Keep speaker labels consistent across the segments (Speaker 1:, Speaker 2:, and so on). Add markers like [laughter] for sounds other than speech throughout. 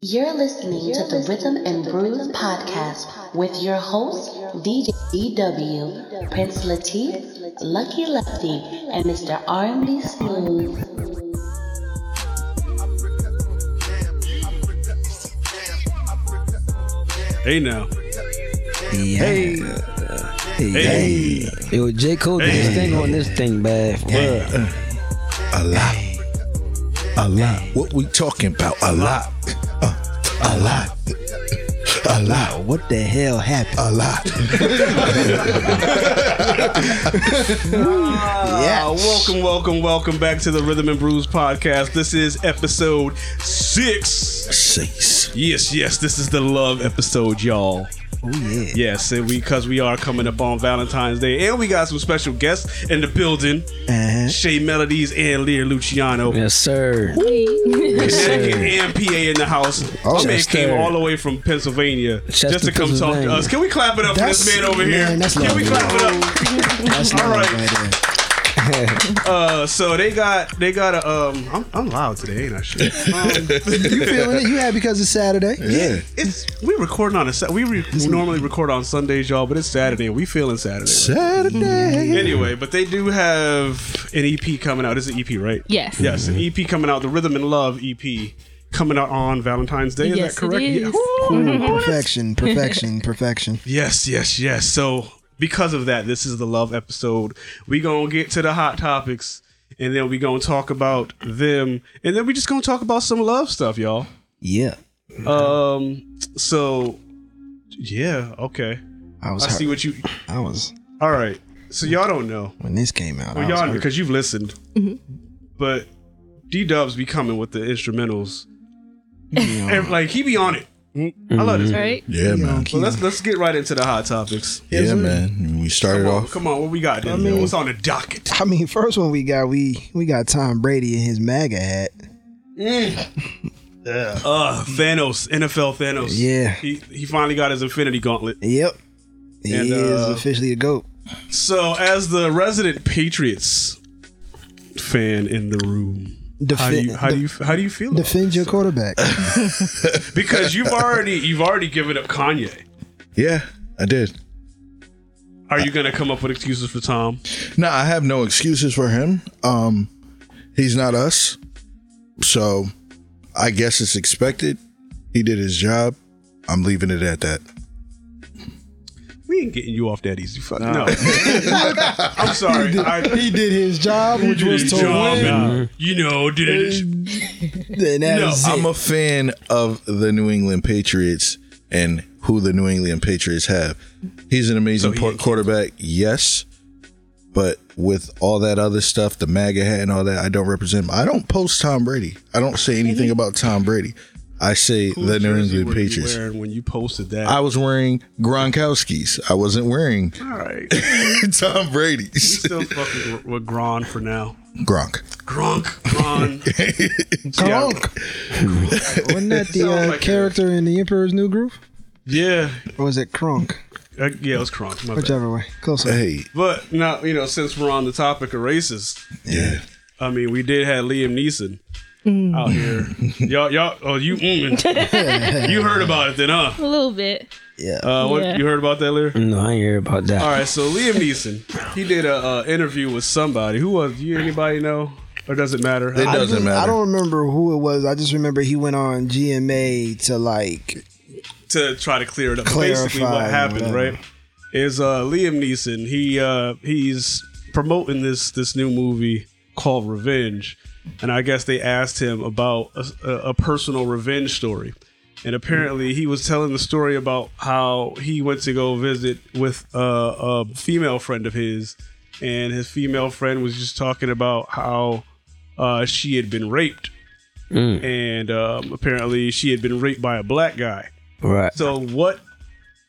Speaker 1: You're listening to the Rhythm and Brews podcast with your host, DJ EW, Prince Latif, Lucky Lefty, and Mr. R&B Smooth.
Speaker 2: Hey now.
Speaker 3: Yeah. [laughs]
Speaker 2: Hey.
Speaker 3: Hey.
Speaker 2: Hey.
Speaker 3: Yo, J. Cole did his thing on this thing, bad. Bruh.
Speaker 4: Uh, A lot. A lot. What we talking about? A lot. Uh, a lot. A lot.
Speaker 3: What the hell happened?
Speaker 4: A lot.
Speaker 2: Uh, welcome, welcome, welcome back to the Rhythm and Brews podcast. This is episode six.
Speaker 4: Six.
Speaker 2: Yes, yes, this is the love episode, y'all.
Speaker 3: Oh yeah.
Speaker 2: Yes, and we because we are coming up on Valentine's Day, and we got some special guests in the building:
Speaker 3: Uh-huh.
Speaker 2: Shay Melodies and Lear Luciano.
Speaker 3: Yes, sir.
Speaker 2: Connecticut and PA in the house. My man
Speaker 3: Chester.
Speaker 2: came all the way from Pennsylvania just to
Speaker 3: Chester,
Speaker 2: come talk to
Speaker 3: Pennsylvania.
Speaker 2: us. Can we clap it up for
Speaker 4: That's-
Speaker 2: this man over here?
Speaker 4: man, that's
Speaker 2: Can we
Speaker 4: lovely.
Speaker 2: clap it up?
Speaker 3: That's
Speaker 2: All
Speaker 3: not
Speaker 2: right.
Speaker 3: right there.
Speaker 2: [laughs] Uh, so they got they got a um. I'm, I'm loud today, ain't I?
Speaker 5: [laughs]
Speaker 2: Shit. Um,
Speaker 5: You feeling it? You happy because it's Saturday?
Speaker 4: Yeah.
Speaker 2: it's we recording on a Sa- we re- normally record on Sundays, y'all, but it's Saturday and we feeling Saturday. Mm-hmm.
Speaker 4: Saturday.
Speaker 2: Anyway, but they do have an EP coming out. It's an EP, right?
Speaker 6: Yes.
Speaker 2: Yes,
Speaker 5: Mm-hmm.
Speaker 2: an EP coming out. The Rhythm and Love EP coming out on Valentine's Day. Is
Speaker 6: Yes,
Speaker 2: that
Speaker 6: it
Speaker 2: correct? Yeah.
Speaker 6: is.
Speaker 5: Ooh,
Speaker 2: [laughs]
Speaker 5: perfection, perfection, perfection.
Speaker 2: Yes, yes, yes. So because of that, this is the love episode. We gonna get to the hot topics, and then we gonna talk about them, and then we just gonna talk about some love stuff, y'all.
Speaker 3: Yeah.
Speaker 2: Um. So, yeah. Okay.
Speaker 5: I was
Speaker 2: I see
Speaker 5: hurt.
Speaker 2: what you.
Speaker 5: I was
Speaker 2: All right. So y'all don't know.
Speaker 5: when this came out.
Speaker 2: Well,
Speaker 5: I was
Speaker 2: y'all
Speaker 5: hurt.
Speaker 2: because you've listened. But D Dubs be coming with the instrumentals. [laughs] And, like he be on it. Mm-hmm. I love this. man.
Speaker 6: Right?
Speaker 4: Mm-hmm. Yeah, man.
Speaker 2: Well, let's let's get right into the hot topics.
Speaker 4: Yeah, man. We started
Speaker 2: Come on,
Speaker 4: off.
Speaker 2: come on, what we got? Then? What's
Speaker 4: [laughs]
Speaker 2: on the docket?
Speaker 5: I mean, first one we got we we got Tom Brady in his MAGA hat.
Speaker 2: Uh, Thanos, NFL Thanos.
Speaker 5: Yeah.
Speaker 2: He, he finally got his Infinity Gauntlet.
Speaker 5: Yep, he
Speaker 2: And,
Speaker 5: is
Speaker 2: uh,
Speaker 5: officially
Speaker 2: [laughs]
Speaker 5: the goat.
Speaker 2: So, as the resident Patriots fan in the room, how do
Speaker 5: Defend,
Speaker 2: you how do you how do you feel? about
Speaker 5: defend your quarterback.
Speaker 2: it?
Speaker 4: [laughs]
Speaker 2: Because you've already you've already given up Kanye.
Speaker 4: Yeah, I did.
Speaker 2: Are you gonna come up with excuses for Tom?
Speaker 4: No, I have no excuses for him. Um, he's not us, so I guess it's expected. He did his job. I'm leaving it at that.
Speaker 2: We ain't getting you off that easy. Fuck no. [laughs] I'm sorry. I,
Speaker 5: he did his job, which
Speaker 2: did his
Speaker 5: was to
Speaker 2: job
Speaker 5: win.
Speaker 2: and, uh, you know, did it.
Speaker 5: And that
Speaker 2: No,
Speaker 5: is it.
Speaker 4: I'm a fan of the New England Patriots and who the New England Patriots have. He's an
Speaker 2: So
Speaker 4: amazing
Speaker 2: he-
Speaker 4: por- quarterback, yes, but with all that other stuff, the MAGA hat and all that, I don't represent him. I don't post Tom Brady. I don't say anything about Tom Brady. I say the
Speaker 2: Whose
Speaker 4: New
Speaker 2: jersey
Speaker 4: England
Speaker 2: were you
Speaker 4: [laughs] Patriots.
Speaker 2: wearing When you posted that,
Speaker 4: I was wearing Gronkowski's. I wasn't wearing
Speaker 2: all right. We
Speaker 4: [laughs] Tom Brady's.
Speaker 2: still fucking with Gron for now.
Speaker 4: Gronk.
Speaker 2: Gronk,
Speaker 4: [laughs]
Speaker 2: Gron.
Speaker 5: Gronk. Wasn't that the
Speaker 2: Sounds
Speaker 5: uh,
Speaker 2: like a-
Speaker 5: character in The Emperor's New Groove?
Speaker 2: Yeah,
Speaker 5: Or was it Kronk?
Speaker 2: Uh, yeah, it was Gronk. My bad.
Speaker 5: Whichever way. Close enough.
Speaker 4: Hey,
Speaker 2: But now you know, since we're on the topic of races,
Speaker 4: yeah.
Speaker 2: I mean, we did have Liam Neeson out here.
Speaker 4: [laughs]
Speaker 2: y'all, y'all, oh, you, mm, you heard about it then, huh?
Speaker 6: A little bit.
Speaker 5: Yeah.
Speaker 2: Uh, what
Speaker 6: Yeah.
Speaker 2: you heard about that, Lear?
Speaker 3: No, I ain't hear about that.
Speaker 2: All right, so Liam Neeson, he did a uh, interview with somebody. Who was you? Anybody know? Or does it matter?
Speaker 4: It
Speaker 5: I
Speaker 4: doesn't
Speaker 5: just-
Speaker 4: matter.
Speaker 5: I don't remember who it was. I just remember he went on GMA to like
Speaker 2: to try to clear it up.
Speaker 5: Clarify,
Speaker 2: Basically, what happened,
Speaker 5: whatever.
Speaker 2: right, is uh, Liam Neeson. He uh, he's promoting this this new movie called Revenge, and I guess they asked him about a, a, a personal revenge story. And apparently, he was telling the story about how he went to go visit with uh, a female friend of his, and his female friend was just talking about how uh, she had been raped, and um, apparently, she had been raped by a black guy.
Speaker 3: Right.
Speaker 2: So what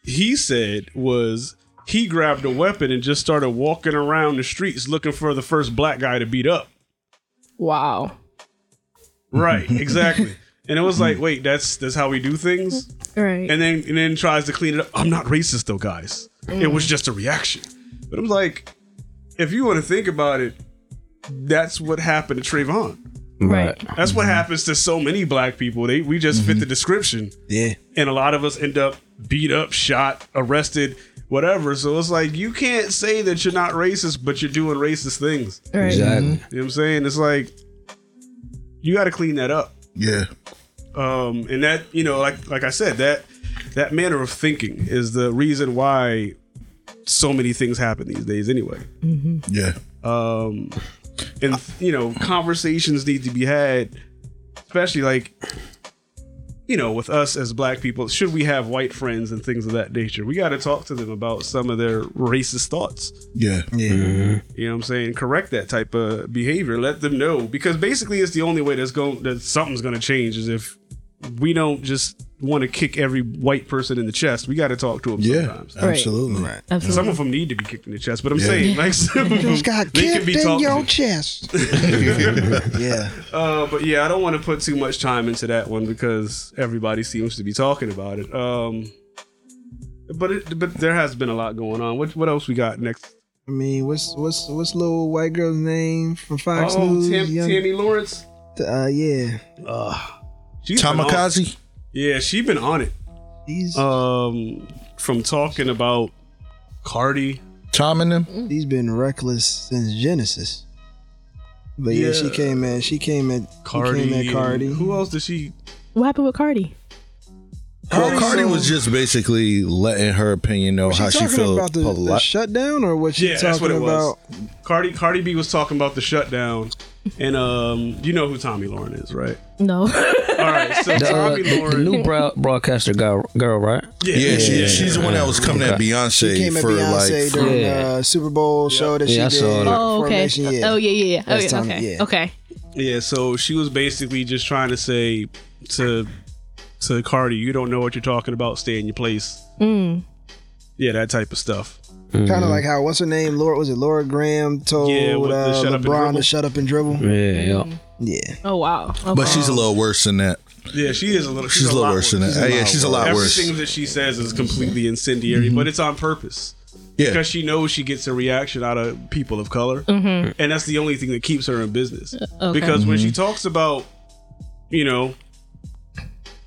Speaker 2: he said was he grabbed a weapon and just started walking around the streets looking for the first black guy to beat up.
Speaker 6: Wow.
Speaker 2: Right, exactly. and it was like, wait, that's that's how we do things.
Speaker 6: Right.
Speaker 2: And then and then tries to clean it up. I'm not racist though, guys. It
Speaker 6: Mm.
Speaker 2: was just a reaction. But I'm like, if you want to think about it, that's what happened to Trayvon.
Speaker 6: Right.
Speaker 2: That's what happens to so many black people. They we just fit the description.
Speaker 5: Yeah.
Speaker 2: and a lot of us end up beat up, shot, arrested, whatever. So it's like you can't say that you're not racist, but you're doing racist things.
Speaker 6: Right.
Speaker 3: Exactly.
Speaker 2: You know what I'm saying? It's like you got to clean that up.
Speaker 4: Yeah.
Speaker 2: Um, and that you know, like like I said, that that manner of thinking is the reason why so many things happen these days. Anyway,
Speaker 4: Yeah.
Speaker 2: Um, and you know conversations need to be had especially like you know with us as black people should we have white friends and things of that nature we got to talk to them about some of their racist thoughts
Speaker 4: Yeah.
Speaker 5: Yeah.
Speaker 2: you know what i'm saying correct that type of behavior let them know because basically it's the only way that's going that something's going to change is if we don't just want to kick every white person in the chest we got to talk to them
Speaker 4: Yeah.
Speaker 2: sometimes
Speaker 4: Absolutely.
Speaker 5: Right.
Speaker 6: Absolutely.
Speaker 2: some of them need to be kicked in the chest but i'm saying like some of them
Speaker 5: Just got
Speaker 2: they can
Speaker 5: kicked
Speaker 2: be
Speaker 5: in
Speaker 2: talked [laughs]
Speaker 5: your
Speaker 2: to.
Speaker 5: chest. [laughs] yeah.
Speaker 2: Uh, but yeah, I don't want to put too much time into that one because everybody seems to be talking about it. Um, but it, but there has been a lot going on. What what else we got next?
Speaker 5: I mean, what's what's what's little white girl's name from Fox
Speaker 2: Oh,
Speaker 5: News?
Speaker 2: Tam,
Speaker 5: Young-
Speaker 2: Tammy Lawrence.
Speaker 5: uh, yeah.
Speaker 2: She's been on-
Speaker 4: Kamikaze.
Speaker 2: Yeah, she's been on it.
Speaker 5: He's
Speaker 2: Um, from talking about Cardi.
Speaker 4: Tom and them.
Speaker 5: he's been reckless since Genesis. But yeah, she
Speaker 2: Yeah.
Speaker 5: came in. She came in.
Speaker 2: Cardi.
Speaker 5: Cardi. Came at
Speaker 2: and-
Speaker 5: Cardi.
Speaker 2: Who else did she?
Speaker 6: What happened with Cardi?
Speaker 4: Well, Cardi was just basically letting her opinion know
Speaker 5: Was she
Speaker 4: how she
Speaker 5: talking
Speaker 4: feels.
Speaker 5: about the, the shutdown or what she
Speaker 2: Yeah, that's what
Speaker 5: talking
Speaker 2: it was.
Speaker 5: about?
Speaker 2: Cardi Cardi B was talking about the shutdown, and um, you know who Tommy Lauren is, right?
Speaker 6: No.
Speaker 2: [laughs] All right, so
Speaker 3: The, uh,
Speaker 2: Tommy
Speaker 3: the, the
Speaker 2: Lauren.
Speaker 3: new broad- broadcaster girl, girl, right?
Speaker 2: yeah,
Speaker 4: yeah, she, she's the one that was coming at Beyonce
Speaker 5: Came at
Speaker 4: for
Speaker 5: Beyonce
Speaker 4: like.
Speaker 5: during
Speaker 3: Yeah.
Speaker 5: uh, Super Bowl show that
Speaker 3: Yeah, I
Speaker 5: she did.
Speaker 3: saw that.
Speaker 6: oh, okay.
Speaker 5: Formation, yeah.
Speaker 6: Oh, yeah, yeah, yeah.
Speaker 5: That's
Speaker 6: Okay.
Speaker 5: Tommy,
Speaker 6: okay.
Speaker 5: yeah.
Speaker 6: okay.
Speaker 2: Yeah, so she was basically just trying to say to to Cardi, you don't know what you're talking about, stay in your place.
Speaker 6: Mm.
Speaker 2: Yeah, that type of stuff.
Speaker 5: Kind
Speaker 4: Mm-hmm.
Speaker 5: of like how what's her name? Laura was it Laura Graham told
Speaker 2: Yeah, with the
Speaker 5: uh,
Speaker 2: shut up and
Speaker 5: LeBron
Speaker 2: dribble.
Speaker 5: to shut up and dribble.
Speaker 3: Yeah, yeah.
Speaker 5: Yeah.
Speaker 6: Oh, wow. Okay.
Speaker 4: But she's a little worse than that.
Speaker 2: Yeah, she is a little.
Speaker 4: She's, a little
Speaker 2: lot
Speaker 4: worse than that.
Speaker 5: She's a
Speaker 4: Uh, yeah,
Speaker 5: lot
Speaker 4: she's a lot worse. Mm-hmm.
Speaker 2: Everything that she says is completely incendiary, but it's on purpose
Speaker 4: Yeah,
Speaker 2: because she knows she gets a reaction out of people of color,
Speaker 4: Mm-hmm.
Speaker 2: and that's the only thing that keeps her in business.
Speaker 6: okay.
Speaker 2: Because when she talks about, you know,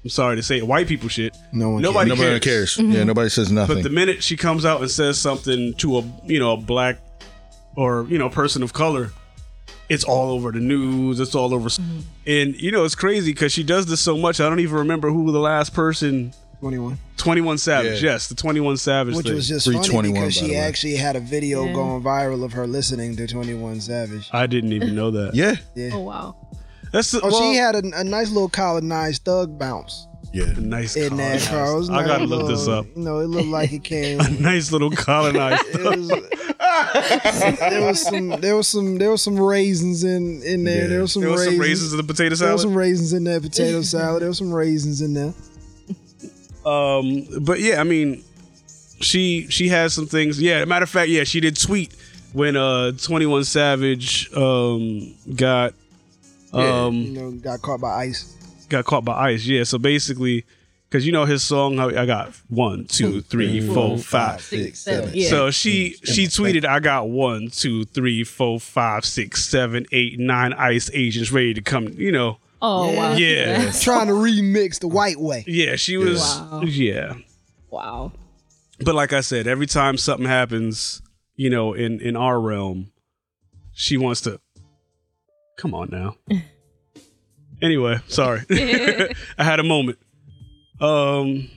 Speaker 2: I'm sorry to say it, white people shit,
Speaker 5: No one.
Speaker 2: Nobody-
Speaker 4: nobody
Speaker 2: cares. Mm-hmm.
Speaker 4: cares. Yeah, nobody says
Speaker 2: But
Speaker 4: nothing.
Speaker 2: the minute she comes out and says something to a you know a black or you know person of color, it's all over the news. It's all over, and you know it's crazy because she does this so much. I don't even remember who the last person.
Speaker 5: Twenty one.
Speaker 2: Twenty One Savage,
Speaker 4: Yeah.
Speaker 2: yes, the Twenty One Savage
Speaker 5: Which
Speaker 2: thing.
Speaker 5: was just
Speaker 4: Free
Speaker 5: funny
Speaker 4: 21,
Speaker 5: because
Speaker 4: by the
Speaker 5: she
Speaker 4: way.
Speaker 5: actually had a video
Speaker 6: Yeah.
Speaker 5: going viral of her listening to 21 Savage.
Speaker 2: I didn't even know that.
Speaker 4: yeah,
Speaker 6: oh, wow.
Speaker 2: That's
Speaker 5: Oh,
Speaker 2: well,
Speaker 5: she had a, a nice little colonized thug bounce
Speaker 4: yeah.
Speaker 2: nice.
Speaker 5: in that
Speaker 2: colonized.
Speaker 5: car. It was
Speaker 2: Oh, I
Speaker 5: nice
Speaker 2: gotta look this
Speaker 5: little-
Speaker 2: up.
Speaker 5: You know, it looked like it
Speaker 2: [laughs]
Speaker 5: came. it
Speaker 2: Nice little colonized.
Speaker 5: was, there was some, there was some, there was some raisins in in there.
Speaker 4: Yeah.
Speaker 5: There was some
Speaker 2: there was
Speaker 5: raisins.
Speaker 2: some raisins in the potato
Speaker 5: there
Speaker 2: salad.
Speaker 5: was some raisins in that potato
Speaker 6: [laughs]
Speaker 5: salad. There was some raisins in there.
Speaker 2: Um, but yeah, I mean, she she has some things. Yeah, matter of fact, yeah, she did tweet when uh Twenty One Savage um got um
Speaker 5: You know, got caught by ice.
Speaker 2: got caught by ice. Yeah, so basically, because you know his song, how- I got one, two, three, Hmm. four, five. Hmm.
Speaker 6: Six, seven. Yeah.
Speaker 2: So she she tweeted, I got one, two, three, four, five, six, seven, eight, nine ice agents ready to come. You know,
Speaker 6: oh, wow.
Speaker 2: yeah,
Speaker 6: [laughs]
Speaker 5: Trying to remix the white way.
Speaker 2: yeah, she was,
Speaker 6: Wow.
Speaker 2: yeah.
Speaker 6: Wow.
Speaker 2: but like I said, every time something happens, you know, in in our realm, she wants to. Come on
Speaker 6: [laughs]
Speaker 2: now. anyway, sorry, [laughs] I had a moment. Um,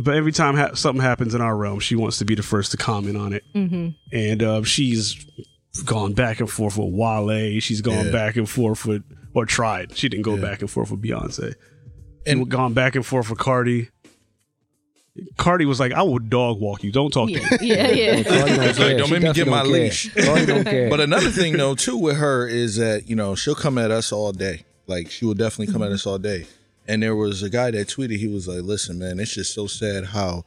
Speaker 2: but every time ha- something happens in our realm, she wants to be the first to comment on it,
Speaker 6: Mm-hmm.
Speaker 2: and uh, she's gone back and forth with Wale. She's gone
Speaker 4: Yeah.
Speaker 2: back and forth with, or tried. She didn't go back and forth with Beyonce, and
Speaker 4: And-
Speaker 2: gone back and forth with Cardi. Cardi was like, "I will dog walk you. Don't talk to me."
Speaker 6: Yeah. Yeah.
Speaker 3: [laughs]
Speaker 4: [laughs]
Speaker 6: Yeah.
Speaker 3: Cardi don't, care.
Speaker 4: don't
Speaker 3: She
Speaker 4: make me get
Speaker 3: definitely
Speaker 4: my
Speaker 3: don't care.
Speaker 4: leash. [laughs]
Speaker 3: Cardi
Speaker 2: [laughs]
Speaker 3: don't care.
Speaker 4: But another thing though too with her is that you know she'll come at us all day. Like she will definitely come at us all day. And there was a guy that tweeted. He was like, "Listen, man, it's just so sad how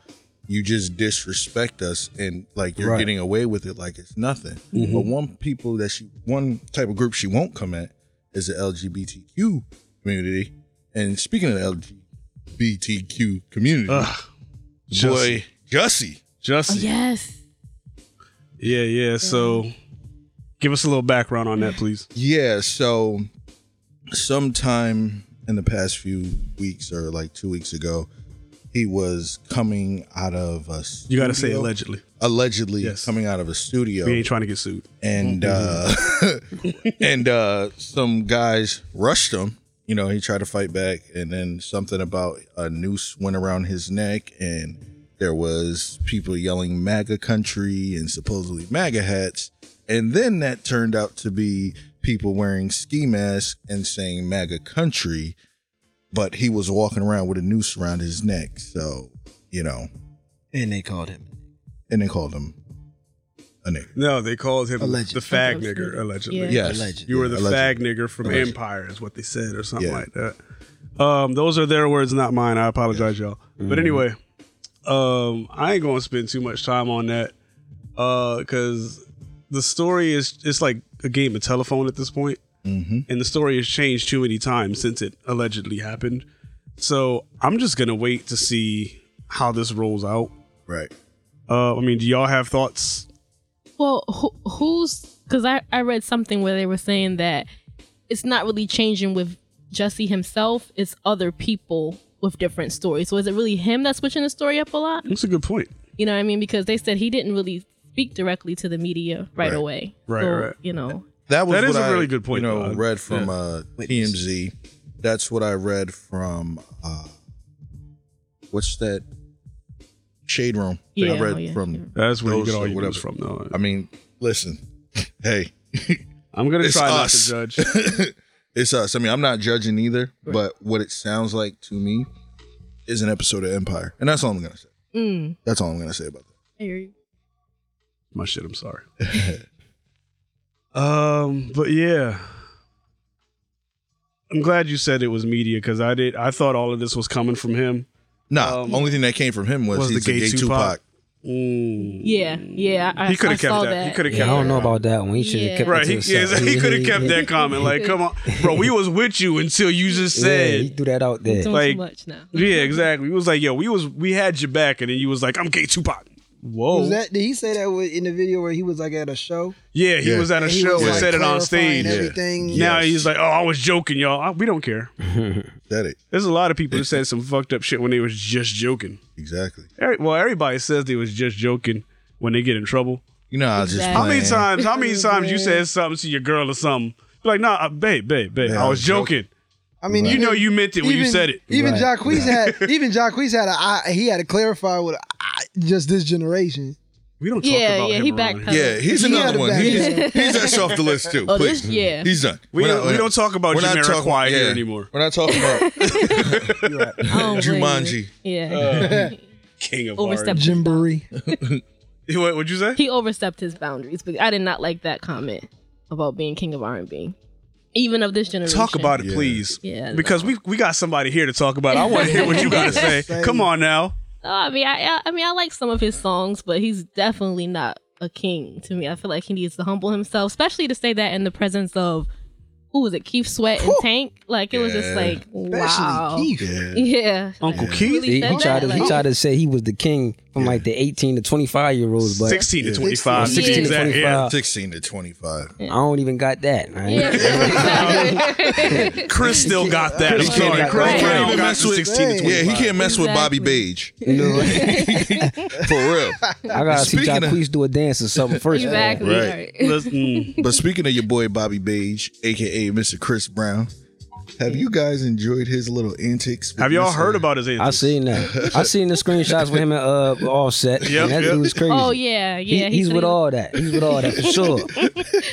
Speaker 4: you just disrespect us and like you're
Speaker 3: Right. Mm-hmm.
Speaker 4: getting away with it like it's nothing." But one people that she one type of group she won't come at is the LGBTQ community. And speaking of the LGBTQ community,
Speaker 2: Ugh,
Speaker 4: boy, Jussie.
Speaker 2: Justin.
Speaker 6: Oh, yes.
Speaker 2: yeah. yeah, So, give us a little background on that, please.
Speaker 4: Yeah, so sometime in the past few weeks or like two weeks ago, he was coming out of a
Speaker 2: You got to say
Speaker 4: studio-
Speaker 2: allegedly.
Speaker 4: allegedly
Speaker 2: Yes.
Speaker 4: coming out of a studio
Speaker 2: We ain't trying to get sued. Mm-hmm.
Speaker 4: and uh [laughs] and uh some guys rushed him you know he tried to fight back and then something about a noose went around his neck and there was people yelling maga country and supposedly maga hats and then that turned out to be people wearing ski masks and saying maga country but he was walking around with a noose around his neck so you know
Speaker 3: And they called him.
Speaker 4: and they called him a nigga
Speaker 2: No, they called him
Speaker 3: Alleged.
Speaker 2: the fag nigger, allegedly.
Speaker 6: Yeah.
Speaker 4: yes
Speaker 3: Alleged.
Speaker 2: You were the fag
Speaker 4: Alleged.
Speaker 2: nigger from
Speaker 4: Alleged.
Speaker 2: Empire, is what they said, or something
Speaker 4: Yeah.
Speaker 2: like that. Um, those are their words, not mine. I apologize, y'all.
Speaker 4: Mm-hmm.
Speaker 2: But anyway, um, I ain't gonna spend too much time on that because the story is it's like a game of telephone at this point, mm-hmm. and the story has changed too many times since it allegedly happened. So I'm just gonna wait to see how this rolls out.
Speaker 4: right
Speaker 2: Uh, I mean, do y'all have thoughts?
Speaker 6: Well, who, who's because I I read something where they were saying that it's not really changing with Jesse himself; it's other people with different stories. So is it really him that's switching the story up a lot?
Speaker 2: That's a good point.
Speaker 6: You know what I mean? Because they said he didn't really speak directly to the media right,
Speaker 4: Right.
Speaker 6: away.
Speaker 2: Right,
Speaker 6: So,
Speaker 2: right.
Speaker 6: You know,
Speaker 4: That was
Speaker 2: That
Speaker 4: what
Speaker 2: is a
Speaker 4: I,
Speaker 2: really good point,
Speaker 4: You know,
Speaker 2: though.
Speaker 4: read from uh,
Speaker 3: Witness.
Speaker 4: TMZ. That's what I read from. Uh, what's that? Shade Room.
Speaker 6: Yeah,
Speaker 4: I read
Speaker 6: oh, yeah,
Speaker 4: from.
Speaker 6: Shade Room.
Speaker 2: That's where you
Speaker 4: those
Speaker 2: get all
Speaker 4: or
Speaker 2: your
Speaker 4: whatever.
Speaker 2: news from, though.
Speaker 4: I mean, listen. [laughs] Hey,
Speaker 2: I'm gonna
Speaker 4: it's
Speaker 2: try
Speaker 4: us.
Speaker 2: not to judge.
Speaker 4: [laughs] it's us. I mean, I'm not judging either, but what it sounds like to me is an episode of Empire, and that's all I'm gonna say.
Speaker 6: mm,
Speaker 4: That's all I'm gonna say about
Speaker 6: I
Speaker 4: that.
Speaker 6: hear you.
Speaker 2: My shit. I'm
Speaker 4: [laughs]
Speaker 2: sorry. um, but yeah, I'm glad you said it was media because I did. I thought all of this was coming from him. Um,
Speaker 4: Nah, only thing that came from him was,
Speaker 2: was the
Speaker 4: he's the
Speaker 2: gay
Speaker 4: gay,
Speaker 2: Tupac.
Speaker 4: Tupac.
Speaker 2: Mm.
Speaker 6: Yeah, yeah. I,
Speaker 2: He coulda
Speaker 6: I
Speaker 2: kept
Speaker 6: saw
Speaker 2: that. He coulda
Speaker 3: Yeah, I don't know about that one. He should have
Speaker 6: Yeah.
Speaker 3: kept
Speaker 2: Right,
Speaker 3: it to
Speaker 2: he,
Speaker 3: himself.
Speaker 2: yeah, he could have kept
Speaker 3: [laughs]
Speaker 2: that comment. Like, come on, bro, we was with you until you just
Speaker 3: Yeah,
Speaker 2: said,
Speaker 3: he threw that out
Speaker 6: He's
Speaker 3: there.
Speaker 6: doing
Speaker 2: Like-
Speaker 6: too much now.
Speaker 2: yeah, exactly. He was like, yo, we was we had your back, and then you was like, I'm gay Tupac. Whoa,
Speaker 5: Was that? Did he say that with- in the video where he was like at a show?
Speaker 2: yeah, he
Speaker 4: Yeah.
Speaker 2: was at a
Speaker 5: he
Speaker 2: show
Speaker 5: was,
Speaker 2: and
Speaker 5: like,
Speaker 2: said it on
Speaker 5: clarifying
Speaker 2: stage.
Speaker 4: Yeah.
Speaker 5: Everything.
Speaker 4: Yeah.
Speaker 2: Now
Speaker 4: Yes.
Speaker 2: he's like, oh, I was joking, y'all. I- we don't care.
Speaker 4: [laughs] That it
Speaker 2: There's a lot of
Speaker 4: [laughs]
Speaker 2: people that said some fucked up shit when they was just joking.
Speaker 4: exactly.
Speaker 2: Every, well, everybody says they was just joking when they get in trouble.
Speaker 4: You know, I was just
Speaker 6: Exactly.
Speaker 2: How many
Speaker 4: playing.
Speaker 2: times? How
Speaker 5: [laughs]
Speaker 2: many times you said something to your girl or something? Like, nah, uh, babe, babe, babe.
Speaker 4: Yeah,
Speaker 2: I was joking.
Speaker 5: I mean,
Speaker 2: You know you meant it when you said it.
Speaker 5: Even
Speaker 3: Right.
Speaker 5: Jacquees had even Jacquees had a I, he had to clarify with I, just this generation.
Speaker 2: We don't talk
Speaker 6: Yeah,
Speaker 2: about
Speaker 6: yeah,
Speaker 2: him
Speaker 6: he
Speaker 2: around
Speaker 6: backpedaled.
Speaker 2: here.
Speaker 4: Yeah, he's
Speaker 5: He had
Speaker 4: another
Speaker 5: a
Speaker 4: one.
Speaker 5: bad
Speaker 4: He's,
Speaker 5: day.
Speaker 4: [laughs]
Speaker 2: [laughs]
Speaker 4: he's that's off the list too.
Speaker 6: Oh,
Speaker 4: Please.
Speaker 6: this- yeah.
Speaker 4: he's done.
Speaker 2: We
Speaker 4: We're
Speaker 2: don't- we don't talk about
Speaker 4: we're not
Speaker 2: Jamiroquai
Speaker 4: talking-
Speaker 2: here anymore.
Speaker 4: We're not talking
Speaker 6: [laughs]
Speaker 4: about
Speaker 6: Oh,
Speaker 4: Jumanji.
Speaker 6: Yeah.
Speaker 2: Uh, King of
Speaker 6: Overstepped.
Speaker 2: bars.
Speaker 5: Jimboree.
Speaker 2: [laughs] What would you say?
Speaker 6: he overstepped his boundaries. But I did not like that comment about being king of R and B, even of this generation.
Speaker 2: Talk about it,
Speaker 4: Yeah.
Speaker 2: please.
Speaker 6: Yeah, I
Speaker 2: Because we we got somebody here to talk about. it. I want to hear what you
Speaker 5: [laughs]
Speaker 2: got to say.
Speaker 5: Same.
Speaker 2: Come on now.
Speaker 6: Oh, I mean, I, I, I mean, I like some of his songs, but he's definitely not a king to me. I feel like he needs to humble himself, especially to say that in the presence of who was it, Keith Sweat and Tank. Like it was just
Speaker 4: Yeah.
Speaker 6: like wow.
Speaker 5: Especially Keith.
Speaker 4: Yeah.
Speaker 6: Yeah.
Speaker 2: Uncle
Speaker 6: Like,
Speaker 2: Keith?
Speaker 6: really
Speaker 3: He,
Speaker 6: said
Speaker 3: he tried to
Speaker 6: that?
Speaker 3: he
Speaker 6: Like,
Speaker 3: tried to say he was the king from like the 18 to 25 year
Speaker 6: [laughs]
Speaker 3: olds, but
Speaker 2: Sixteen to twenty five.
Speaker 6: 16 to
Speaker 2: Yeah.
Speaker 3: 25.
Speaker 4: 16 Uh, to 25.
Speaker 3: I don't even got that. I ain't-
Speaker 6: Yeah.
Speaker 2: Chris still got that. I'm
Speaker 3: Chris still
Speaker 2: sorry.
Speaker 3: got
Speaker 2: Chris
Speaker 6: that.
Speaker 2: Brown got
Speaker 4: Mess
Speaker 2: some
Speaker 4: with-
Speaker 2: sixteen to
Speaker 5: Yeah,
Speaker 2: twenty
Speaker 4: Yeah,
Speaker 2: five.
Speaker 4: he can't mess with Bobby Beige.
Speaker 3: You know,
Speaker 4: For real.
Speaker 3: I gotta see
Speaker 4: Speaking of-
Speaker 3: Jacquees do a dance or something first.
Speaker 6: exactly.
Speaker 2: [laughs]
Speaker 4: Right.
Speaker 6: All right.
Speaker 2: Let's- mm.
Speaker 4: But speaking of your boy Bobby Beige, aka Mr. Chris Brown, have you guys enjoyed his little antics? with
Speaker 2: Have y'all
Speaker 4: Mr.
Speaker 2: heard about his
Speaker 3: I
Speaker 2: antics?
Speaker 3: seen that. I seen the screenshots with him and uh with Offset.
Speaker 2: Yep,
Speaker 3: and that
Speaker 2: yep.
Speaker 3: dude was crazy.
Speaker 6: Oh yeah,
Speaker 3: He-
Speaker 6: yeah. he
Speaker 3: he's
Speaker 6: said
Speaker 3: with
Speaker 6: he-
Speaker 3: all that. He's with all that for sure.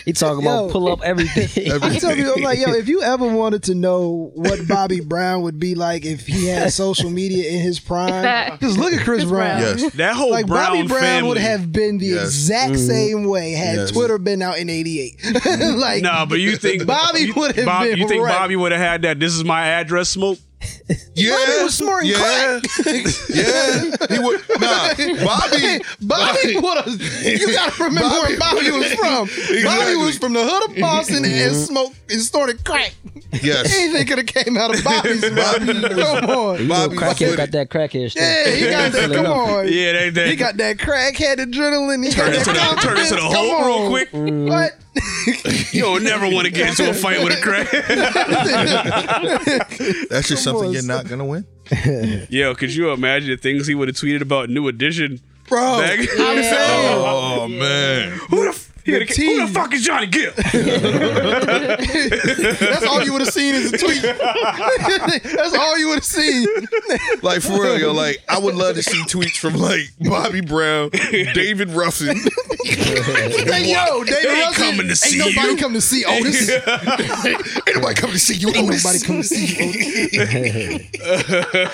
Speaker 3: He talking about
Speaker 5: Yo.
Speaker 3: pull up everything.
Speaker 5: I tell
Speaker 4: Everything.
Speaker 5: people, I'm like, yo, if you ever wanted to know what Bobby Brown would be like if he had social media in his prime, just look at Chris Brown.
Speaker 4: Yes.
Speaker 2: That whole
Speaker 5: Like
Speaker 2: Brown
Speaker 5: Bobby Brown
Speaker 2: family.
Speaker 5: would have been the
Speaker 4: Yes.
Speaker 5: exact same way had
Speaker 4: Yes.
Speaker 5: Twitter been out in '88. [laughs] like,
Speaker 2: No, but you think
Speaker 5: [laughs] Bobby
Speaker 2: you-
Speaker 5: would have
Speaker 2: Bob-
Speaker 5: been
Speaker 2: You think
Speaker 5: right.
Speaker 2: Bobby would have had that? This is my address,
Speaker 5: [laughs]
Speaker 2: smoke.
Speaker 4: Yeah.
Speaker 5: Bobby was snorting
Speaker 4: yeah.
Speaker 2: [laughs]
Speaker 4: yeah. He would. Nah. Bobby.
Speaker 5: [laughs] Bobby would have. You gotta remember where Bobby was from. Bobby was from the hood of Boston and smoked and started crack. [laughs]
Speaker 4: Yes.
Speaker 5: Anything could have
Speaker 3: [laughs]
Speaker 5: came out of Bobby's mouth. Come on.
Speaker 3: You know,
Speaker 4: Bobby was
Speaker 3: crackhead
Speaker 4: with
Speaker 3: got that crackhead stuff.
Speaker 5: Yeah, he got that. Come on.
Speaker 2: Yeah, they, they
Speaker 5: He got that crackhead adrenaline. He got
Speaker 2: turn into
Speaker 5: that
Speaker 2: the turn into the
Speaker 5: confidence. Come
Speaker 2: whole real
Speaker 5: on. Mm-hmm.
Speaker 2: quick.
Speaker 5: What?
Speaker 2: You'll never
Speaker 5: [laughs]
Speaker 2: want to get into a [laughs] fight with a crack.
Speaker 4: That's just
Speaker 5: Come on,
Speaker 4: something you're
Speaker 5: son.
Speaker 4: not gonna win,
Speaker 2: Yo, could you imagine the things he would have tweeted about New Edition?
Speaker 4: bro.
Speaker 2: Back- [laughs]
Speaker 4: Oh man,
Speaker 2: Who the, f- he would've- who the
Speaker 5: team.
Speaker 2: fuck is Johnny Gill? [laughs]
Speaker 5: [laughs] That's all you would have seen is a tweet. [laughs] That's all you would have seen.
Speaker 4: like for real, yo. Like I would love to see tweets from like Bobby Brown, David Ruffin.
Speaker 5: [laughs] Hey, yo, David
Speaker 2: They ain't
Speaker 5: Ruffin,
Speaker 2: coming to
Speaker 5: ain't
Speaker 2: see
Speaker 5: nobody
Speaker 2: you.
Speaker 5: come
Speaker 4: [laughs]
Speaker 5: to see Otis.
Speaker 4: Ain't nobody coming to see you.
Speaker 5: Ain't
Speaker 4: Otis.
Speaker 5: nobody come to see you, Otis.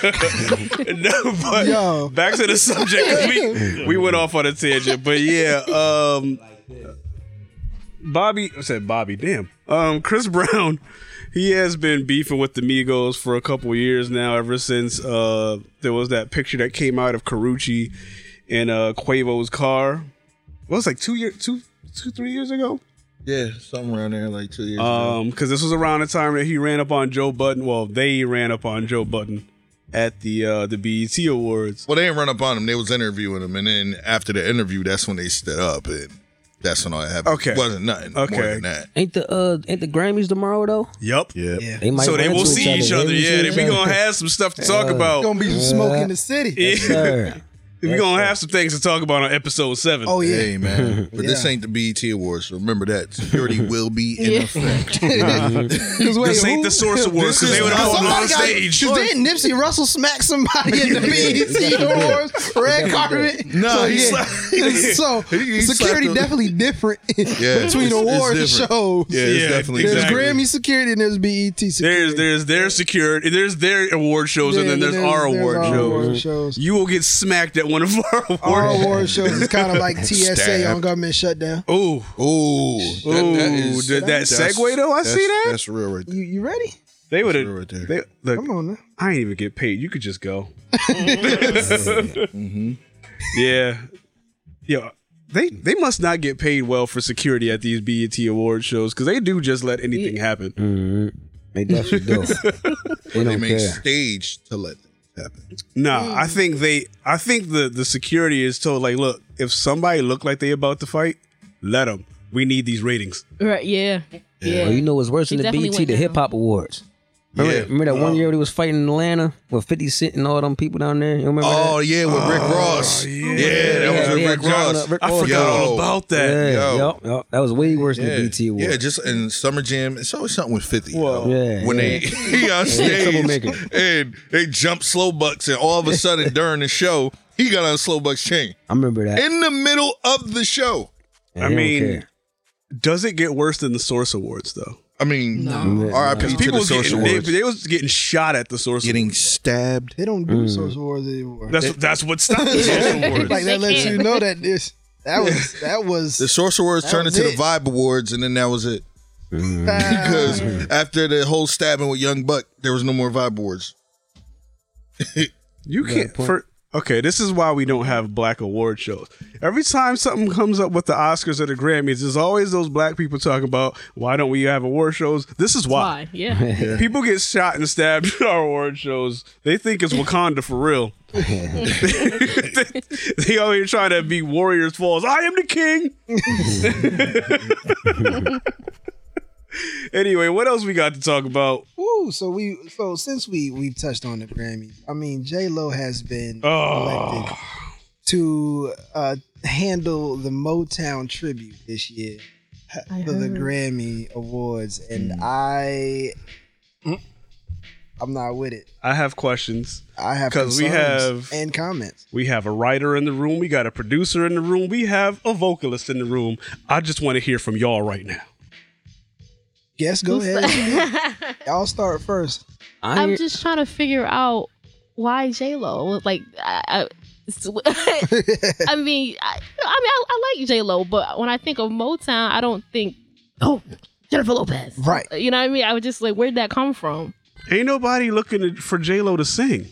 Speaker 2: [laughs] no, but
Speaker 5: Yo.
Speaker 2: back to the subject.
Speaker 7: [laughs]
Speaker 2: 'cause We,
Speaker 5: [laughs]
Speaker 2: we went off on a tangent, but yeah, um, Bobby I said Bobby. Damn, um, Chris Brown. He has been beefing with the Migos for a couple years now. Ever since uh, there was that picture that came out of Carucci in uh, Quavo's car. What was it, like two year, two, two, three years ago?
Speaker 4: Yeah, something around there, like two years ago.
Speaker 2: Um, because this was around the time that he ran up on Joe Button. Well, they ran up on Joe Button at the uh, the BET Awards.
Speaker 4: Well, they didn't run up on him. They was interviewing him, and then after the interview, that's when they stood up, and that's when all that happened.
Speaker 2: Okay.
Speaker 4: wasn't nothing more
Speaker 2: Okay.
Speaker 4: than that.
Speaker 3: Ain't the uh ain't the Grammys tomorrow though?
Speaker 2: Yep.
Speaker 4: yeah.
Speaker 3: They might
Speaker 2: so they
Speaker 3: run
Speaker 2: will
Speaker 3: into
Speaker 2: see each other.
Speaker 3: They will
Speaker 2: Yeah,
Speaker 3: see
Speaker 2: they,
Speaker 3: each
Speaker 2: we
Speaker 3: other.
Speaker 2: gonna have some stuff to talk about.
Speaker 5: Gonna be some smoke in
Speaker 2: [laughs]
Speaker 5: the city.
Speaker 3: Yes, sir.
Speaker 2: we gonna have some things to talk about on episode seven.
Speaker 5: Oh yeah.
Speaker 4: Hey
Speaker 5: [laughs]
Speaker 4: man, but this ain't the BET Awards. So remember that security will be in effect.
Speaker 5: [laughs] 'Cause wait,
Speaker 2: this ain't
Speaker 5: who-
Speaker 2: the Source Awards because
Speaker 4: is
Speaker 2: they would have
Speaker 4: how
Speaker 2: called him on
Speaker 5: Somebody got-
Speaker 2: stage.
Speaker 5: 'cause Didn't Nipsey Russell smack somebody in the BET awards red carpet?
Speaker 4: No,
Speaker 5: so,
Speaker 4: he
Speaker 5: yeah.
Speaker 4: slapped-
Speaker 5: [laughs] so
Speaker 4: he- he slapped
Speaker 5: security
Speaker 4: him.
Speaker 5: definitely different [laughs]
Speaker 4: Yeah, it's-
Speaker 5: between
Speaker 4: it's
Speaker 5: awards and
Speaker 4: different.
Speaker 5: shows.
Speaker 4: Yeah, it's
Speaker 2: Yeah,
Speaker 4: definitely
Speaker 5: There's
Speaker 2: exactly.
Speaker 5: Grammy security and there's E BET security.
Speaker 2: There's there's their security, there's their award shows, and then there's, our award shows.
Speaker 5: shows.
Speaker 2: You will get smacked at one of our
Speaker 5: Our
Speaker 2: awards.
Speaker 5: award shows is kind of like
Speaker 2: [laughs]
Speaker 5: TSA
Speaker 4: Stabbed.
Speaker 5: on government shutdown.
Speaker 2: Oh,
Speaker 4: Ooh,
Speaker 2: Ooh, did that segue, though? I see that.
Speaker 4: That's real right there.
Speaker 5: You, you ready?
Speaker 2: they would have.
Speaker 4: Right there.
Speaker 2: They look.
Speaker 5: Come on now.
Speaker 2: I ain't even get paid. You could just go. Mm. [laughs] Yeah. Yeah. They they must not get paid well for security at these BET award shows because they do just let anything happen.
Speaker 3: Mm-hmm. They
Speaker 2: [laughs]
Speaker 3: definitely do. they
Speaker 4: They
Speaker 3: don't
Speaker 4: made
Speaker 3: care. Mm.
Speaker 4: stage to let things happen.
Speaker 2: Nah, I think they I think the the security is told like, look, if somebody look like they about to fight, let them. We need these ratings.
Speaker 6: Right? Yeah. Yeah.
Speaker 3: Well, Oh, you know what's worse than
Speaker 6: He
Speaker 3: the E
Speaker 6: definitely
Speaker 3: BT,
Speaker 6: went
Speaker 3: the
Speaker 6: down.
Speaker 3: Hip Hop Awards. Remember,
Speaker 4: Yeah. Oh.
Speaker 3: remember that one year they was fighting in Atlanta with 50 Cent and all them people down there? You remember
Speaker 4: Oh yeah, with Rick Ross. Yeah, that was
Speaker 3: Oh, Yeah,
Speaker 4: with
Speaker 3: yeah,
Speaker 4: Rick
Speaker 3: John,
Speaker 4: Ross.
Speaker 3: uh, Rick
Speaker 2: I
Speaker 3: Ross.
Speaker 2: forgot all about
Speaker 3: that?
Speaker 2: that.
Speaker 3: Yeah,
Speaker 4: yo.
Speaker 3: yup, yup. That was way worse
Speaker 4: Yeah.
Speaker 3: than the BT Awards.
Speaker 4: Yeah, just in Summer Jam, it's always something with 50.
Speaker 2: Whoa.
Speaker 4: yo.
Speaker 3: Yeah,
Speaker 4: when
Speaker 3: yeah.
Speaker 4: they [laughs] he on stage
Speaker 3: troublemaker.
Speaker 4: and they jump slow bucks, and all of a
Speaker 3: [laughs]
Speaker 4: sudden during the show, he got on slow bucks chain.
Speaker 3: I remember that.
Speaker 4: In the middle of the show.
Speaker 3: And
Speaker 2: I
Speaker 3: they don't
Speaker 2: mean,
Speaker 3: care.
Speaker 2: Does it get worse than the Source Awards though?
Speaker 4: I mean,
Speaker 3: No.
Speaker 4: RIP to
Speaker 2: People
Speaker 4: the
Speaker 2: was
Speaker 4: social
Speaker 2: getting, they,
Speaker 4: awards.
Speaker 2: they was getting shot at the Source. Awards.
Speaker 4: Getting stabbed.
Speaker 5: They don't do social awards anymore.
Speaker 2: That's that's what stopped the Source Awards.
Speaker 5: like
Speaker 6: They
Speaker 5: that lets
Speaker 6: can't.
Speaker 5: you know that this that was that
Speaker 4: The
Speaker 5: was
Speaker 4: Source Awards turned
Speaker 5: was
Speaker 4: into
Speaker 5: it.
Speaker 4: the Vibe Awards, and then that was
Speaker 3: [laughs]
Speaker 4: it. Because after the whole stabbing with Young Buck, there was no more Vibe Awards. [laughs]
Speaker 2: You can't. For, okay, this is why we don't have black award shows. Every time something comes up with the Oscars or the Grammys, there's always those black people talking about why don't we have award shows. This is why.
Speaker 6: Why? Yeah.
Speaker 2: [laughs] People get shot and stabbed [laughs] at our award shows. They think it's Wakanda for
Speaker 5: [laughs]
Speaker 2: real. [laughs] they out here trying to be Warriors Falls. I am the king. [laughs] anyway, what else we got to talk about?
Speaker 5: ooh. So we so since we we've touched on the Grammys, I mean J Lo has been
Speaker 2: Oh.
Speaker 5: elected to uh, handle the Motown tribute this year
Speaker 6: I
Speaker 5: for the
Speaker 6: heard.
Speaker 5: Grammy Awards,
Speaker 2: Hmm.
Speaker 5: and I I'm not with it.
Speaker 2: I have questions.
Speaker 5: I have
Speaker 2: 'Cause we have-
Speaker 5: concerns and comments.
Speaker 2: We have a writer in the room. We got a producer in the room. We have a vocalist in the room. I just want to hear from y'all right now.
Speaker 5: Yes, go
Speaker 6: [laughs]
Speaker 5: ahead. I'll start first.
Speaker 3: I
Speaker 6: I'm
Speaker 3: hear-
Speaker 6: just trying to figure out why J Lo. Like, I, I, it's- [laughs] I mean, I, I mean, I, I like J Lo, but when I think of Motown, I don't think, oh, Jennifer Lopez.
Speaker 5: Right.
Speaker 6: You know what I mean? I was just like, where'd that come from?
Speaker 2: Ain't nobody looking to- for J Lo to sing,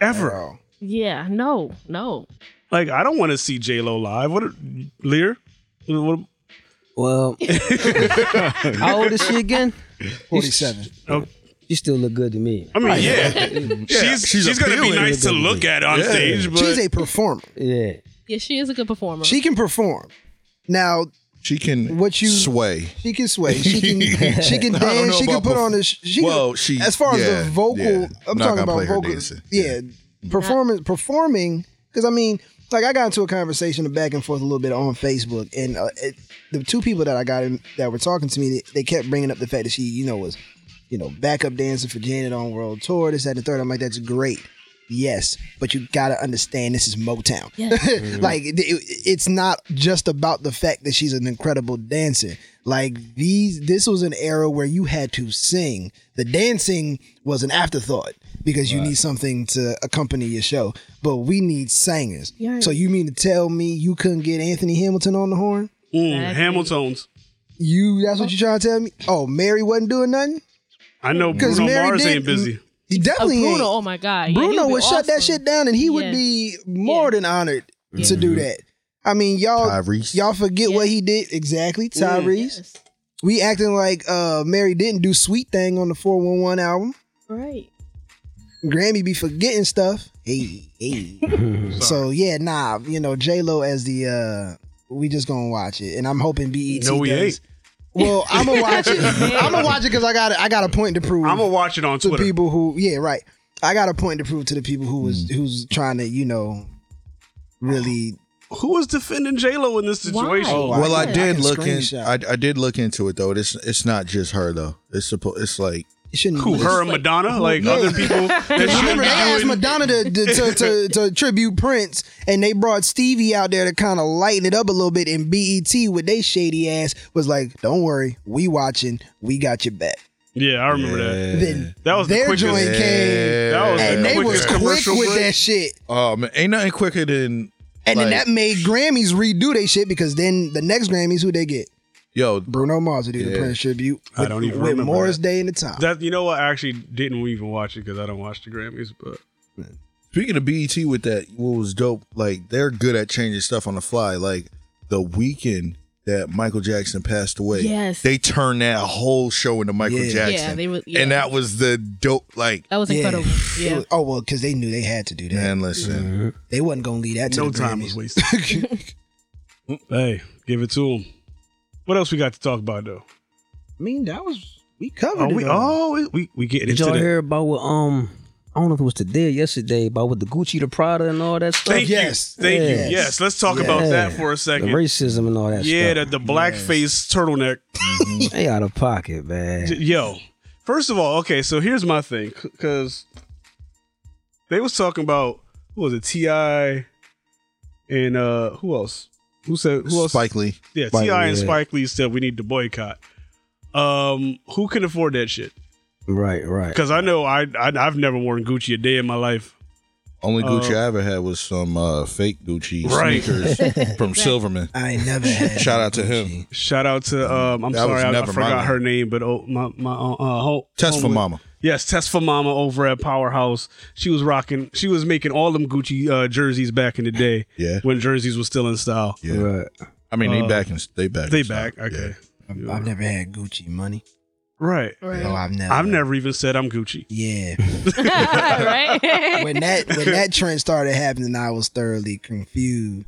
Speaker 2: ever.
Speaker 5: Bro.
Speaker 6: Yeah. No. No.
Speaker 2: Like I don't want to see J Lo live. What, Lear? What, [laughs]
Speaker 4: [laughs]
Speaker 3: well, how
Speaker 5: Oh,
Speaker 3: old is she again?
Speaker 5: 47.
Speaker 3: She still look good to me.
Speaker 2: I mean, [laughs] yeah, she's she's,
Speaker 4: she's
Speaker 2: gonna be
Speaker 4: appealing.
Speaker 2: nice to look at on stage, but
Speaker 5: She's a performer.
Speaker 3: Yeah,
Speaker 6: Yeah, she is a good performer.
Speaker 5: She can perform. Now,
Speaker 4: She can
Speaker 5: What you-
Speaker 4: sway.
Speaker 5: She can sway. She
Speaker 4: [laughs]
Speaker 5: can. she can
Speaker 4: I don't
Speaker 5: dance.
Speaker 4: know
Speaker 5: She can
Speaker 4: about
Speaker 5: put
Speaker 4: perf-
Speaker 5: on a. sh- She
Speaker 4: Well,
Speaker 5: can,
Speaker 4: she-
Speaker 5: As far
Speaker 4: yeah,
Speaker 5: as the vocal,
Speaker 4: yeah.
Speaker 5: I'm
Speaker 4: Not
Speaker 5: talking
Speaker 4: gonna
Speaker 5: about
Speaker 4: play her
Speaker 5: vocal.
Speaker 4: dancing.
Speaker 5: Yeah, performance performing. Because I mean, like I got into a conversation of back and forth a little bit on Facebook, and uh, it, the two people that I got in, that were talking to me, they, they kept bringing up the fact that she, you know, was, you know, backup dancer for Janet on world tour. This, that, and the third. I'm like, that's great. Yes, but you gotta understand this is Motown. [laughs] like it, it- it's not just about the fact that she's an incredible dancer. Like these, this was an era where you had to sing. The dancing was an afterthought because you need something to accompany your show. But we need singers.
Speaker 6: Yeah.
Speaker 5: So you mean to tell me you couldn't get Anthony Hamilton on the horn?
Speaker 2: Mm,
Speaker 6: Exactly.
Speaker 2: Hamilton's.
Speaker 5: You that's what you trying to tell me? Oh, Mary wasn't doing nothing.
Speaker 2: I know
Speaker 5: 'Cause
Speaker 2: Bruno
Speaker 5: Mary
Speaker 2: Mars
Speaker 5: did-
Speaker 2: ain't busy.
Speaker 5: He
Speaker 6: Oh,
Speaker 5: definitely
Speaker 6: Bruno,
Speaker 5: ain't.
Speaker 6: oh my God. Yeah, he
Speaker 5: Bruno
Speaker 6: be
Speaker 5: would shut that
Speaker 6: awesome.
Speaker 5: shit down, and he would
Speaker 6: Yeah.
Speaker 5: be more
Speaker 6: Yeah.
Speaker 5: than honored to do that. I mean, y'all,
Speaker 4: Tyrese.
Speaker 5: y'all forget what
Speaker 6: Yeah.
Speaker 5: he did exactly, Tyrese.
Speaker 6: Yes.
Speaker 5: We acting like uh Mary didn't do "Sweet Thing" on the Four One One album.
Speaker 6: Right.
Speaker 5: Grammy be forgetting stuff. Hey,
Speaker 6: [laughs]
Speaker 5: hey. so yeah, nah, you know J Lo as the uh we just gonna watch it, and I'm hoping BET.
Speaker 2: No, we
Speaker 5: does.
Speaker 2: ain't. [laughs]
Speaker 5: Well, I'm gonna watch it. I'm gonna watch it because I got I got a point to prove
Speaker 2: I'm gonna watch it on
Speaker 5: to
Speaker 2: Twitter.
Speaker 5: people who yeah right i got a point to prove to the people who
Speaker 2: Hmm.
Speaker 5: was who's trying to you know really
Speaker 2: Who is defending J Lo in this
Speaker 6: Why?
Speaker 2: situation?
Speaker 6: Oh,
Speaker 4: Well, I
Speaker 5: can-
Speaker 4: did
Speaker 5: can
Speaker 4: look in.
Speaker 5: screenshot.
Speaker 4: I, I did look into it though. It's it's not just her though. It's suppo- It's like
Speaker 5: it shouldn't
Speaker 2: Who
Speaker 5: be
Speaker 2: her and Madonna? Like
Speaker 5: Yeah.
Speaker 2: other
Speaker 5: [laughs]
Speaker 2: people that shouldn't
Speaker 5: Remember,
Speaker 2: be
Speaker 5: they asked
Speaker 2: doing-
Speaker 5: Madonna to, to,
Speaker 2: [laughs]
Speaker 5: to, to, to tribute Prince, and they brought Stevie out there to kind of lighten it up a little bit. And BET, with they shady ass, was like, "Don't worry, we watching, we got your back."
Speaker 2: Yeah, I remember that.
Speaker 5: Then
Speaker 2: That was the
Speaker 5: their
Speaker 2: quickest-
Speaker 5: joint came,
Speaker 2: That was
Speaker 5: and
Speaker 2: the
Speaker 5: they was
Speaker 2: quickest
Speaker 5: quick
Speaker 2: commercial
Speaker 5: with
Speaker 2: break.
Speaker 5: that shit.
Speaker 4: oh man, ain't nothing quicker than
Speaker 5: And then
Speaker 4: Like-
Speaker 5: that made Grammys redo they shit because then the next Grammys, who they get?
Speaker 4: yo.
Speaker 5: Bruno Mars would do the
Speaker 4: Yeah.
Speaker 5: Prince tribute.
Speaker 2: I don't even
Speaker 5: with
Speaker 2: remember
Speaker 5: Morris
Speaker 2: that.
Speaker 5: Day in the top.
Speaker 2: That you know what? I actually didn't even watch it because I don't watch the Grammys. But
Speaker 4: Speaking of BET with that, what was dope? Like they're good at changing stuff on the fly. Like the weekend that Michael Jackson passed away,
Speaker 6: Yes.
Speaker 4: they turned that whole show into Michael
Speaker 5: Yeah.
Speaker 4: Jackson,
Speaker 6: Yeah, they would. Yeah.
Speaker 4: and that was the dope. Like
Speaker 6: That was
Speaker 5: Yeah.
Speaker 6: incredible.
Speaker 5: It
Speaker 6: Yeah.
Speaker 5: was- oh well, because they knew they had to do that.
Speaker 4: man, listen,
Speaker 5: They wasn't gonna leave that to
Speaker 2: no
Speaker 5: the
Speaker 2: time was
Speaker 5: Grammys.
Speaker 2: wasted.
Speaker 5: [laughs]
Speaker 2: hey, give it to him. What else we got to talk about though?
Speaker 5: I mean, that was we covered.
Speaker 2: Oh,
Speaker 5: it
Speaker 2: we
Speaker 5: all.
Speaker 2: oh we- we we getting
Speaker 3: Did
Speaker 2: into
Speaker 3: y'all
Speaker 2: that.
Speaker 3: hear about what um? I don't know if it was today or yesterday about with the Gucci, the Prada, and all that stuff.
Speaker 2: Thank
Speaker 5: Yes.
Speaker 2: you, thank
Speaker 3: Oh, Yes.
Speaker 2: you. Yes, let's talk about that
Speaker 3: Yeah.
Speaker 2: for a
Speaker 3: The
Speaker 2: second.
Speaker 3: racism and all that
Speaker 2: Yeah, the,
Speaker 3: stuff.
Speaker 2: the blackface turtleneck.
Speaker 3: Yeah, they out of pocket,
Speaker 2: [laughs]
Speaker 3: man.
Speaker 2: J- Yo, first of all, okay, so here's my thing, because they was talking about who was it, Ti, and uh who else? Who said who else?
Speaker 4: Spike Lee.
Speaker 2: Yeah,
Speaker 3: Spike
Speaker 2: Ti
Speaker 3: Lee,
Speaker 2: and
Speaker 3: yeah.
Speaker 2: Spike Lee said we need to boycott. Um, who can afford that shit?
Speaker 3: Right, right.
Speaker 2: Because I know I, I I've never worn Gucci a day in my life. Um,
Speaker 4: Only Gucci I ever had was some uh, fake Gucci
Speaker 2: Uh, Right.
Speaker 4: sneakers
Speaker 5: [laughs]
Speaker 2: [laughs]
Speaker 4: from Silverman.
Speaker 5: I ain't never had.
Speaker 4: Shout out to him.
Speaker 2: Shout out to um, I'm
Speaker 4: That was
Speaker 2: sorry, I, I
Speaker 4: never my
Speaker 2: forgot
Speaker 4: name.
Speaker 2: her name, but oh, my my uh, uh, ho-
Speaker 4: Test for
Speaker 2: homie-
Speaker 4: Mama.
Speaker 2: Yes, Test for Mama over at Powerhouse. She was rocking. She was making all them Gucci uh, jerseys back in the day.
Speaker 4: Yeah.
Speaker 2: when jerseys was still in style.
Speaker 4: Yeah.
Speaker 3: Right.
Speaker 4: I mean, they
Speaker 2: Uh,
Speaker 4: back and they back.
Speaker 2: They
Speaker 4: in stock.
Speaker 2: back. Okay,
Speaker 5: I've never had Gucci money.
Speaker 2: right.
Speaker 5: No,
Speaker 6: Right.
Speaker 5: Oh, I've never.
Speaker 2: I've never even said I'm Gucci. [laughs]
Speaker 5: [laughs] Yeah.
Speaker 6: right.
Speaker 5: When that when that trend started happening, I was
Speaker 2: [laughs]
Speaker 5: thoroughly confused.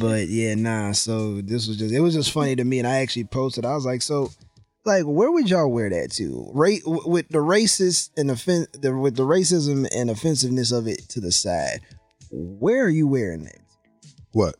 Speaker 5: but yeah, nah. So this was just it was just funny to me, and I actually posted. I was like, so. Like, where would y'all wear that to? Right with the racist and offen- the, with the racism and offensiveness of it to the side, where are you wearing that?
Speaker 4: What?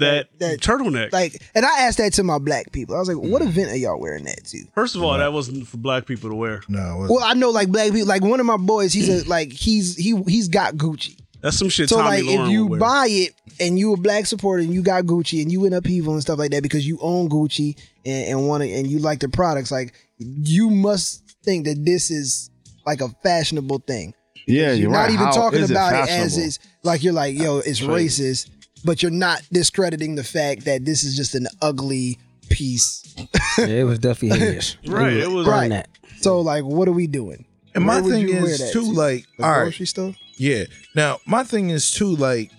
Speaker 2: That,
Speaker 5: That-
Speaker 2: turtleneck. Mm.
Speaker 5: like and I asked that to my black people. I was like, what event are y'all wearing that to?
Speaker 2: First of all, that wasn't for black people to wear.
Speaker 4: No. What?
Speaker 5: Well, I know like black people, like one of my boys, he's a like he's he he's got Gucci.
Speaker 2: That's some shit.
Speaker 5: So
Speaker 2: Tommy
Speaker 5: like
Speaker 2: Lauren
Speaker 5: if you
Speaker 2: would wear.
Speaker 5: buy it and you a black supporter and you got Gucci and you in upheaval and stuff like that because you own Gucci and, and want to and you like the products, like you must think that this is like a fashionable thing.
Speaker 8: Yeah, you're
Speaker 5: You're
Speaker 8: right.
Speaker 5: not even
Speaker 8: How
Speaker 5: talking
Speaker 8: is
Speaker 5: about it as
Speaker 8: fashionable?
Speaker 5: it's like you're like, yo, it's racist, but you're not discrediting the fact that this is just an ugly piece [laughs]
Speaker 3: Yeah, it was
Speaker 4: [laughs]
Speaker 3: definitely hideous.
Speaker 2: [laughs] Right, it was-
Speaker 5: Right.
Speaker 3: on that.
Speaker 5: So like, what are we doing?
Speaker 4: and my
Speaker 5: Where would
Speaker 4: thing
Speaker 5: you wear
Speaker 4: is
Speaker 5: that
Speaker 4: too,
Speaker 5: to?
Speaker 4: like,
Speaker 5: The
Speaker 4: all right,
Speaker 5: grocery store.
Speaker 4: yeah. Now my thing is too, like,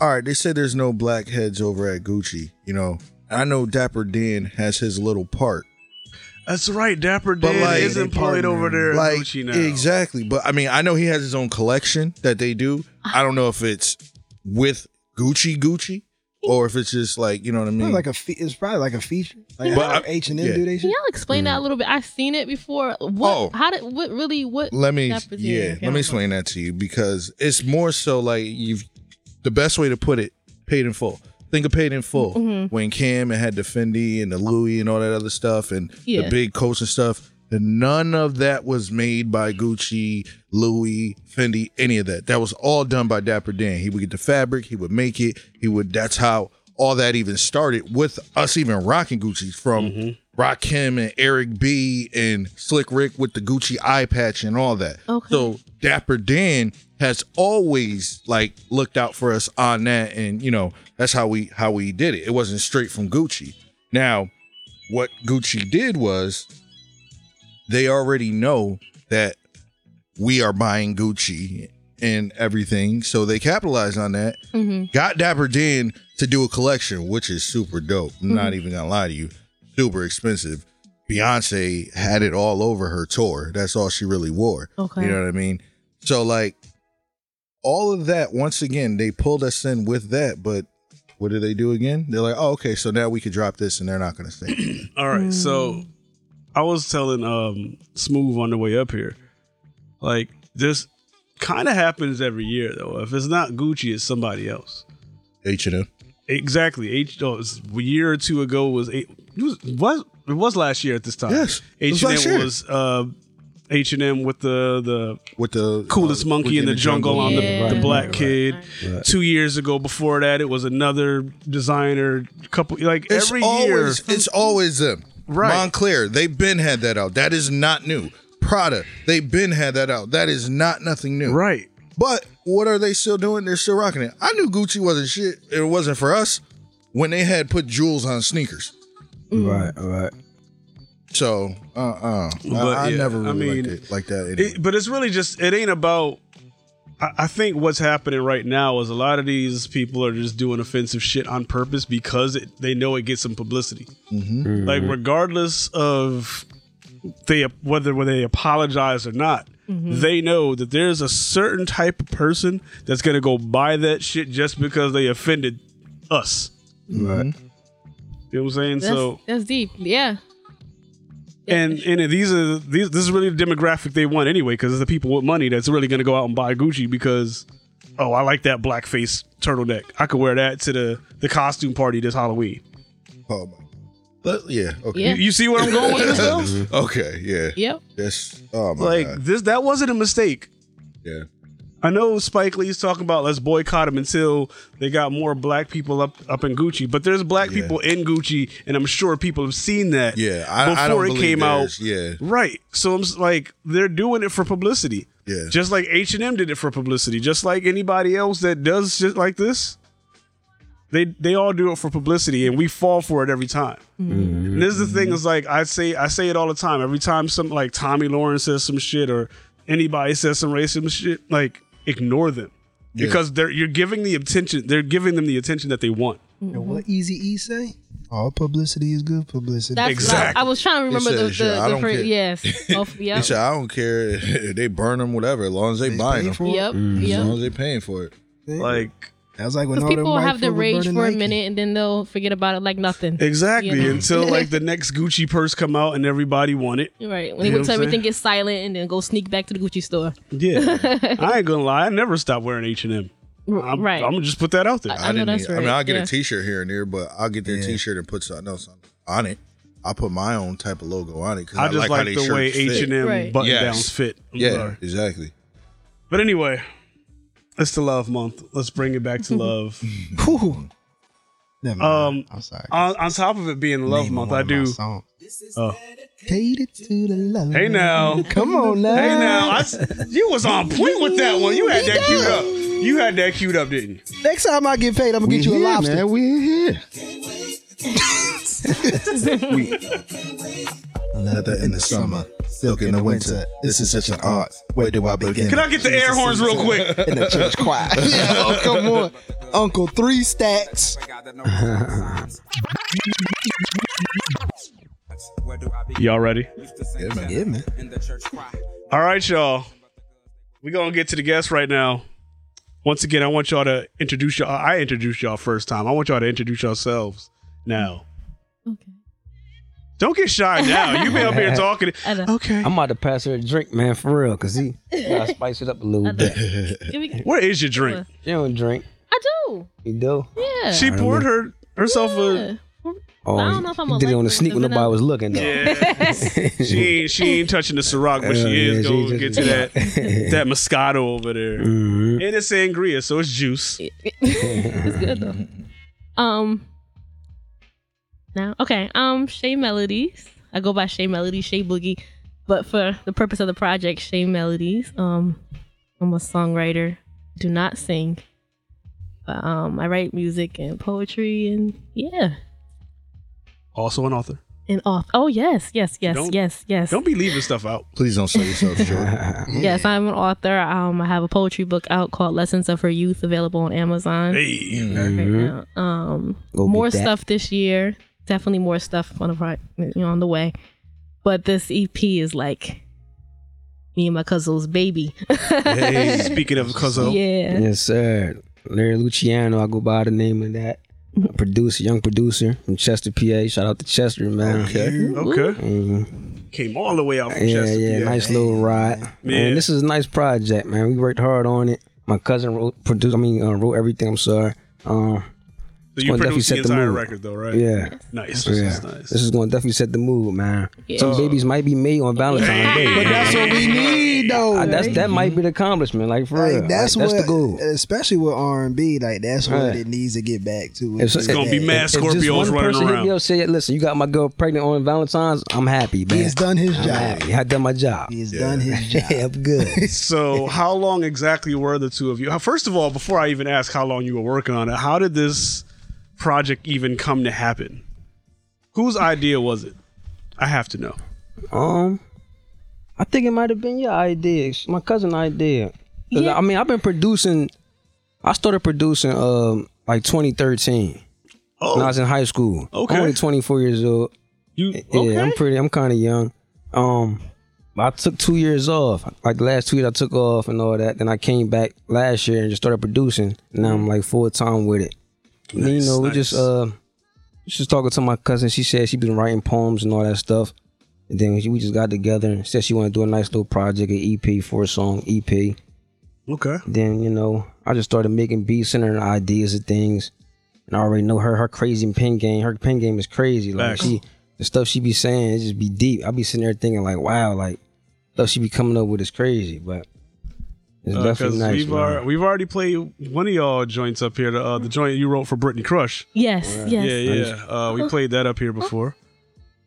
Speaker 4: all right. They said there's no black heads over at Gucci. You know, I know Dapper Dan has his little part.
Speaker 2: That's right. Dapper
Speaker 4: But
Speaker 2: Dan
Speaker 4: like-
Speaker 2: is employed over there at
Speaker 4: like
Speaker 2: Gucci now.
Speaker 4: exactly but i mean i know he has his own collection that they do i don't know if it's with gucci gucci or if it's just like you know what I mean.
Speaker 5: Probably like a fe- it's probably like a feature. Like
Speaker 4: But
Speaker 5: how
Speaker 4: I-
Speaker 5: H and M
Speaker 4: yeah.
Speaker 5: do they
Speaker 6: Can
Speaker 5: shit.
Speaker 6: y'all explain
Speaker 2: Mm.
Speaker 6: that a little bit? I've seen it before. What?
Speaker 4: Oh.
Speaker 6: How did? What really? What?
Speaker 4: let me
Speaker 6: That particular
Speaker 4: yeah let
Speaker 6: account.
Speaker 4: me explain that to you because it's more so like you've the best way to put it paid in full think of paid in full when cam and had the fendi and the louis and all that other stuff and
Speaker 6: Yeah.
Speaker 4: the big coats and stuff and none of that was made by gucci louis fendi any of that that was all done by dapper dan he would get the fabric he would make it he would that's how all that even started with us even rocking Gucci from Rakim and Eric B and Slick Rick with the Gucci eye patch and all that.
Speaker 6: Okay.
Speaker 4: So Dapper Dan has always like looked out for us on that, and you know that's how we how we did it. It wasn't straight from Gucci. Now, what Gucci did was they already know that we are buying Gucci and everything, so they capitalized on that
Speaker 6: Mhm.
Speaker 4: got Dapper Dan to do a collection, which is super dope. I'm not even gonna lie to you, super expensive. Beyonce had it all over her tour. That's all she really wore.
Speaker 6: Okay.
Speaker 4: You know what I mean? So like all of that, once again, they pulled us in with that, but what did they do again? They're like, oh, okay, so now we could drop this and they're not gonna say it.
Speaker 2: [clears throat] All right, so I was telling um Smooth on the way up here, like this kind of happens every year though. If it's not Gucci, it's somebody else.
Speaker 4: H and M.
Speaker 2: Exactly. H. Oh, it's a year or two ago was it was what it was last year at this time.
Speaker 4: Yes, it
Speaker 2: H
Speaker 4: was
Speaker 2: and
Speaker 4: last year.
Speaker 2: M was uh H and M with the the
Speaker 4: With the
Speaker 2: coolest
Speaker 4: uh,
Speaker 2: monkey
Speaker 4: Wicked
Speaker 2: in the jungle, on the,
Speaker 6: Yeah.
Speaker 2: the
Speaker 6: Right,
Speaker 2: black
Speaker 6: right,
Speaker 2: kid. Two years ago, before that, it was another designer. Couple like
Speaker 4: It's
Speaker 2: every year.
Speaker 4: always, It's always them.
Speaker 2: Right.
Speaker 4: Montclair, they've been had that out. That is not new. Prada, they've been had that out. That is not nothing new.
Speaker 2: Right.
Speaker 4: But what are they still doing? They're still rocking it. I knew Gucci wasn't shit. It wasn't for us when they had put jewels on sneakers.
Speaker 3: Right, Mm. right.
Speaker 4: So, uh, uh
Speaker 2: But,
Speaker 4: I, I
Speaker 2: yeah,
Speaker 4: never
Speaker 2: I
Speaker 4: really
Speaker 2: mean,
Speaker 4: liked it like that. Anyway.
Speaker 2: It, but it's really just it ain't about. I, I think what's happening right now is a lot of these people are just doing offensive shit on purpose because it, they know it gets them publicity.
Speaker 4: Mm-hmm.
Speaker 2: Like regardless of they whether whether they apologize or not. They know that there's a certain type of person that's gonna go buy that shit just because they offended us.
Speaker 4: Mm-hmm.
Speaker 3: Right.
Speaker 2: You know what I'm saying?
Speaker 6: That's,
Speaker 2: so
Speaker 6: that's deep. Yeah.
Speaker 2: and and these are these this is really the demographic they want anyway because it's the people with money that's really going to go out and buy Gucci because oh I like that blackface turtleneck I could wear that to the the costume party this Halloween.
Speaker 4: Oh, my. But yeah, okay.
Speaker 6: Yeah.
Speaker 2: You see where I'm going with this though?
Speaker 4: [laughs] Okay, yeah.
Speaker 6: Yep.
Speaker 4: That's oh my
Speaker 2: like
Speaker 4: God.
Speaker 2: this that wasn't a mistake.
Speaker 4: Yeah.
Speaker 2: I know Spike Lee's talking about let's boycott him until they got more black people up up in Gucci, but there's black
Speaker 4: Yeah.
Speaker 2: people in Gucci, and I'm sure people have seen that.
Speaker 4: Yeah, I- I don't believe there's- yeah.
Speaker 2: right? So I'm s- like, they're doing it for publicity.
Speaker 4: Yeah.
Speaker 2: just like H and M did it for publicity. Just like anybody else that does shit like this, they they all do it for publicity, and we fall for it every time. And
Speaker 6: Mm.
Speaker 2: this is the thing is like I say I say it all the time. Every time some like Tommy Lauren says some shit or anybody says some racist shit, like ignore them. Because they're you're giving the attention they're giving them the attention that they want.
Speaker 5: And what Easy E say? All publicity is
Speaker 4: [laughs]
Speaker 5: good publicity.
Speaker 6: That's
Speaker 2: Exactly.
Speaker 6: I, I was trying to remember
Speaker 4: said,
Speaker 6: the the,
Speaker 4: "Shit, I
Speaker 6: the
Speaker 4: don't
Speaker 6: phrase-
Speaker 4: care."
Speaker 2: [laughs]
Speaker 6: Yes. Oh, Off,
Speaker 4: He
Speaker 6: yep.
Speaker 4: said, I don't care if they burn them, whatever, as long as they, buy
Speaker 5: pay
Speaker 4: them. Mm.
Speaker 5: for it.
Speaker 6: Yep.
Speaker 4: As long
Speaker 6: Yep.
Speaker 4: as they paying for it.
Speaker 2: Like
Speaker 5: That's like when
Speaker 6: Because
Speaker 5: all them
Speaker 6: people
Speaker 5: white
Speaker 6: have the
Speaker 5: folk were
Speaker 6: rage
Speaker 5: burning
Speaker 6: for a
Speaker 5: Nike.
Speaker 6: minute and then they'll forget about it like nothing.
Speaker 2: Exactly.
Speaker 6: Yeah. [laughs]
Speaker 2: Until like the next Gucci purse come out and everybody want it.
Speaker 6: Right. When you
Speaker 2: You know
Speaker 6: wait
Speaker 2: what
Speaker 6: till
Speaker 2: I'm
Speaker 6: everything
Speaker 2: saying?
Speaker 6: gets silent and then go sneak back to the Gucci store. [laughs]
Speaker 2: Yeah. I ain't gonna lie, I never stopped wearing H and M.
Speaker 6: R-
Speaker 2: I'm,
Speaker 6: right.
Speaker 2: I'm gonna just put that out there.
Speaker 6: I know
Speaker 4: didn't
Speaker 6: that's
Speaker 5: e-,
Speaker 4: even- I
Speaker 6: right,
Speaker 4: mean, I'll get
Speaker 6: yeah.
Speaker 4: a T-shirt here and there, but I'll get their T-shirt and put something else on, on it. I'll put my own type of logo on it because
Speaker 2: I,
Speaker 4: I,
Speaker 2: just
Speaker 4: how
Speaker 2: like,
Speaker 4: they
Speaker 2: the way
Speaker 4: shirts fit.
Speaker 2: H and M
Speaker 6: Right.
Speaker 2: button
Speaker 4: Yes.
Speaker 2: downs fit. I'm
Speaker 4: Yeah,
Speaker 2: sorry.
Speaker 4: exactly.
Speaker 2: But anyway, it's the love month. Let's bring it back
Speaker 6: [laughs]
Speaker 2: to love.
Speaker 5: Whew. [laughs] Never mind.
Speaker 2: Um,
Speaker 5: I'm sorry.
Speaker 2: on, on top of it being love month, I do. Oh.
Speaker 5: Catered to the love.
Speaker 7: [laughs]
Speaker 2: Hey now,
Speaker 5: Come on now.
Speaker 2: hey now. I s you was on point with that one. You had that queued up. You had that queued up, didn't you?
Speaker 5: Next time I get paid, I'm gonna get you a lobster.
Speaker 8: Man, we in here.
Speaker 3: Mm.
Speaker 5: [laughs]
Speaker 4: Leather in the summer, silk in the winter. This is such an art. Where do I begin?
Speaker 2: Can I get the air horns real quick?
Speaker 4: [laughs]
Speaker 5: [laughs] In the church choir. yeah, oh,
Speaker 3: [laughs]
Speaker 5: come on. Uncle Three Stacks. [laughs]
Speaker 2: Y'all ready?
Speaker 5: Yeah, man.
Speaker 2: All right, y'all. We're going to get to the guests right now. Once again, I want y'all to introduce y'all. I introduced y'all first time. I want y'all to introduce yourselves now.
Speaker 6: Okay.
Speaker 2: Don't get shy now. You been up
Speaker 3: [laughs]
Speaker 2: here talking.
Speaker 6: I know.
Speaker 2: Okay.
Speaker 3: I'm about to pass her a drink, man, for real, cause he
Speaker 6: [laughs]
Speaker 3: gotta spice it up a little bit.
Speaker 6: Give me-
Speaker 2: What is your drink?
Speaker 3: You don't drink.
Speaker 6: I do.
Speaker 3: You do.
Speaker 6: Yeah.
Speaker 2: She
Speaker 3: I don't
Speaker 2: poured her herself
Speaker 6: yeah.
Speaker 3: Oh,
Speaker 6: I don't know if I'm
Speaker 3: you
Speaker 6: gonna
Speaker 3: did it
Speaker 6: like
Speaker 3: on the
Speaker 6: the-
Speaker 3: sneak
Speaker 6: the
Speaker 3: when nobody
Speaker 6: vanilla.
Speaker 3: was looking. Though.
Speaker 2: a. Yeah.
Speaker 3: [laughs]
Speaker 2: she ain't, she ain't touching the Ciroc, but
Speaker 3: Hell
Speaker 2: she
Speaker 3: Oh, yeah,
Speaker 2: is
Speaker 3: she
Speaker 2: going to get
Speaker 3: just-
Speaker 2: to that that Moscato over there.
Speaker 3: Mhm.
Speaker 2: And it's sangria, so it's juice.
Speaker 6: [laughs] it's
Speaker 3: [laughs]
Speaker 6: good though. Um. Now, okay. Um, Shay Melodies. I go by Shay Melodies, Shay Boogie, but for the purpose of the project, Shay Melodies. Um, I'm a songwriter. Do not sing, but um, I write music and poetry and yeah,
Speaker 2: Also an author.
Speaker 6: and off. Oh yes, yes, yes,
Speaker 2: Don't-
Speaker 6: yes, yes.
Speaker 2: Don't be leaving stuff out.
Speaker 4: Please don't sell yourself short.
Speaker 6: Yes, I'm an author. Um, I have a poetry book out called Lessons of Her Youth, available on Amazon.
Speaker 2: Hey.
Speaker 6: right now. Um,
Speaker 3: Mm-hmm. Go get
Speaker 6: more
Speaker 3: that.
Speaker 6: stuff this year. Definitely more stuff on the pro- you know, on the way. But this EP is like me and my cousin's baby. [laughs]
Speaker 2: Hey, speaking of cousin,
Speaker 6: yeah.
Speaker 3: Yes, sir. Larry Luciano, I go by the name of that. A producer, young producer from Chester, PA. Shout out to Chester, man.
Speaker 4: Okay.
Speaker 2: okay, [laughs]
Speaker 3: Mhm.
Speaker 2: came all the way out from
Speaker 3: Yeah,
Speaker 2: Chester.
Speaker 3: yeah, nice little ride.
Speaker 2: Yeah.
Speaker 3: Man, this is a nice project, man. We worked hard on it. My cousin wrote, produced. I mean, uh, wrote everything. I'm sorry. Um,
Speaker 2: So you
Speaker 3: Well, definitely
Speaker 2: produced the
Speaker 3: set the
Speaker 2: entire
Speaker 3: mood.
Speaker 2: record though, right?
Speaker 3: yeah,
Speaker 2: Nice.
Speaker 3: yeah.
Speaker 2: That's nice.
Speaker 3: This is going to definitely set the mood, man.
Speaker 6: Yeah.
Speaker 3: Some babies might be made on Valentine's Day.
Speaker 5: But that's what we need, though.
Speaker 3: Uh, that's that might be the accomplishment, like for real.
Speaker 5: Like, that's
Speaker 3: Like,
Speaker 5: what,
Speaker 3: the goal.
Speaker 5: especially with R and B. Like that's what
Speaker 3: Right.
Speaker 5: it needs to get back to.
Speaker 2: It's gonna be mad
Speaker 3: if just
Speaker 2: Scorpios
Speaker 3: one
Speaker 2: running
Speaker 3: person hit
Speaker 2: around.
Speaker 3: me up, say, "Listen, you got my girl pregnant on Valentine's. I'm happy, man.
Speaker 5: He has done his
Speaker 3: I'm
Speaker 5: job.
Speaker 3: happy. I done my job.
Speaker 5: He has done his job.
Speaker 3: [laughs] Yeah, I'm good.
Speaker 2: [laughs]
Speaker 4: [laughs]
Speaker 2: So, how long exactly were the two of you? First of all, before I even ask how long you were working on it, how did this project even come to happen? Whose idea was it? I have to know.
Speaker 3: Um, I think it might have been your idea, It's my cousin idea. 'Cause,
Speaker 6: Yeah.
Speaker 3: I mean, I've been producing. I started producing um like 2013
Speaker 2: Oh,
Speaker 3: when I was in high school.
Speaker 2: Okay.
Speaker 3: I'm only 24 years old.
Speaker 2: you
Speaker 3: Yeah,
Speaker 2: okay?
Speaker 3: I'm pretty. I'm kind of young. Um, I took two years off. Like the last two years, I took off and all that. Then I came back last year and just started producing. Now I'm like full time with it. And, you
Speaker 2: Nice,
Speaker 3: know, we just
Speaker 2: nice.
Speaker 3: uh, just talking to my cousin. She said she been writing poems and all that stuff. And then we just got together and said she want to do a nice little project, an E EP, four song E EP.
Speaker 2: okay.
Speaker 3: Then you know, I just started making beats and her ideas and things. And I already know her her crazy pen game. Her pen game is crazy. Like
Speaker 2: Facts.
Speaker 3: she the stuff she be saying, it just be deep. I be sitting there thinking like, wow, like stuff she be coming up with is crazy. But it's
Speaker 2: Because
Speaker 3: definitely nice.
Speaker 2: Uh, we've,
Speaker 3: man.
Speaker 2: ar- we've already played one of y'all joints up here, the, uh, the joint you wrote for Britney Crush.
Speaker 6: Yes,
Speaker 4: Oh,
Speaker 6: yes. Oh.
Speaker 2: Yeah, yeah. Uh, we played that up here before.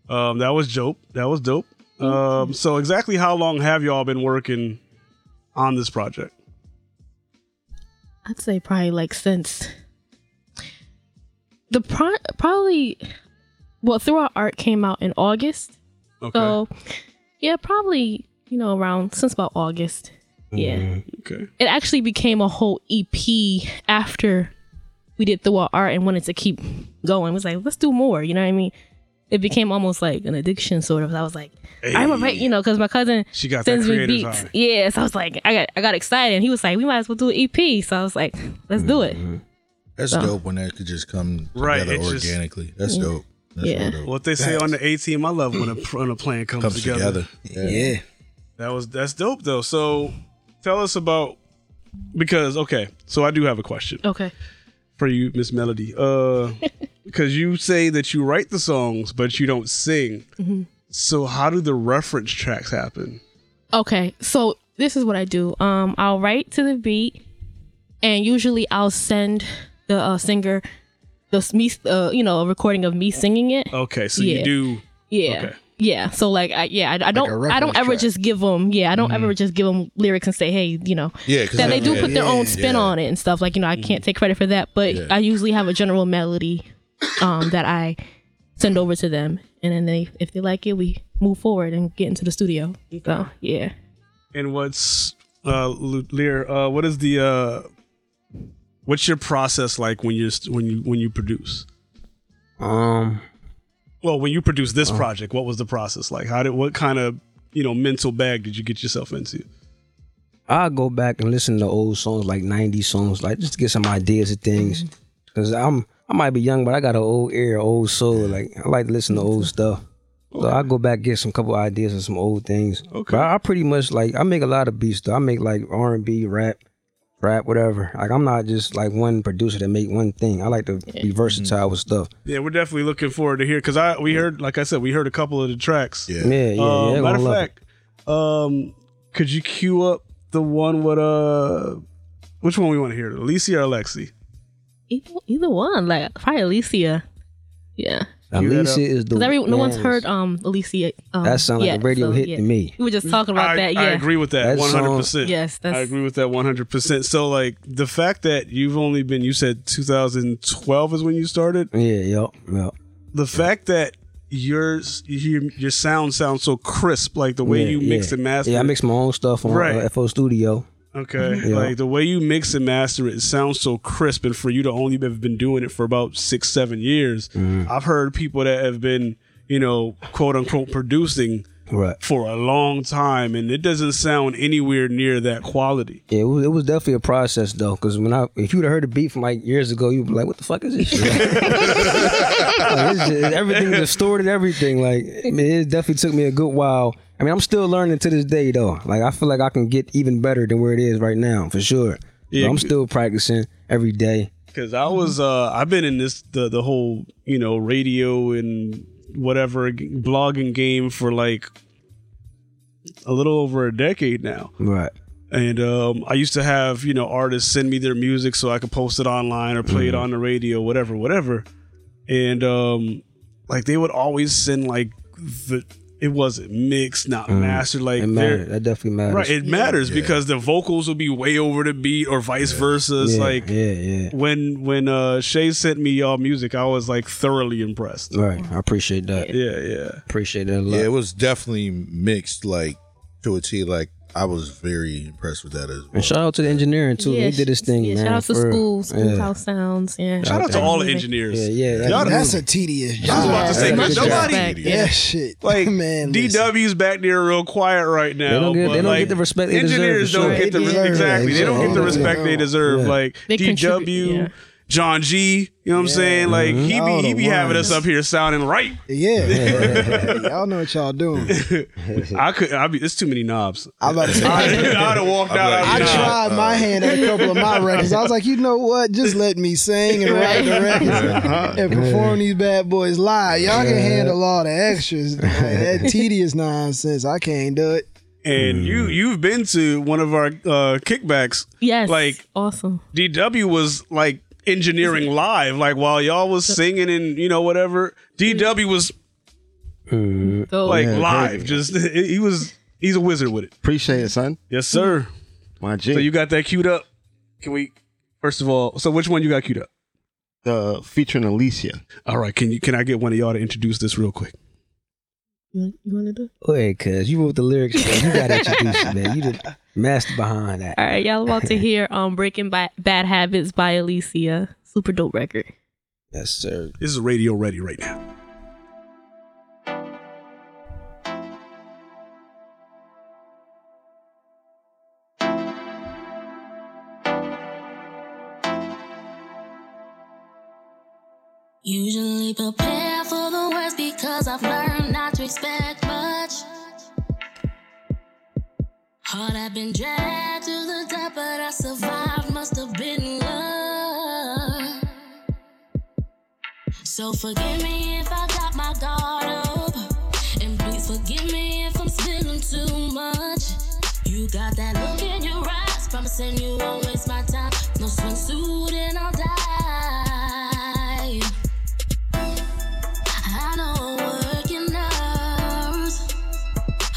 Speaker 2: Um, that was dope. That was dope. Um, so, exactly how long have y'all been working on this project?
Speaker 6: I'd say probably like since the pro- probably well, through our art came out in August.
Speaker 2: Okay.
Speaker 6: So yeah, probably, you know, around since about August. Yeah.
Speaker 3: [laughs]
Speaker 2: okay.
Speaker 6: it actually became a whole EP after we did through our art and wanted to keep going. It was like, let's do more. You know what I mean? It became almost like an addiction, sort of. I was like, I'm a, you know, because my cousin
Speaker 2: She got that
Speaker 6: sends me
Speaker 2: creative
Speaker 6: beats.
Speaker 2: high.
Speaker 6: Yeah, so I was like, I got, I got excited. And he was like, we might as well do an EP. So I was like, let's do it.
Speaker 4: That's dope when that could just come
Speaker 2: Right,
Speaker 4: together
Speaker 2: it's just-
Speaker 4: organically. That's dope. That's
Speaker 6: Yeah.
Speaker 4: real dope.
Speaker 2: What they say on the A team, I love when a, when a plan comes,
Speaker 4: comes
Speaker 2: together.
Speaker 4: together. Yeah.
Speaker 2: That was that's dope though. So tell us about because okay, so I do have a question
Speaker 6: Okay.
Speaker 2: for you, Miss Melody.
Speaker 6: [laughs]
Speaker 2: Uh, because you say that you write the songs but you don't sing.
Speaker 6: Mm-hmm.
Speaker 2: So how do the reference tracks happen?
Speaker 6: Okay, so this is what I do. Um, I'll write to the beat, and usually I'll send the uh, singer the s- me, uh, you know, a recording of me singing it.
Speaker 2: Okay, so you
Speaker 6: Yeah.
Speaker 2: do
Speaker 6: Yeah.
Speaker 2: Okay.
Speaker 6: Yeah. So like, I, yeah, I, I don't,
Speaker 5: a
Speaker 6: I don't
Speaker 5: reference
Speaker 6: ever
Speaker 5: track.
Speaker 6: just give them. Yeah, I don't
Speaker 2: Mm-hmm.
Speaker 6: ever just give them lyrics and say, hey, you know,
Speaker 4: Yeah, 'cause
Speaker 6: that they do
Speaker 4: yeah,
Speaker 6: put their
Speaker 4: yeah,
Speaker 6: own spin
Speaker 4: yeah.
Speaker 6: on it and stuff. Like, you know, I
Speaker 2: Mm-hmm.
Speaker 6: can't take credit for that, but
Speaker 4: Yeah.
Speaker 6: I usually have a general melody, um, that I send over to them, and then they, if they like it, we move forward and get into the studio. So yeah.
Speaker 2: and what's uh Lu- Lear, uh what is the uh what's your process like when you're st- when you when you produce?
Speaker 3: Um,
Speaker 2: Well, when you produced this project, what was the process like? How did what kind of you know mental bag did you get yourself into?
Speaker 3: I go back and listen to old songs like '90s songs, like just to get some ideas of things. Cause I'm I might be young, but I got an old ear, old soul. Like I like to listen to old stuff. So I go back get some couple ideas of some old things.
Speaker 2: Okay.
Speaker 3: But I, I pretty much like I make a lot of beats. Though I make like R and B, rap, rap, whatever. Like I'm not just like one producer that make one thing. I like to be versatile with stuff.
Speaker 2: Yeah, we're definitely looking forward to hear because I we heard like I said we heard a couple of the tracks.
Speaker 4: Yeah.
Speaker 3: Yeah, yeah. yeah
Speaker 2: Uh,
Speaker 3: they're
Speaker 2: matter
Speaker 3: gonna
Speaker 2: of
Speaker 3: love it.
Speaker 2: fact, um, could you cue up the one with uh, which one we want to hear, Alicia or Alexi?
Speaker 6: Either, either one, like probably Alicia. Yeah,
Speaker 3: Alicia is the
Speaker 6: because everyone, no one's
Speaker 3: yes.
Speaker 6: heard um Alicia. Um,
Speaker 3: That sound like a
Speaker 6: yet,
Speaker 3: radio
Speaker 6: so,
Speaker 3: hit
Speaker 6: yeah.
Speaker 3: to me.
Speaker 6: We were just talking about
Speaker 2: I,
Speaker 6: that. Yeah,
Speaker 2: I agree with that
Speaker 3: That
Speaker 2: one
Speaker 3: song-
Speaker 2: hundred percent.
Speaker 6: Yes, that's-
Speaker 2: I agree with that one hundred percent. So like the fact that you've only been you said two thousand twelve is when you started.
Speaker 3: Yeah, yep, yep.
Speaker 2: The fact that your your, your sound sounds so crisp, like the way
Speaker 3: Yeah,
Speaker 2: you mix
Speaker 3: yeah.
Speaker 2: and master.
Speaker 3: Yeah, I
Speaker 2: it.
Speaker 3: mix my own stuff on
Speaker 2: Right.
Speaker 3: uh, FO Studio.
Speaker 2: Okay,
Speaker 3: Yeah.
Speaker 2: like the way you mix and master it, it sounds so crisp, and for you to only have been doing it for about six, seven years, I've heard people that have been, you know, quote unquote, producing
Speaker 3: Right.
Speaker 2: for a long time, and it doesn't sound anywhere near that quality.
Speaker 3: Yeah, it was, it was definitely a process though, because when I if you'd have heard the beat from like years ago, you'd be like, "What the fuck is Oh, this?" Shit? [laughs] Like, it's just-
Speaker 6: [laughs]
Speaker 3: everything distorted, everything. Like, I mean, it definitely took me a good while. I mean, I'm still learning to this day though. Like, I feel like I can get even better than where it is right now for sure.
Speaker 2: Yeah.
Speaker 3: But I'm still practicing every day.
Speaker 2: Because I was,
Speaker 3: Mm-hmm.
Speaker 2: uh, I've been in this the the whole, you know, radio and whatever g- blogging game for like a little over a decade now.
Speaker 3: Right.
Speaker 2: And um, I used to have, you know, artists send me their music so I could post it online or play
Speaker 3: Mm-hmm.
Speaker 2: it on the radio, whatever, whatever. And um, like they would always send like the it wasn't mixed, not mastered, like
Speaker 3: Mm. It
Speaker 2: they're-
Speaker 3: matters. That definitely matters.
Speaker 2: right. It matters because the vocals will be way over the beat or vice versa. It's
Speaker 3: yeah,
Speaker 2: like
Speaker 3: yeah, yeah.
Speaker 2: when when uh, Shay sent me y'all music, I was like thoroughly impressed.
Speaker 3: Right. I appreciate that.
Speaker 2: Yeah, yeah.
Speaker 3: Appreciate that a lot.
Speaker 4: Yeah, it was definitely mixed like to a T. Like I was very impressed with that as well.
Speaker 3: And shout out to the engineering too.
Speaker 6: Yeah,
Speaker 3: he did his thing,
Speaker 6: yeah,
Speaker 3: man.
Speaker 6: Shout out to
Speaker 3: for real.
Speaker 6: school,
Speaker 3: Yeah.
Speaker 6: schoolhouse sounds. Yeah,
Speaker 2: Shout out to all the
Speaker 6: Yeah.
Speaker 2: engineers.
Speaker 3: Yeah, yeah. That's,
Speaker 2: Y'all done
Speaker 5: That's a tedious job.
Speaker 2: I was about to say,
Speaker 6: Much
Speaker 2: nobody-
Speaker 6: respect,
Speaker 5: Yeah, shit.
Speaker 2: [laughs] Like
Speaker 5: man, listen.
Speaker 2: DW's back there real quiet right now.
Speaker 3: don't get-
Speaker 2: but,
Speaker 3: they don't
Speaker 2: like,
Speaker 3: get the respect they deserve,
Speaker 2: engineers
Speaker 3: for
Speaker 2: don't
Speaker 3: sure.
Speaker 2: get the
Speaker 5: They deserve it.
Speaker 2: exactly. They don't get the
Speaker 5: Yeah.
Speaker 2: respect they deserve. Like
Speaker 6: They contribute,
Speaker 2: DW,
Speaker 6: yeah.
Speaker 2: John G. You know what I'm saying? Like he
Speaker 3: Mm-hmm.
Speaker 5: All
Speaker 2: be he
Speaker 5: the
Speaker 2: be having
Speaker 5: ones.
Speaker 2: us up here sounding right.
Speaker 5: Yeah, y'all know what y'all doing.
Speaker 2: [laughs] I could. I be. It's too many knobs.
Speaker 5: I about to say.
Speaker 3: [laughs]
Speaker 2: I'd have walked out.
Speaker 4: like,
Speaker 5: I
Speaker 2: I'd be
Speaker 4: try-
Speaker 2: knobbed.
Speaker 5: tried my hand at a couple of my records. I was like, you know what? Just let me sing and write the
Speaker 2: Uh-huh.
Speaker 5: records and perform these bad boys live. Y'all can handle all the extras.
Speaker 2: [laughs]
Speaker 5: Like, that tedious nonsense. I can't do it.
Speaker 2: And
Speaker 3: Mm.
Speaker 2: you you've been to one of our uh, kickbacks.
Speaker 6: Yes,
Speaker 2: Like-
Speaker 6: awesome.
Speaker 2: DW was like engineering live. Like while y'all was singing and you know whatever. DW was
Speaker 6: Dope.
Speaker 2: like
Speaker 9: Yeah,
Speaker 2: live. Just he was. He's a wizard with it.
Speaker 9: Appreciate it, son.
Speaker 2: Yes, sir.
Speaker 9: My G.
Speaker 2: So you got that queued up? Can we? First of all, so which one you got queued up?
Speaker 9: uh, featuring Alicia.
Speaker 2: All right, can you can I get one of y'all to introduce this real quick?
Speaker 6: you want to do?
Speaker 3: Wait, cuz you wrote
Speaker 2: [laughs]
Speaker 3: the lyrics, man. You got to introduce it, man. You the master behind that.
Speaker 6: All right, y'all about
Speaker 3: [laughs]
Speaker 6: to hear um "Breaking Ba- Bad Habits" by Alicia. Super dope [laughs] record.
Speaker 3: Yes, sir.
Speaker 2: This is radio ready right now.
Speaker 10: Usually prepare for the worst because I've learned not to expect much. Heart I've been dragged to the depth, but I survived. Must have been love. So forgive me if I got my guard up, and please forgive me if I'm spilling too much. You got that look in your eyes, promising you won't waste my time. No swimsuit and I'll die. I know working hours.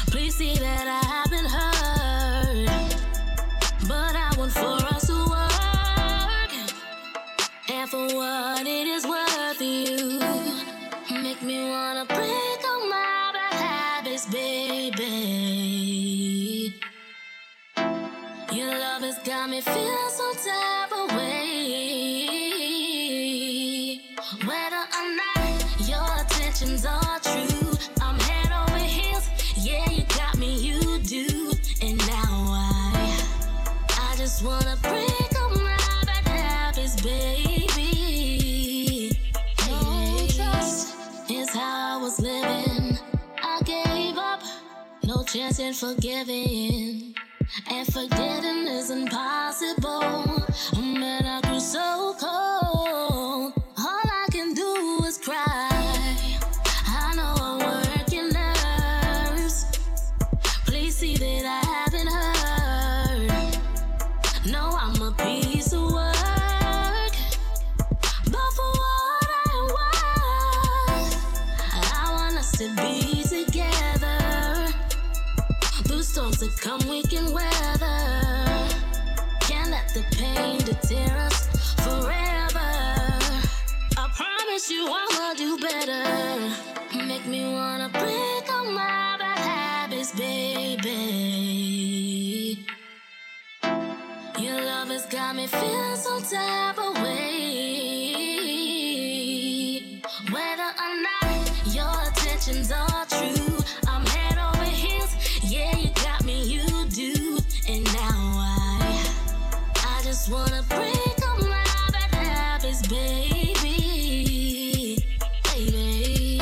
Speaker 10: Please see that I haven't heard, but I want for us to work and for what it is worth you. Make me wanna break all my bad habits, baby. Your love has got me feeling so tired. and forgiving. And forgetting is impossible. Oh man, I grew so cold. All I can do is cry. I know I'm working nerves. Please see that I haven't heard. No, I'm a piece of work. But for what I was, I want us to be together. Through storms that come, we can weather. Can't let the pain deter us forever. I promise you I'ma do better. Make me wanna break all my bad habits, baby. Your love has got me feeling some type of way. Whether or not your intentions are true, I'm head over heels. Yeah, you got me, you do. And now I, I just wanna break all my bad habits, baby. Baby.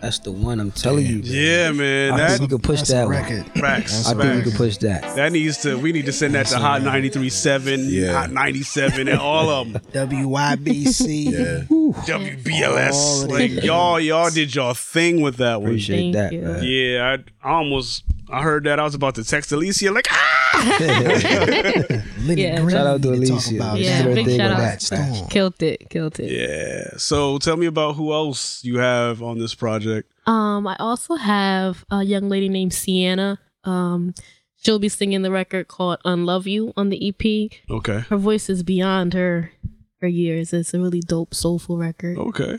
Speaker 3: That's the one I'm telling you.
Speaker 2: Yeah, man.
Speaker 3: I
Speaker 2: That
Speaker 3: think we could push that one.
Speaker 5: record.
Speaker 2: facts.
Speaker 3: I think we
Speaker 2: facts.
Speaker 3: could push that.
Speaker 2: That needs to. We need to send that to Hot 93.7,
Speaker 7: Yeah.
Speaker 2: Hot 97, and all of
Speaker 5: [laughs]
Speaker 2: them. [laughs]
Speaker 5: WYBC.
Speaker 7: Yeah.
Speaker 5: All
Speaker 2: WBLS.
Speaker 5: of
Speaker 2: Like
Speaker 5: them.
Speaker 2: y'all, y'all did y'all thing with that one.
Speaker 6: Thank
Speaker 3: Appreciate that.
Speaker 6: you.
Speaker 3: man.
Speaker 2: Yeah, I, I almost. I heard that. I was about to text Alicia. Like, ah!
Speaker 5: Lenny
Speaker 6: Yeah.
Speaker 5: Griffin
Speaker 3: Shout out to
Speaker 5: we need
Speaker 3: Alicia.
Speaker 5: talk about
Speaker 6: Yeah,
Speaker 5: that.
Speaker 6: big shout out.
Speaker 5: That storm.
Speaker 6: Killed it, killed it.
Speaker 2: Yeah. So tell me about who else you have on this project.
Speaker 6: Um, I also have a young lady named Sienna. Um, she'll be singing the record called "Unlove You" on the EP.
Speaker 2: Okay.
Speaker 6: Her voice is beyond her her years. It's a really dope, soulful record.
Speaker 2: Okay.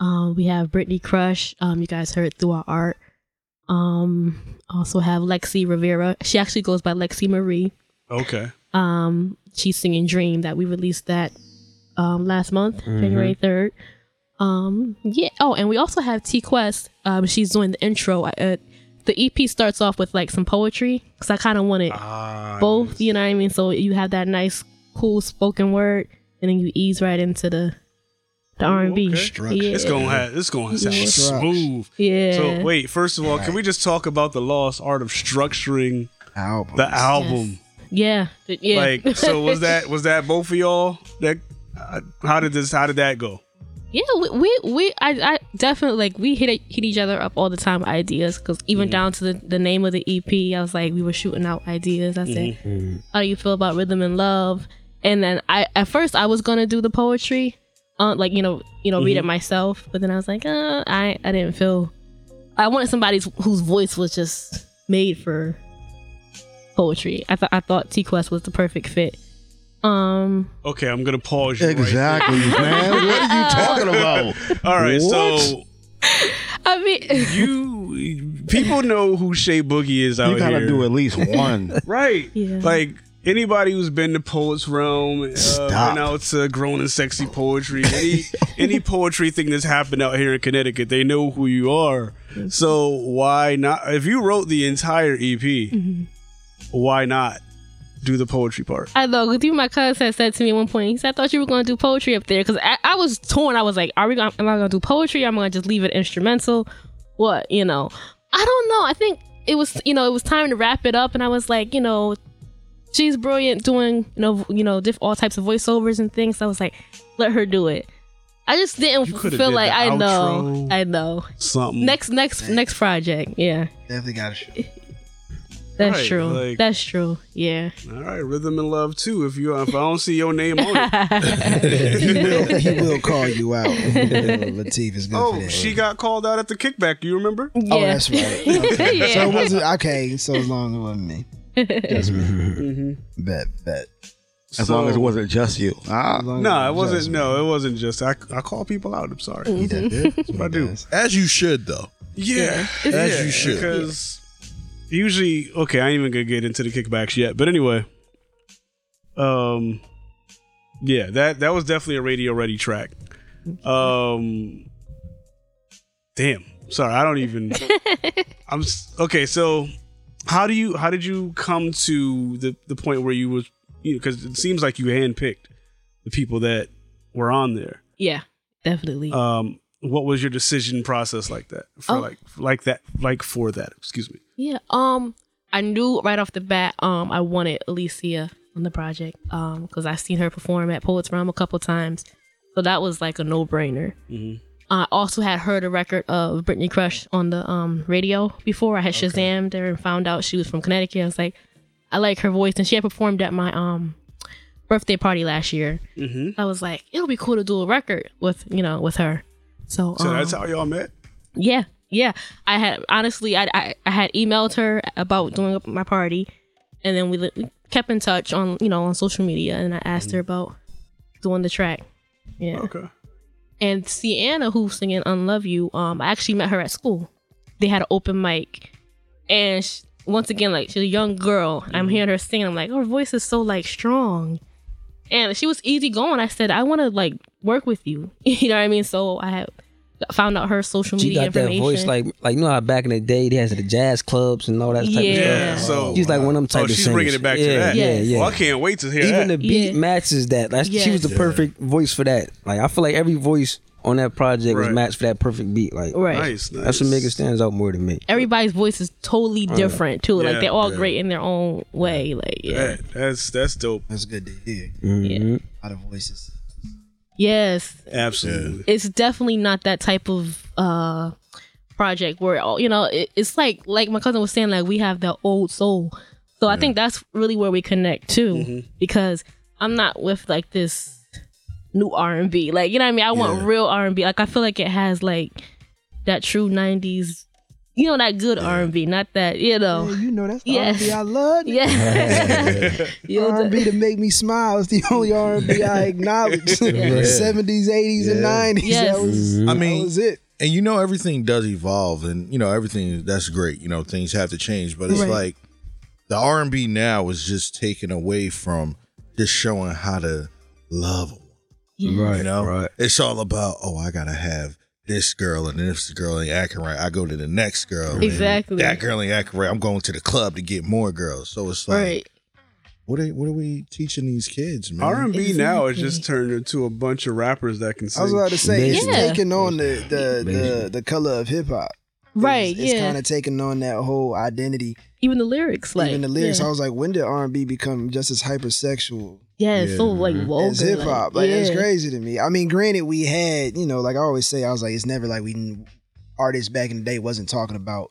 Speaker 6: Um, we have Brittany Crush. Um, you guys heard through our art. Um, also have Lexi Rivera. She actually goes by Lexi Marie.
Speaker 2: Okay.
Speaker 6: Um, she's singing Dream that we released that um, last month,
Speaker 2: Mm-hmm.
Speaker 6: January 3rd. Um, yeah. Oh, and we also have T Quest. Um, she's doing the intro. I, uh, the EP starts off with like some poetry because I kind of wanted
Speaker 2: Ah.
Speaker 6: both, you know what I mean? So you have that nice, cool spoken word and then you ease right into the the R&B.
Speaker 2: okay.
Speaker 6: Yeah.
Speaker 2: It's gonna have. It's gonna sound
Speaker 6: Yeah.
Speaker 2: smooth.
Speaker 6: Yeah.
Speaker 2: So wait, first of all, can we just talk about the lost art of structuring
Speaker 5: Album.
Speaker 2: the album?
Speaker 6: Yeah. Th- Yeah. [laughs]
Speaker 2: Like, so was that was that both of y'all? That uh, how did this how did that go?
Speaker 6: yeah, we we, we I, I definitely like we hit hit each other up all the time with ideas because even down to the, the name of the EP, I was like we were shooting out ideas. I said,
Speaker 2: Mm-hmm.
Speaker 3: Mm-hmm.
Speaker 6: how do you feel about rhythm and love? And then I at first I was gonna do the poetry, uh, like you know you know read it myself, but then I was like, uh, I I didn't feel I wanted somebody whose voice was just made for poetry. I thought I thought T Quest was the perfect fit. Um,
Speaker 2: Okay, I'm gonna pause you. Right.
Speaker 9: Exactly, man. What are you talking
Speaker 2: [laughs]
Speaker 9: about?
Speaker 2: All right, so
Speaker 6: I mean.
Speaker 2: you people know who Shea Boogie is out
Speaker 9: You gotta
Speaker 2: here,
Speaker 9: do at least one.
Speaker 2: [laughs] right?
Speaker 6: Yeah.
Speaker 2: Like anybody who's been to Poets Realm, uh,
Speaker 9: Stop.
Speaker 2: been out to Grown and Sexy Poetry,
Speaker 9: [laughs]
Speaker 2: any any poetry thing that's happened out here in Connecticut, they know who you are. So why not? If you wrote the entire E EP, why not do the poetry part?
Speaker 6: I know, because even my cousin had said to me at one point, he said, I thought you were going to do poetry up there. Because I, I was torn. I was like, are we gonna, am I going to do poetry? Am I going to just leave it instrumental? What, you know? I don't know. I think it was, you know, it was time to wrap it up. And I was like, you know, she's brilliant doing, you know, you know, diff- all types of voiceovers and things. So I was like, let her do it. I just didn't
Speaker 2: You coulda
Speaker 6: feel
Speaker 2: did
Speaker 6: like
Speaker 2: the
Speaker 6: I know.
Speaker 2: outro.
Speaker 6: I know.
Speaker 2: Something
Speaker 6: Next, next, next project. Yeah.
Speaker 5: Definitely got to
Speaker 6: That's
Speaker 2: Right,
Speaker 6: true.
Speaker 2: like-
Speaker 6: That's true. [laughs] Yeah.
Speaker 2: All right, Rhythm and Love too. If you if I don't see your name on it,
Speaker 6: [laughs]
Speaker 5: He will, he will call you out. Latif is good for
Speaker 2: oh,
Speaker 5: that.
Speaker 2: she got called out at the kickback. Do you remember?
Speaker 6: yeah.
Speaker 5: Oh, that's right.
Speaker 6: [laughs]
Speaker 5: Okay.
Speaker 6: Yeah.
Speaker 5: So it wasn't okay. So as long as it
Speaker 6: [laughs]
Speaker 5: wasn't me, just me.
Speaker 2: Mm-hmm.
Speaker 5: Bet, bet.
Speaker 9: As long as it wasn't just you.
Speaker 5: As
Speaker 9: Ah,
Speaker 5: long as
Speaker 2: No,
Speaker 5: was
Speaker 2: it wasn't.
Speaker 5: just me.
Speaker 2: No, it wasn't just. I, I call people out. I'm sorry.
Speaker 5: He did it. That's what
Speaker 2: I
Speaker 5: he
Speaker 2: do.
Speaker 5: does.
Speaker 7: As you should though.
Speaker 2: Yeah,
Speaker 7: As
Speaker 2: yeah,
Speaker 7: you should.
Speaker 2: Because usually, okay, I ain't even gonna get into the kickbacks yet. But anyway, um, yeah, that that was definitely a radio ready track. Um, damn, sorry, I
Speaker 6: [laughs]
Speaker 2: don't even. I'm s- okay. So, how do you how did you come to the the point where you was you know because it seems like you handpicked the people that were on there.
Speaker 6: Yeah, definitely.
Speaker 2: Um, what was your decision process like that for
Speaker 6: Oh.
Speaker 2: like like that like for that? Excuse me.
Speaker 6: Yeah. Um, I knew right off the bat. Um, I wanted Alicia on the project. Um, because I've seen her perform at Poets Realm a couple times, so that was like a no brainer.
Speaker 3: Mm-hmm.
Speaker 6: I also had heard a record of Britney Crush on the um radio before. I had Shazammed her and found out she was from Connecticut. I was like, I like her voice, and she had performed at my um birthday party last year.
Speaker 2: Mm-hmm.
Speaker 6: I was like, it'll be cool to do a record with you know with her. So,
Speaker 2: So
Speaker 6: um,
Speaker 2: that's how y'all met.
Speaker 6: yeah, yeah. I had honestly, I, I I had emailed her about doing my party, and then we, li- we kept in touch on you know on social media, and I asked
Speaker 3: Mm.
Speaker 6: her about doing the track.
Speaker 3: Oh,
Speaker 6: Yeah,
Speaker 2: Okay.
Speaker 6: and Sienna, who's singing "Unlove You," um, I actually met her at school. They had an open mic, and sh once again, like she's a young girl.
Speaker 3: Mm.
Speaker 6: I'm hearing her sing. I'm like, her voice is so like strong, and she was easy going. I said, I want to like work with you. [laughs] you know what I mean? So I had found out her social
Speaker 3: She
Speaker 6: media
Speaker 3: got that
Speaker 6: information.
Speaker 3: voice like like you know how back in the day they had the jazz clubs and all that type
Speaker 6: Yeah.
Speaker 3: of stuff.
Speaker 2: So-
Speaker 3: she's like one of them type
Speaker 2: Oh,
Speaker 3: of
Speaker 2: she's
Speaker 3: singers.
Speaker 2: bringing it back
Speaker 3: yeah,
Speaker 2: to that.
Speaker 3: Yeah,
Speaker 6: Yes.
Speaker 3: yeah.
Speaker 2: Well, I can't wait to hear
Speaker 3: Even the
Speaker 2: that.
Speaker 3: beat
Speaker 6: Yeah.
Speaker 3: matches that. Like she was the
Speaker 6: Yes.
Speaker 3: perfect voice for that. Like I feel like every voice on that project was
Speaker 2: Right.
Speaker 3: matched for that perfect beat. Like
Speaker 6: right.
Speaker 2: nice, nice.
Speaker 3: that's what makes it stands out more to me.
Speaker 6: Everybody's voice is totally different too.
Speaker 2: Yeah,
Speaker 6: like they're all great in their own way. Like yeah.
Speaker 2: That- that's that's dope.
Speaker 9: That's good to hear.
Speaker 5: Mm.
Speaker 3: Mhm.
Speaker 9: A lot of voices.
Speaker 6: Yes,
Speaker 2: Absolutely.
Speaker 6: it's definitely not that type of uh project where all you know it, it's like like my cousin was saying like we have the old soul so i think that's really where we connect too
Speaker 2: Mm-hmm.
Speaker 6: because i'm not with like this new r&b like you know what i mean i want real r&b like i feel like it has like that true 90s you know that good r&b not that you know
Speaker 5: Yeah, you know that's the
Speaker 6: Yes.
Speaker 5: R&B I love.
Speaker 6: yeah,
Speaker 2: [laughs]
Speaker 6: You know,
Speaker 5: R&B to make me smile is the only R&B I acknowledge. [laughs] Seventies, eighties, and nineties.
Speaker 6: Yes.
Speaker 5: That was.
Speaker 4: Mm-hmm. I
Speaker 5: That
Speaker 4: mean,
Speaker 5: was it.
Speaker 4: and you know everything does evolve and you know everything that's great you know things have to change but it's
Speaker 6: Right.
Speaker 4: like the r&b now is just taken away from just showing how to love a woman, you know it's all about oh i gotta have this girl and if this girl ain't acting right i go to the next girl and
Speaker 6: Exactly.
Speaker 4: that girl ain't acting right i'm going to the club to get more girls so it's like
Speaker 6: right
Speaker 4: what, are, what are we teaching these kids man
Speaker 2: R and B now is just turned into a bunch of rappers that can
Speaker 5: I was
Speaker 2: sing.
Speaker 5: about to say it's
Speaker 6: Yeah.
Speaker 5: taking on the the, the the color of hip hop.
Speaker 6: right
Speaker 5: It's,
Speaker 6: yeah
Speaker 5: kind of taking on that whole identity.
Speaker 6: even the lyrics like
Speaker 5: Even the lyrics.
Speaker 6: yeah.
Speaker 5: I was like, when did R and B become just as hypersexual
Speaker 6: yeah, it's so like
Speaker 2: Mm-hmm.
Speaker 6: vulgar
Speaker 5: as hip hop? Like, it's
Speaker 6: yeah.
Speaker 5: crazy to me. I mean, granted, we had you know, like I always say, I was like, it's never like we kn- artists back in the day wasn't talking about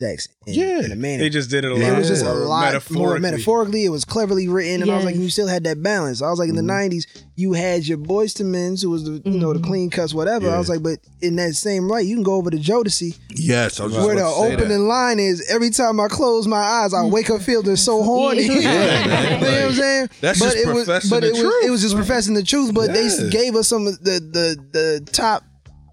Speaker 5: sex. In,
Speaker 4: Yeah.
Speaker 5: in a manner.
Speaker 2: They just did it a lot.
Speaker 5: It was just a
Speaker 2: more
Speaker 5: lot more metaphorically. It was cleverly written, and I was
Speaker 6: Yes.
Speaker 5: like, you still had that balance. I was like, in
Speaker 2: Mm-hmm.
Speaker 5: the '90s, you had your Boyz II Men's, who was the you know the
Speaker 6: Mm-hmm.
Speaker 5: clean cuts, whatever. I was like, but in that same light, you can go over to Jodeci,
Speaker 4: yes i was just
Speaker 5: where the
Speaker 4: about to say
Speaker 5: opening
Speaker 4: that.
Speaker 5: line is, "Every time I close my eyes, I wake up feeling so horny."
Speaker 6: [laughs]
Speaker 5: [laughs]
Speaker 6: Yeah. Yeah, man.
Speaker 5: you know what I'm saying?
Speaker 4: That's
Speaker 5: but
Speaker 4: just
Speaker 5: it was,
Speaker 4: professing
Speaker 5: but
Speaker 4: the
Speaker 5: it was,
Speaker 4: truth.
Speaker 5: it was just professing the truth. But
Speaker 4: Yeah.
Speaker 5: they gave us some of the the the top,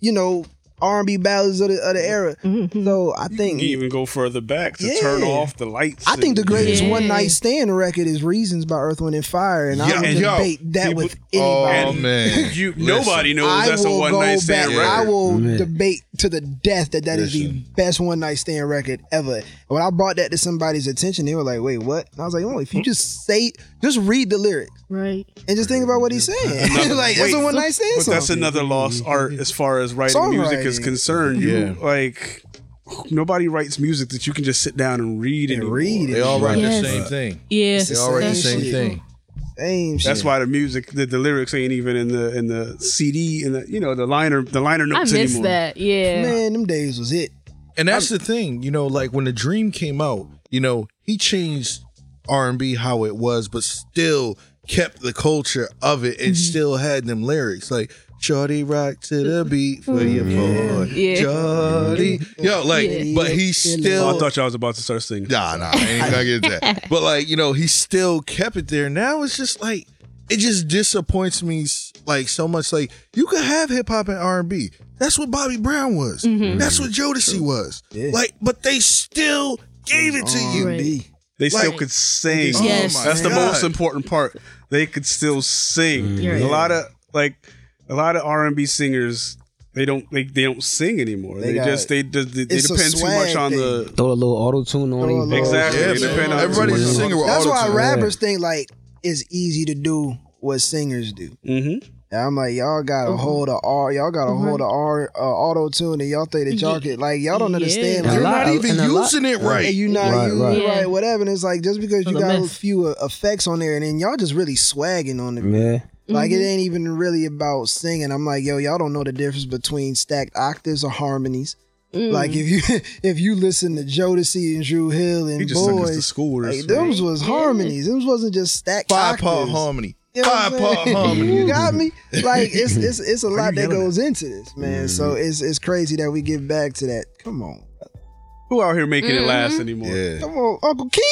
Speaker 5: you know, R&B ballads of the, of the era.
Speaker 6: Mm-hmm.
Speaker 5: So I
Speaker 2: You
Speaker 5: think
Speaker 2: can even go further back to
Speaker 5: Yeah.
Speaker 2: turn off the lights.
Speaker 5: I think the
Speaker 2: and-
Speaker 5: greatest
Speaker 6: Yeah.
Speaker 5: one night stand record is Reasons by Earth, Wind, and Fire, and
Speaker 4: Yeah,
Speaker 5: I
Speaker 4: and
Speaker 5: will
Speaker 4: yo,
Speaker 5: debate that
Speaker 2: people-
Speaker 5: with
Speaker 4: oh
Speaker 5: anybody.
Speaker 4: man
Speaker 2: [laughs] You
Speaker 4: Listen.
Speaker 2: nobody knows
Speaker 5: I
Speaker 2: that's a
Speaker 5: will
Speaker 2: one [laughs]
Speaker 5: go
Speaker 2: night stand
Speaker 5: back.
Speaker 2: record.
Speaker 5: I will
Speaker 3: Yeah.
Speaker 5: debate to the death that that is
Speaker 4: Listen.
Speaker 5: the best one night stand record ever. When I brought that to somebody's attention, they were like, "Wait, what?" And I was like, "Oh, if you just say, just read the lyrics
Speaker 6: right
Speaker 5: and just think about what he's saying, [laughs] like that's a
Speaker 2: Wait,
Speaker 5: one night stand
Speaker 2: But
Speaker 5: song."
Speaker 2: that's another lost art as far as writing music is
Speaker 5: Songwriting.
Speaker 2: concerned.
Speaker 4: Yeah.
Speaker 2: You like nobody writes music that you can just sit down and read and
Speaker 5: read it.
Speaker 4: they all write
Speaker 6: Yes.
Speaker 4: the same thing
Speaker 6: yeah
Speaker 4: They all write the same
Speaker 5: Shit.
Speaker 4: thing.
Speaker 5: Same shit.
Speaker 2: That's why the music, the, the lyrics ain't even in the in the CD and the you know the liner the liner
Speaker 6: I
Speaker 2: notes
Speaker 6: miss
Speaker 2: anymore.
Speaker 6: that. Yeah.
Speaker 5: man, them days was it.
Speaker 4: And that's the thing, you know, like when the dream came out, you know, he changed R and B how it was, but still kept the culture of it
Speaker 5: Mm-hmm.
Speaker 4: and still had them lyrics like Shorty rock to the beat for your
Speaker 2: Mm-hmm.
Speaker 4: boy,
Speaker 6: Yeah.
Speaker 4: Shorty. Yo, like,
Speaker 6: Yeah.
Speaker 4: but he
Speaker 2: Oh, I
Speaker 4: still
Speaker 2: thought y'all was about to start singing.
Speaker 4: nah, nah, I ain't gonna
Speaker 6: [laughs]
Speaker 4: get that. But like, you know, he still kept it there. Now it's just like it just disappoints me s- like so much. Like you could have hip hop and R and B. That's what Bobby Brown was. That's what Jodeci was. Like, but they still gave it to you.
Speaker 5: R&B.
Speaker 2: They still
Speaker 4: Like-
Speaker 2: could sing.
Speaker 4: Oh
Speaker 6: Yes.
Speaker 4: my
Speaker 2: That's the
Speaker 4: God.
Speaker 2: most important part. They could still sing.
Speaker 6: You're
Speaker 2: A
Speaker 6: Mm. right.
Speaker 2: lot of like a lot of R and B singers, they don't they, they don't sing anymore. They,
Speaker 5: They got-
Speaker 2: just they they, they
Speaker 5: it's a
Speaker 2: depend too
Speaker 5: swag
Speaker 2: much on the
Speaker 3: Throw a little auto tune
Speaker 5: Throw a
Speaker 3: on
Speaker 5: little-
Speaker 3: him.
Speaker 2: exactly.
Speaker 4: Yeah,
Speaker 2: they
Speaker 4: man.
Speaker 2: depend on
Speaker 4: Everybody's a singer with
Speaker 5: That's
Speaker 4: auto
Speaker 5: why
Speaker 4: tune.
Speaker 5: rappers think like it's easy to do what singers do.
Speaker 2: Mm-hmm.
Speaker 5: And I'm like, y'all got
Speaker 6: Uh-huh.
Speaker 5: a hold of R, y'all got a hold of R uh, auto tune, and y'all think that y'all could like y'all don't
Speaker 6: Yeah.
Speaker 5: understand.
Speaker 3: A
Speaker 4: You're
Speaker 3: lot-
Speaker 4: not even
Speaker 3: and a lot-
Speaker 4: using it right.
Speaker 5: And you
Speaker 3: Right,
Speaker 5: not right,
Speaker 3: right.
Speaker 5: right.
Speaker 6: Yeah.
Speaker 5: whatever. And it's like just because you
Speaker 6: the
Speaker 5: got a
Speaker 6: myth.
Speaker 5: few uh, effects on there, and then y'all just really swagging on it.
Speaker 3: Yeah.
Speaker 5: Like it ain't even really about singing. I'm like, yo, y'all don't know the difference between stacked octaves or harmonies. Like if you [laughs] if you listen to Jodeci and Drew Hill and
Speaker 2: He just took us to
Speaker 5: boys,
Speaker 2: school.
Speaker 5: like
Speaker 2: Like,
Speaker 5: those was harmonies. Those wasn't just stacked
Speaker 4: Five part
Speaker 5: octaves.
Speaker 4: harmony.
Speaker 5: You know what I'm
Speaker 4: Five part
Speaker 5: saying?
Speaker 4: harmony.
Speaker 5: You got me. Like
Speaker 2: [laughs]
Speaker 5: it's it's it's a lot that
Speaker 2: yelling at? Mm-hmm.
Speaker 5: goes into this, man. So it's it's crazy that we get back to that. Come
Speaker 2: [laughs]
Speaker 5: on,
Speaker 2: Who out here making
Speaker 6: Mm-hmm.
Speaker 2: it last anymore?
Speaker 4: Yeah.
Speaker 5: come on, Uncle Keith.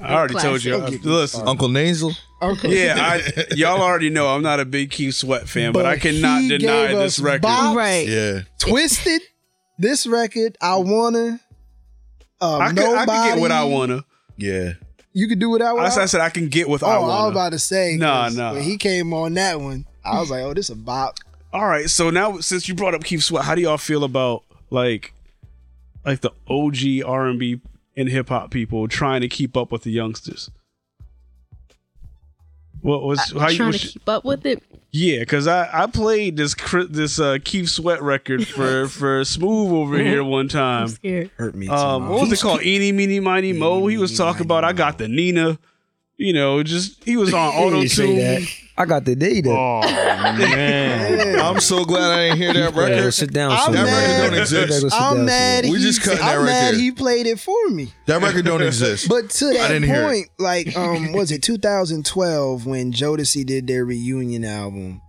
Speaker 2: I already told you.
Speaker 5: Classic.
Speaker 2: I- listen,
Speaker 4: Uncle Nasal.
Speaker 5: Uncle
Speaker 2: yeah,
Speaker 5: [laughs]
Speaker 2: I, y'all already know I'm not a big Keith Sweat fan, but, I cannot
Speaker 5: he
Speaker 2: deny
Speaker 5: gave
Speaker 2: this
Speaker 5: us
Speaker 2: record.
Speaker 5: bops,
Speaker 6: Right.
Speaker 4: Yeah.
Speaker 5: Twisted. This record, I wanna. Um,
Speaker 2: I can,
Speaker 5: nobody.
Speaker 2: I can get what I wanna.
Speaker 4: Yeah.
Speaker 5: You could do what I want.
Speaker 2: As I said, I can get what
Speaker 5: oh,
Speaker 2: I
Speaker 5: I,
Speaker 2: wanna.
Speaker 5: was about to say.
Speaker 2: Nah,
Speaker 5: 'cause
Speaker 2: nah.
Speaker 5: When he came on that one, I was like, oh, this a bop.
Speaker 2: All right, so now since you brought up Keith Sweat, how do y'all feel about like like the OG R and B and hip hop people trying to keep up with the youngsters? What was how
Speaker 6: Trying
Speaker 2: you?
Speaker 6: to
Speaker 2: Was,
Speaker 6: keep up with it.
Speaker 2: yeah, because I I played this cri- this uh, Keith Sweat record for for Smooth over here one
Speaker 6: I'm
Speaker 2: time.
Speaker 6: scared.
Speaker 5: Hurt
Speaker 3: Uh,
Speaker 5: me.
Speaker 2: Um, what was it called? Eeny, meeny, miny, mo. He was talking about I got the Nina. You know, just he was on
Speaker 3: He
Speaker 2: auto
Speaker 3: didn't say that.
Speaker 2: tune.
Speaker 3: I got the data.
Speaker 5: Oh,
Speaker 2: [laughs]
Speaker 8: man.
Speaker 4: I'm so glad I didn't hear that
Speaker 3: Yeah,
Speaker 4: record.
Speaker 3: sit down.
Speaker 5: I'm
Speaker 3: somewhere.
Speaker 5: mad. That record don't
Speaker 4: exist.
Speaker 3: Yeah, go sit down
Speaker 5: I'm mad.
Speaker 4: We
Speaker 5: he,
Speaker 4: just cutting that
Speaker 5: I'm
Speaker 4: right
Speaker 5: mad
Speaker 4: there.
Speaker 5: he played it for me.
Speaker 4: That record don't exist.
Speaker 5: But to that
Speaker 4: didn't hear
Speaker 5: point, like, um, was it 2012 when Jodeci did their reunion album?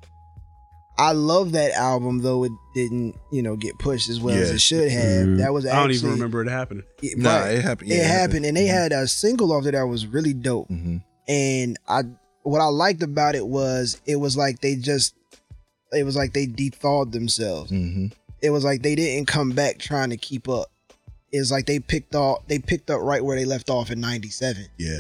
Speaker 5: I love that album, though it didn't, you know, get pushed as well as
Speaker 4: Yeah.
Speaker 5: it should have. That was
Speaker 2: I
Speaker 5: actually
Speaker 2: don't even remember it happening.
Speaker 5: Mm-hmm. It,
Speaker 4: Nah,
Speaker 5: right.
Speaker 4: it happened. Mm-hmm. Yeah,
Speaker 5: it happened, and they had a single off there that was really dope.
Speaker 4: Mhm.
Speaker 5: And I, what I liked about it was it was like they just, it was like they thawed themselves
Speaker 4: Mhm.
Speaker 5: it was like they didn't come back trying to keep up. It's like they picked off they picked up right where they left off in '97.
Speaker 4: Yeah.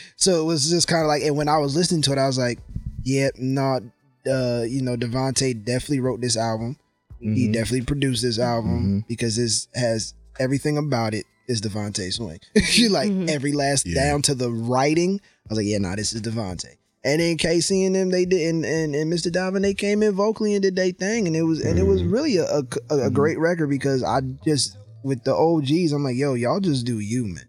Speaker 5: [laughs] so it was just kind of like, and when I was listening to it, I was like, "Yep, yeah, not." Uh, you know, Devonte definitely wrote this album. He
Speaker 4: Mhm.
Speaker 5: definitely produced this album
Speaker 4: Mm-hmm.
Speaker 5: because this has everything about it is Devonte [laughs] Swing. you like every last
Speaker 4: Yeah.
Speaker 5: down to the writing. I was like, "Yeah, nah, this is Devonte." And then KC and them, they did, and, and, and Mr. Diamond, they came in vocally and did their thing, and it was and it
Speaker 4: Mm-hmm.
Speaker 5: was really a, a, a great record because I just with the OGs, I'm like, yo, y'all just do you, man.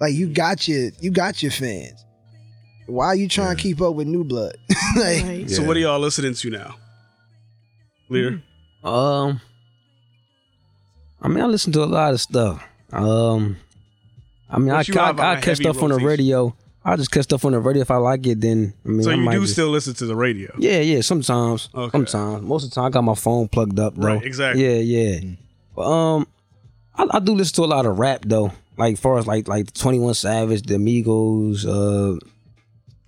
Speaker 5: Like you got your you got your fans. Why are you trying to keep up with new blood? [laughs] like
Speaker 6: Right.
Speaker 2: So
Speaker 4: Yeah.
Speaker 2: what are y'all listening to now? Lear?
Speaker 3: Um, I mean, I listen to a lot of stuff. Um, I mean, I,
Speaker 2: What you
Speaker 3: I,
Speaker 2: have on
Speaker 3: I
Speaker 2: a
Speaker 3: catch
Speaker 2: heavy
Speaker 3: stuff on the
Speaker 2: rotation?
Speaker 3: radio. I just catch stuff on the radio if I like it. Then I mean,
Speaker 2: So
Speaker 3: I
Speaker 2: you
Speaker 3: might
Speaker 2: do
Speaker 3: just-
Speaker 2: still listen to the radio?
Speaker 3: Yeah, yeah. Sometimes,
Speaker 2: Okay.
Speaker 3: sometimes. Most of the time, I got my phone plugged up. Though.
Speaker 2: Right, exactly.
Speaker 3: Yeah, yeah. But, um, I, I do listen to a lot of rap though. Like far as like like Twenty One Savage, the Amigos. Uh,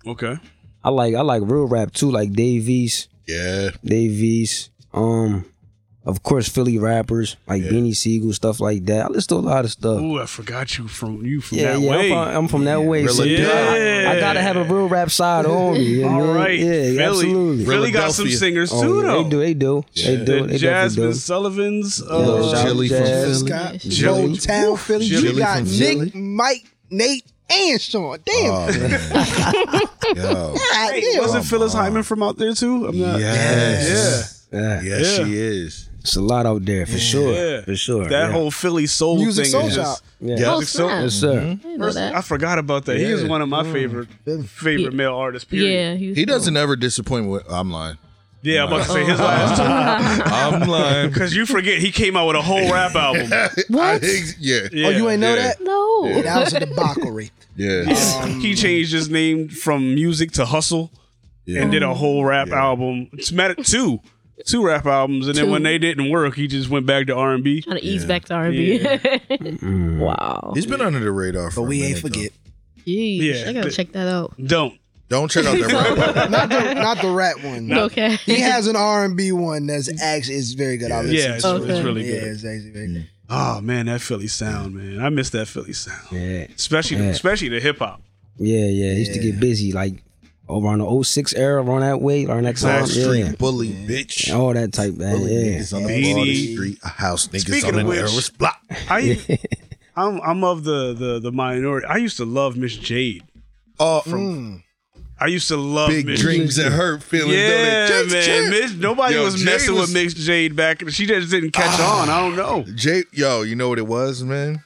Speaker 2: Okay.
Speaker 3: I like I like real rap too, like Davies.
Speaker 4: Yeah.
Speaker 3: Davies, um, of course Philly rappers like Beanie Siegel, stuff like that. I listen to a lot of stuff.
Speaker 2: Ooh, I forgot you from you from
Speaker 3: yeah,
Speaker 2: that
Speaker 3: yeah,
Speaker 2: way.
Speaker 3: I'm from, I'm from that way. so
Speaker 2: Really?
Speaker 3: yeah, I, I gotta have a real rap side on me. you
Speaker 2: [laughs]
Speaker 3: know?
Speaker 2: All right.
Speaker 3: yeah,
Speaker 2: Philly.
Speaker 3: absolutely.
Speaker 2: Philly got some
Speaker 4: Philadelphia.
Speaker 2: singers
Speaker 3: Oh,
Speaker 2: too,
Speaker 3: yeah,
Speaker 2: though.
Speaker 3: they do, they do, they do,
Speaker 2: The
Speaker 3: they
Speaker 2: Jasmine
Speaker 3: definitely
Speaker 2: Sullivan's.
Speaker 3: do.
Speaker 2: Uh,
Speaker 3: Yeah, shout out
Speaker 4: Jilly from
Speaker 3: Jazz.
Speaker 5: Philly. Scott,
Speaker 4: Jilly.
Speaker 5: Joe Town, Philly.
Speaker 4: Jilly
Speaker 5: you got
Speaker 4: from
Speaker 5: Nick,
Speaker 4: Philly.
Speaker 5: Mike, Nate, and Sean. Damn.
Speaker 4: Oh, man. Yo.
Speaker 5: God
Speaker 2: hey, [laughs]
Speaker 5: damn.
Speaker 2: wasn't Phyllis Hyman from out there too? I'm not.
Speaker 4: Yes.
Speaker 3: Yeah,
Speaker 4: Yes,
Speaker 2: Yeah.
Speaker 4: she is.
Speaker 3: it's a lot out there for sure,
Speaker 2: Yeah.
Speaker 3: for sure.
Speaker 2: That
Speaker 3: yeah.
Speaker 2: whole Philly soul
Speaker 5: Music
Speaker 2: thing.
Speaker 5: Soul
Speaker 2: is Mm-hmm. just,
Speaker 3: yeah.
Speaker 4: Yeah.
Speaker 6: Oh,
Speaker 2: Like, so-
Speaker 6: snap.
Speaker 3: Yes, sir.
Speaker 6: I didn't know that.
Speaker 2: I forgot about that. He is
Speaker 4: Yeah.
Speaker 2: one of my favorite favorite
Speaker 6: Yeah.
Speaker 2: male artists. Period.
Speaker 6: Yeah,
Speaker 4: He doesn't ever disappoint with I'm lying.
Speaker 2: Yeah, I'm about to say
Speaker 4: [laughs]
Speaker 2: his last time [laughs]
Speaker 4: I'm lying.
Speaker 2: because you forget he came out with a whole
Speaker 4: [laughs]
Speaker 2: rap album.
Speaker 6: What?
Speaker 4: I- yeah.
Speaker 2: Yeah.
Speaker 5: oh, you ain't know
Speaker 4: yeah.
Speaker 5: that?
Speaker 6: No.
Speaker 2: [laughs]
Speaker 5: That was a debauchery.
Speaker 4: Yeah.
Speaker 2: he changed his name from music to hustle
Speaker 4: Yeah.
Speaker 2: and did a whole rap album. It's met at two, two rap albums, and then
Speaker 6: Two.
Speaker 2: when they didn't work, he just went back to R and B.
Speaker 6: Trying to ease back to R&B. [laughs] wow.
Speaker 4: He's been under the radar for
Speaker 5: But
Speaker 4: a
Speaker 5: we
Speaker 4: minute,
Speaker 5: ain't
Speaker 4: though.
Speaker 5: forget.
Speaker 6: Jeez,
Speaker 2: Yeah.
Speaker 6: I gotta check that out.
Speaker 2: Don't.
Speaker 4: Don't
Speaker 6: [laughs]
Speaker 4: check out that record.
Speaker 5: Not the [laughs] not the rap one.
Speaker 6: okay.
Speaker 5: He has an R and B one that's actually is very good. I
Speaker 4: [laughs]
Speaker 5: listen
Speaker 2: Yeah, it's,
Speaker 5: to it.
Speaker 2: it's
Speaker 6: Okay.
Speaker 2: really
Speaker 5: yeah,
Speaker 2: good.
Speaker 5: it's actually very good.
Speaker 2: Oh man, that Philly sound, man. I miss that Philly sound,
Speaker 3: Yeah,
Speaker 2: especially
Speaker 3: Yeah.
Speaker 2: especially the hip hop.
Speaker 3: yeah, yeah. He used to get busy like over on the 06 era, around that way, around that time.
Speaker 4: Broad Street
Speaker 3: Yeah,
Speaker 4: bully, bitch.
Speaker 3: all that type, man.
Speaker 4: Bully
Speaker 3: Yeah.
Speaker 4: niggas on the
Speaker 2: Beanie.
Speaker 4: Broad Street, a house niggas
Speaker 2: Speaking
Speaker 4: on
Speaker 2: of
Speaker 4: an
Speaker 2: which-
Speaker 4: Eris block.
Speaker 2: I, I'm I'm of the the the minority. I used to love Miss Jade
Speaker 4: Oh, from
Speaker 5: Mm.
Speaker 2: I used to love
Speaker 4: Big
Speaker 2: Mitch.
Speaker 4: dreams and hurt feelings.
Speaker 2: Yeah,
Speaker 4: don't they? Jake's
Speaker 2: man.
Speaker 4: Jake.
Speaker 2: Mitch, nobody
Speaker 4: Yo,
Speaker 2: was
Speaker 4: Jay
Speaker 2: messing
Speaker 4: was- Ah.
Speaker 2: with Mitch Jade back. She just didn't catch on. I don't know.
Speaker 4: Jay, yo, you know what it was, man?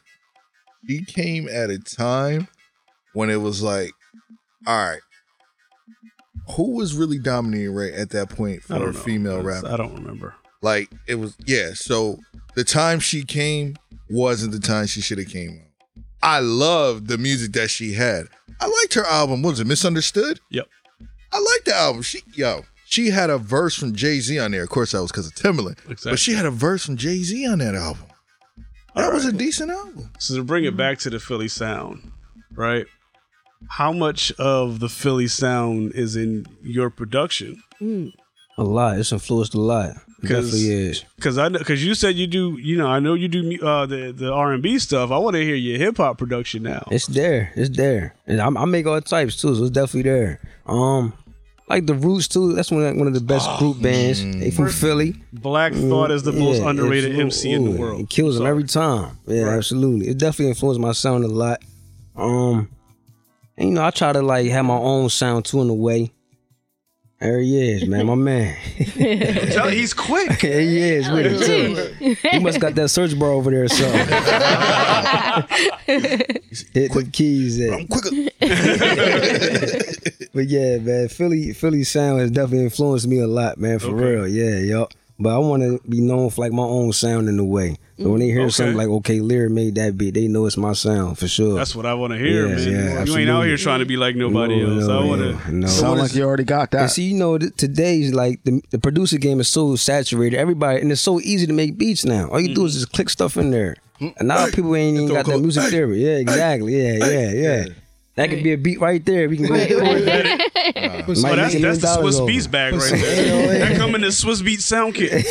Speaker 4: He came at a time when it was like, all right, who was really dominating right at that point
Speaker 2: I
Speaker 4: for
Speaker 2: don't
Speaker 4: a
Speaker 2: know.
Speaker 4: female
Speaker 2: That's-
Speaker 4: rapper?
Speaker 2: I don't remember.
Speaker 4: Like it was, yeah. So the time she came wasn't the time she should have came out. I loved the music that she had. I liked her album. What was it Misunderstood?
Speaker 2: Yep.
Speaker 4: I liked the album. She yo, she had a verse from Jay Z on there. Of course, that was because of Timbaland.
Speaker 2: Exactly.
Speaker 4: But she had a verse from Jay Z on that album. That was a decent album.
Speaker 2: So to bring it back to the Philly sound, right? How much of the Philly sound is in your production?
Speaker 3: A lot. It's influenced a lot. It
Speaker 2: 'Cause-
Speaker 3: Definitely is.
Speaker 2: Because I because you said you do. You know, I know you do mu- uh, the the R and B stuff. I want to hear your hip hop production now.
Speaker 3: It's there. It's there. And I, I make all types too, so it's definitely there. Um, like the Roots too. That's one of, one of the best group bands. They from Philly.
Speaker 2: Oh,
Speaker 3: Mm-hmm.
Speaker 2: Black Thought is the most
Speaker 3: Yeah,
Speaker 2: underrated
Speaker 3: absolute-
Speaker 2: MC in the
Speaker 3: ooh,
Speaker 2: world.
Speaker 3: It kills them every time. Yeah, absolutely. It definitely influenced my sound a lot. Um, and you know, I try to like have my own sound too in a way. There he is, man, my [laughs] man.
Speaker 2: Tell- he's quick.
Speaker 3: there he is with it too. He must got that search bar over there, so hit the keys. At.
Speaker 4: I'm quicker.
Speaker 3: [laughs] But yeah, man, Philly Philly sound has definitely influenced me a lot, man, for real. Yeah, yo. But I want to be known for like my own sound in a way. So when they hear something
Speaker 2: Mm-hmm. Okay.
Speaker 3: like, okay, Lyra made that beat, they know it's my sound for sure.
Speaker 2: That's what I want to hear,
Speaker 3: Yeah,
Speaker 2: man.
Speaker 3: yeah,
Speaker 2: you
Speaker 3: absolutely.
Speaker 2: ain't out here trying to be like nobody
Speaker 3: No,
Speaker 2: else.
Speaker 3: no,
Speaker 2: I want to.
Speaker 3: yeah, no.
Speaker 8: Sound
Speaker 4: what
Speaker 8: like
Speaker 4: is-
Speaker 8: you already got
Speaker 3: And
Speaker 8: that.
Speaker 3: see, you know, th- today's like the, the producer game is so saturated. Everybody, and it's so easy to make beats now. All you do is just click stuff in there. And now people ain't even
Speaker 4: Throw
Speaker 3: got
Speaker 4: a
Speaker 3: that
Speaker 4: call-
Speaker 3: music theory. Yeah, exactly. Yeah, yeah, yeah. That could be a beat right there. We can go
Speaker 2: [laughs]
Speaker 3: do [laughs] it.
Speaker 2: Well, that's that's the Swiss Beats
Speaker 3: beats
Speaker 2: bag right [laughs] there. That come in the Swiss Beat sound kit.
Speaker 4: with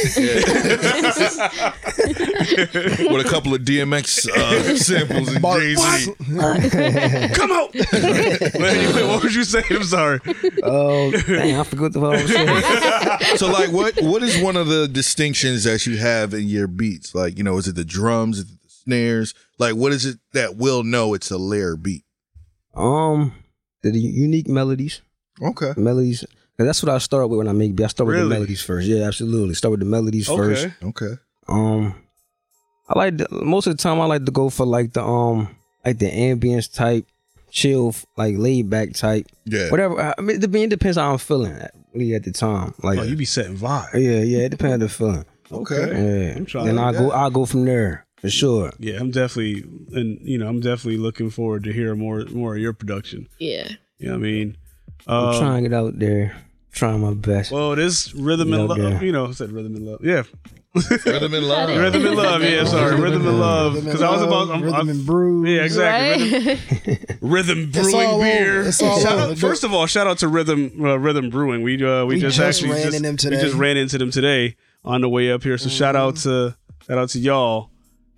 Speaker 4: a couple
Speaker 2: [laughs]
Speaker 4: of DMX uh, samples and Jay Z.
Speaker 3: [laughs]
Speaker 2: Come out. Wait, wait, what was you saying? I'm sorry.
Speaker 3: Oh, dang, I forgot the whole thing.
Speaker 4: [laughs] So, like, what what is one of the distinctions that you have in your beats? Like, you know, is it the drums? Is it the snares? Like, what is it that will know it's a layer beat?
Speaker 3: Um, the unique melodies.
Speaker 4: Okay.
Speaker 3: melodies. And that's what I start with when I make beats. I start with
Speaker 2: Really?
Speaker 3: the melodies first. Yeah, absolutely. Start with the melodies first.
Speaker 2: Okay.
Speaker 4: Okay.
Speaker 3: Um, I like the, most of the time I like to go for like the um like the ambience type, chill like laid back type,
Speaker 4: Yeah.
Speaker 3: whatever. I mean, it dep- it depends how I'm feeling at, really at the time. Like
Speaker 2: Oh, you be setting vibe.
Speaker 3: yeah, yeah, it depends on the feeling.
Speaker 4: Okay.
Speaker 3: Yeah,
Speaker 2: I'm trying
Speaker 3: then
Speaker 2: to
Speaker 3: I
Speaker 2: do
Speaker 3: go I go from there for sure.
Speaker 2: Yeah, I'm definitely, and you know, I'm definitely looking forward to hearing more, more of your production.
Speaker 6: Yeah.
Speaker 2: You know what I mean?
Speaker 3: I'm
Speaker 2: Uh,
Speaker 3: trying it out there, trying my best.
Speaker 2: Well, this rhythm and
Speaker 3: Yeah,
Speaker 2: love,
Speaker 3: yeah.
Speaker 2: you know, I said rhythm and love. Yeah,
Speaker 6: [laughs]
Speaker 4: Rhythm and love.
Speaker 2: rhythm and love. Yeah, sorry, rhythm and love.
Speaker 5: Rhythm and
Speaker 2: Because I was
Speaker 5: love,
Speaker 2: about I'm,
Speaker 5: rhythm
Speaker 2: I'm-
Speaker 5: and brew.
Speaker 2: Yeah, exactly. Rhythm-
Speaker 6: Right?
Speaker 2: Rhythm
Speaker 5: It's all
Speaker 2: Brewing
Speaker 5: over.
Speaker 2: beer.
Speaker 5: It's all
Speaker 2: Shout
Speaker 5: over.
Speaker 2: out- first of all, shout out to Rhythm uh, Rhythm Brewing. We uh, we,
Speaker 5: We
Speaker 2: just,
Speaker 5: just
Speaker 2: actually
Speaker 5: ran
Speaker 2: just,
Speaker 5: into them
Speaker 2: we
Speaker 5: today. Mm-hmm.
Speaker 2: just ran into them today on the way up here. So shout out to shout out to y'all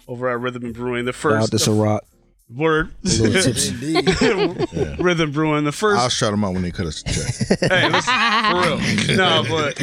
Speaker 2: over at Rhythm and Brewing. The
Speaker 3: Shout out
Speaker 2: first
Speaker 3: to Ciroc,
Speaker 2: word [laughs]
Speaker 3: little tips.
Speaker 5: Indeed.
Speaker 2: Rhythm Brewing. The
Speaker 4: I'll
Speaker 2: first
Speaker 4: shout them out when they cut us a check.
Speaker 2: hey, listen, for
Speaker 6: [laughs]
Speaker 2: real.
Speaker 4: [laughs]
Speaker 2: No, but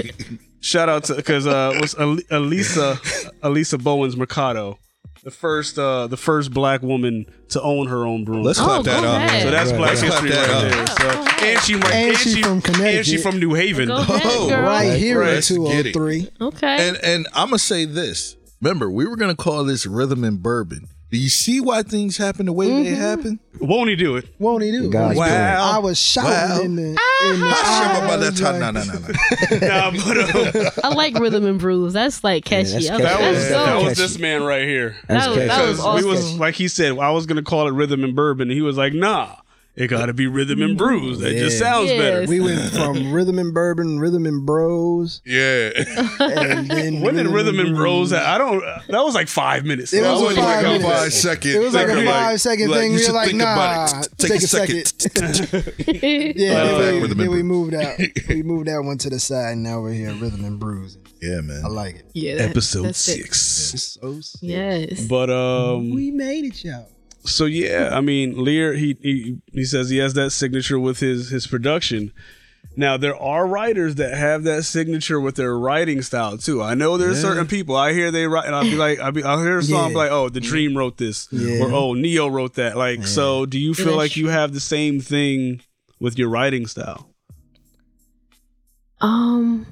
Speaker 2: shout out to because uh, was Elisa Elisa Bowens Mercado. The first, uh, the first black woman to own her own brewing.
Speaker 4: Let's clap
Speaker 6: Oh,
Speaker 4: that
Speaker 6: go
Speaker 4: up.
Speaker 6: ahead.
Speaker 2: So that's Black
Speaker 4: Let's clap
Speaker 2: History
Speaker 4: that
Speaker 2: right
Speaker 4: up.
Speaker 2: there. So, and she, might,
Speaker 5: And she from
Speaker 2: And she
Speaker 5: Connecticut.
Speaker 2: from New Haven.
Speaker 6: Go
Speaker 2: [laughs]
Speaker 6: ahead,
Speaker 4: Oh,
Speaker 6: girl.
Speaker 5: right here oh
Speaker 2: Right.
Speaker 5: at
Speaker 4: Let's get it.
Speaker 5: 203.
Speaker 6: Okay.
Speaker 4: And and I'm gonna say this. Remember, we were gonna call this rhythm and bourbon. Do you see why things happen the way they
Speaker 6: Mm-hmm.
Speaker 4: happen?
Speaker 2: Won't he do it?
Speaker 5: Won't he do?
Speaker 3: God's
Speaker 4: Wow.
Speaker 5: I was shouting
Speaker 4: Wow.
Speaker 5: in
Speaker 6: [laughs]
Speaker 5: the, in the
Speaker 4: I shit
Speaker 5: I
Speaker 4: my brother.
Speaker 5: was
Speaker 4: Nah,
Speaker 5: like,
Speaker 4: nah, nah, nah.
Speaker 2: Nah, but uh,
Speaker 6: I like rhythm and brews. That's like catchy. I
Speaker 3: that's catchy.
Speaker 2: that
Speaker 6: like,
Speaker 2: was
Speaker 6: let's
Speaker 3: Yeah.
Speaker 2: that
Speaker 6: go.
Speaker 2: was this man right here.
Speaker 3: That's
Speaker 6: That was- that
Speaker 3: catchy.
Speaker 6: was
Speaker 2: we was
Speaker 6: awesome.
Speaker 2: like he said, I was gonna call it rhythm and bourbon. He was like, Nah, it gotta be rhythm and brews. That just
Speaker 3: Yeah.
Speaker 2: sounds better.
Speaker 6: Yes.
Speaker 5: We went
Speaker 2: [laughs]
Speaker 5: from rhythm and bourbon, rhythm and bros,
Speaker 4: Yeah.
Speaker 5: and then
Speaker 2: When did rhythm and bros? I don't. That was like five minutes.
Speaker 5: It
Speaker 2: I
Speaker 5: was
Speaker 2: wouldn't
Speaker 5: a
Speaker 2: even
Speaker 5: five
Speaker 2: count
Speaker 5: minute-
Speaker 4: five second.
Speaker 5: It was like
Speaker 2: Like,
Speaker 5: a five second
Speaker 4: like,
Speaker 5: thing.
Speaker 4: you
Speaker 5: We
Speaker 4: should
Speaker 5: were like,
Speaker 4: think about
Speaker 5: nah,
Speaker 4: it.
Speaker 5: take, a second. [laughs] Yeah,
Speaker 4: Like that
Speaker 5: then, we,
Speaker 4: rhythm
Speaker 5: then
Speaker 4: and
Speaker 5: we
Speaker 4: brew.
Speaker 5: moved out.
Speaker 2: [laughs]
Speaker 5: We moved that one to the side, and now we're here, rhythm and brews.
Speaker 4: yeah, man.
Speaker 5: I like it.
Speaker 6: Yeah, that-
Speaker 2: Episode
Speaker 6: that's it.
Speaker 2: six.
Speaker 5: It's so sick.
Speaker 6: Yes.
Speaker 2: But um,
Speaker 5: We made it, y'all.
Speaker 2: so yeah, I mean, Lear he, he he says he has that signature with his his production. Now there are writers that have that signature with their writing style too. I know there's certain people I hear they write, and I'll be like, I'll, be, I'll hear a song I'll be
Speaker 5: Yeah.
Speaker 2: like, oh, the Dream wrote this,
Speaker 5: Yeah.
Speaker 2: or oh, Neo wrote that. Like, so do you feel
Speaker 6: that's
Speaker 2: like you have the same thing with your writing style?
Speaker 6: Um,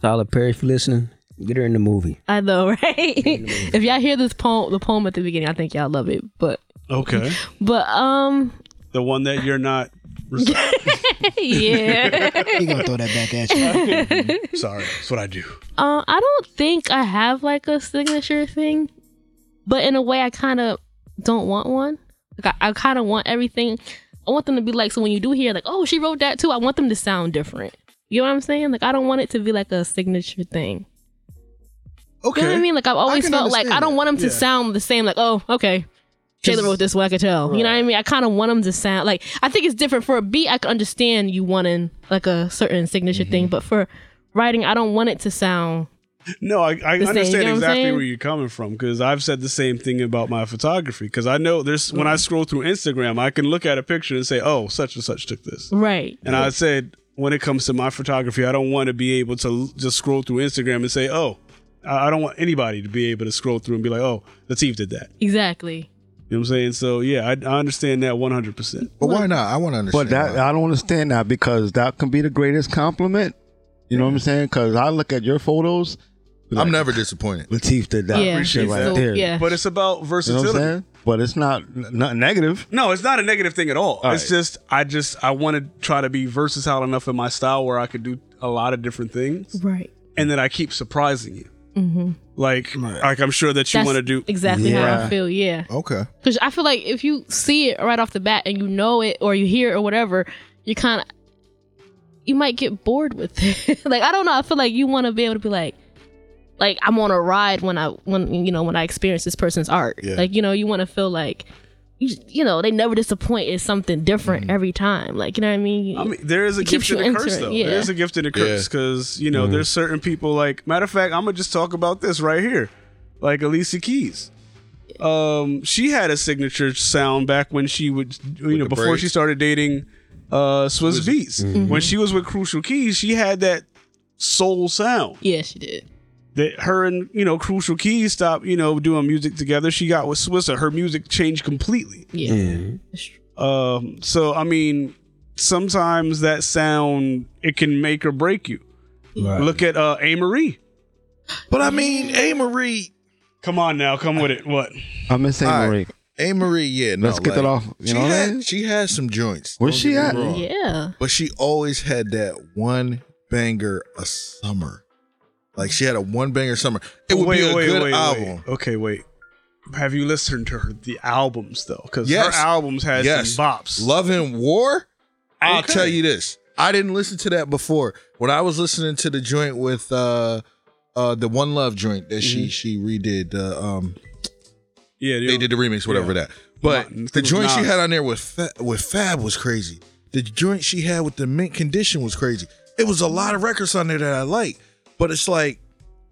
Speaker 3: Tyler Perry, if you're listening, get her in the movie.
Speaker 6: I know, [laughs] right? if y'all hear this poem, the poem at the beginning, I think y'all love it. But
Speaker 2: Okay.
Speaker 6: but um, [laughs]
Speaker 2: the one that you're not. reciting.
Speaker 6: yeah.
Speaker 5: He gonna throw that back at
Speaker 6: [laughs]
Speaker 2: [laughs]
Speaker 5: you.
Speaker 2: Sorry, that's what I do.
Speaker 6: Um, I don't think I have like a signature thing, but in a way, I kind of don't want one. Like I, I kind of want everything. I want them to be like so when you do hear like, oh, she wrote that too. I want them to sound different. You know what I'm saying? Like I don't want it to be like a signature thing.
Speaker 5: Okay.
Speaker 6: You know what I mean? Like I've always
Speaker 5: can
Speaker 6: felt like I
Speaker 5: understand
Speaker 6: don't want them to
Speaker 2: Yeah.
Speaker 6: sound the same. Like oh, okay. Taylor wrote this one, I could tell. You know what I mean? I kind of want them to sound like I think it's different for a beat. I can understand you wanting like a certain signature
Speaker 2: Mm-hmm.
Speaker 6: thing, but for writing, I don't want it to sound
Speaker 2: No, I, I
Speaker 6: you know
Speaker 2: understand
Speaker 6: what I'm
Speaker 2: exactly
Speaker 6: saying?
Speaker 2: where you're coming from because I've said the same thing about my photography. Because I know there's when I scroll through Instagram, I can look at a picture and say, "Oh, such and such took this."
Speaker 6: right.
Speaker 2: And I said, when it comes to my photography, I don't want to be able to l- just scroll through Instagram and say, "Oh, I I don't want anybody to be able to scroll through and be like, "Oh, Latif did that."
Speaker 6: Exactly.
Speaker 2: You know what I'm saying? So yeah, I, I understand that 100. percent
Speaker 4: But why not? I want to understand.
Speaker 8: But that
Speaker 4: why.
Speaker 8: I don't understand that because that can be the greatest compliment. You know what I'm saying? Because I look at your photos.
Speaker 4: I'm
Speaker 8: be like,
Speaker 4: never disappointed.
Speaker 8: Latif did that
Speaker 6: Yeah.
Speaker 8: shit right
Speaker 6: So,
Speaker 8: there.
Speaker 6: Yeah.
Speaker 2: But it's about
Speaker 8: You know
Speaker 2: versatility.
Speaker 8: what I'm saying? But it's not n- not negative.
Speaker 2: No, it's not a negative thing at all.
Speaker 8: All
Speaker 2: it's
Speaker 8: right.
Speaker 2: just I just I want to try to be versatile enough in my style where I could do a lot of different things,
Speaker 6: right.
Speaker 2: and then I keep surprising you. Mm-hmm. Like, like I'm sure that you
Speaker 6: That's
Speaker 2: want to do.
Speaker 6: exactly how I
Speaker 8: Yeah.
Speaker 6: feel. Yeah.
Speaker 4: Okay.
Speaker 6: Because I feel like if you see it right off the bat and you know it or you hear it or whatever, you kind of you might get bored with it. [laughs] like I don't know. I feel like you want to be able to be like, like I'm on a ride when I when you know when I experience this person's art. Like you know you want to feel like. You, you know they never disappoint. It's something different every time. Like you know what I mean.
Speaker 2: Mm-hmm. I mean, there is a
Speaker 6: It
Speaker 2: gift
Speaker 6: keeps
Speaker 2: and
Speaker 6: you
Speaker 2: a curse,
Speaker 6: into it,
Speaker 2: though.
Speaker 6: yeah.
Speaker 2: There is a gift and a curse because you know
Speaker 4: Mm-hmm.
Speaker 2: there's certain people. Like, matter of fact, I'm gonna just talk about this right here. Like Alicia Keys, um, she had a signature sound back when she would, you know,
Speaker 4: the
Speaker 2: before she
Speaker 4: braids. Mm-hmm.
Speaker 2: started dating uh, Swiss Beats. When she was with Crucial Keys, she had that soul sound
Speaker 6: yeah, she did.
Speaker 2: that her and you know Crucial Keys stopped you know doing music together. She got with Swiss, and her music changed completely.
Speaker 6: Yeah,
Speaker 2: Um, so I mean, sometimes that sound it can make or break you. Look at uh, A Marie.
Speaker 4: But I mean, A Marie,
Speaker 2: Come on now, come with it. What?
Speaker 8: I'm in St.
Speaker 4: All right.
Speaker 8: Marie.
Speaker 4: A Marie, yeah. No,
Speaker 8: Let's get that off. You
Speaker 4: she
Speaker 8: know what I
Speaker 4: had,
Speaker 8: mean?
Speaker 4: She has some joints.
Speaker 8: Where's
Speaker 4: Don't
Speaker 8: she
Speaker 4: get me
Speaker 8: at?
Speaker 4: wrong.
Speaker 6: yeah.
Speaker 4: But she always had that one banger a summer. Like she had a one banger summer. It would be a good album.
Speaker 2: Okay, wait. Have you listened to her the albums though? Because
Speaker 4: Yes.
Speaker 2: her albums had
Speaker 4: Yes.
Speaker 2: some bops.
Speaker 4: Love and War? I'll
Speaker 2: Okay.
Speaker 4: tell you this. I didn't listen to that before. When I was listening to the joint with uh uh the One Love joint that
Speaker 2: Mm-hmm.
Speaker 4: she she redid the um
Speaker 2: yeah, you
Speaker 4: they
Speaker 2: know,
Speaker 4: did the remix whatever that. But
Speaker 2: Not-
Speaker 4: the
Speaker 2: it was
Speaker 4: joint she
Speaker 2: Nas.
Speaker 4: had on there with Fa- with Fab was crazy. The joint she had with the Mint Condition was crazy. It was a lot of records on there that I like, but it's like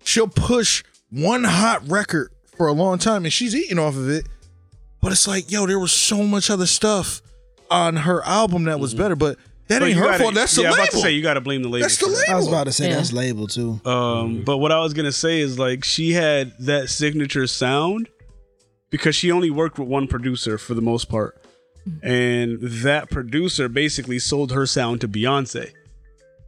Speaker 4: she'll push one hot record for a long time and she's eating off of it. But it's like, yo, there was so much other stuff on her album that was better, but
Speaker 2: Mm-hmm. but
Speaker 4: that ain't
Speaker 2: you
Speaker 4: her
Speaker 2: gotta-
Speaker 4: fault. That's the
Speaker 2: yeah, I'm about to
Speaker 4: label.
Speaker 2: say you got to blame the label.
Speaker 4: That's the
Speaker 2: for that.
Speaker 4: label.
Speaker 5: I was about to say
Speaker 6: Yeah.
Speaker 5: that's labeled too.
Speaker 2: Um, but what I was gonna say is like she had that signature sound because she only worked with one producer for the most part, and that producer basically sold her sound to Beyonce.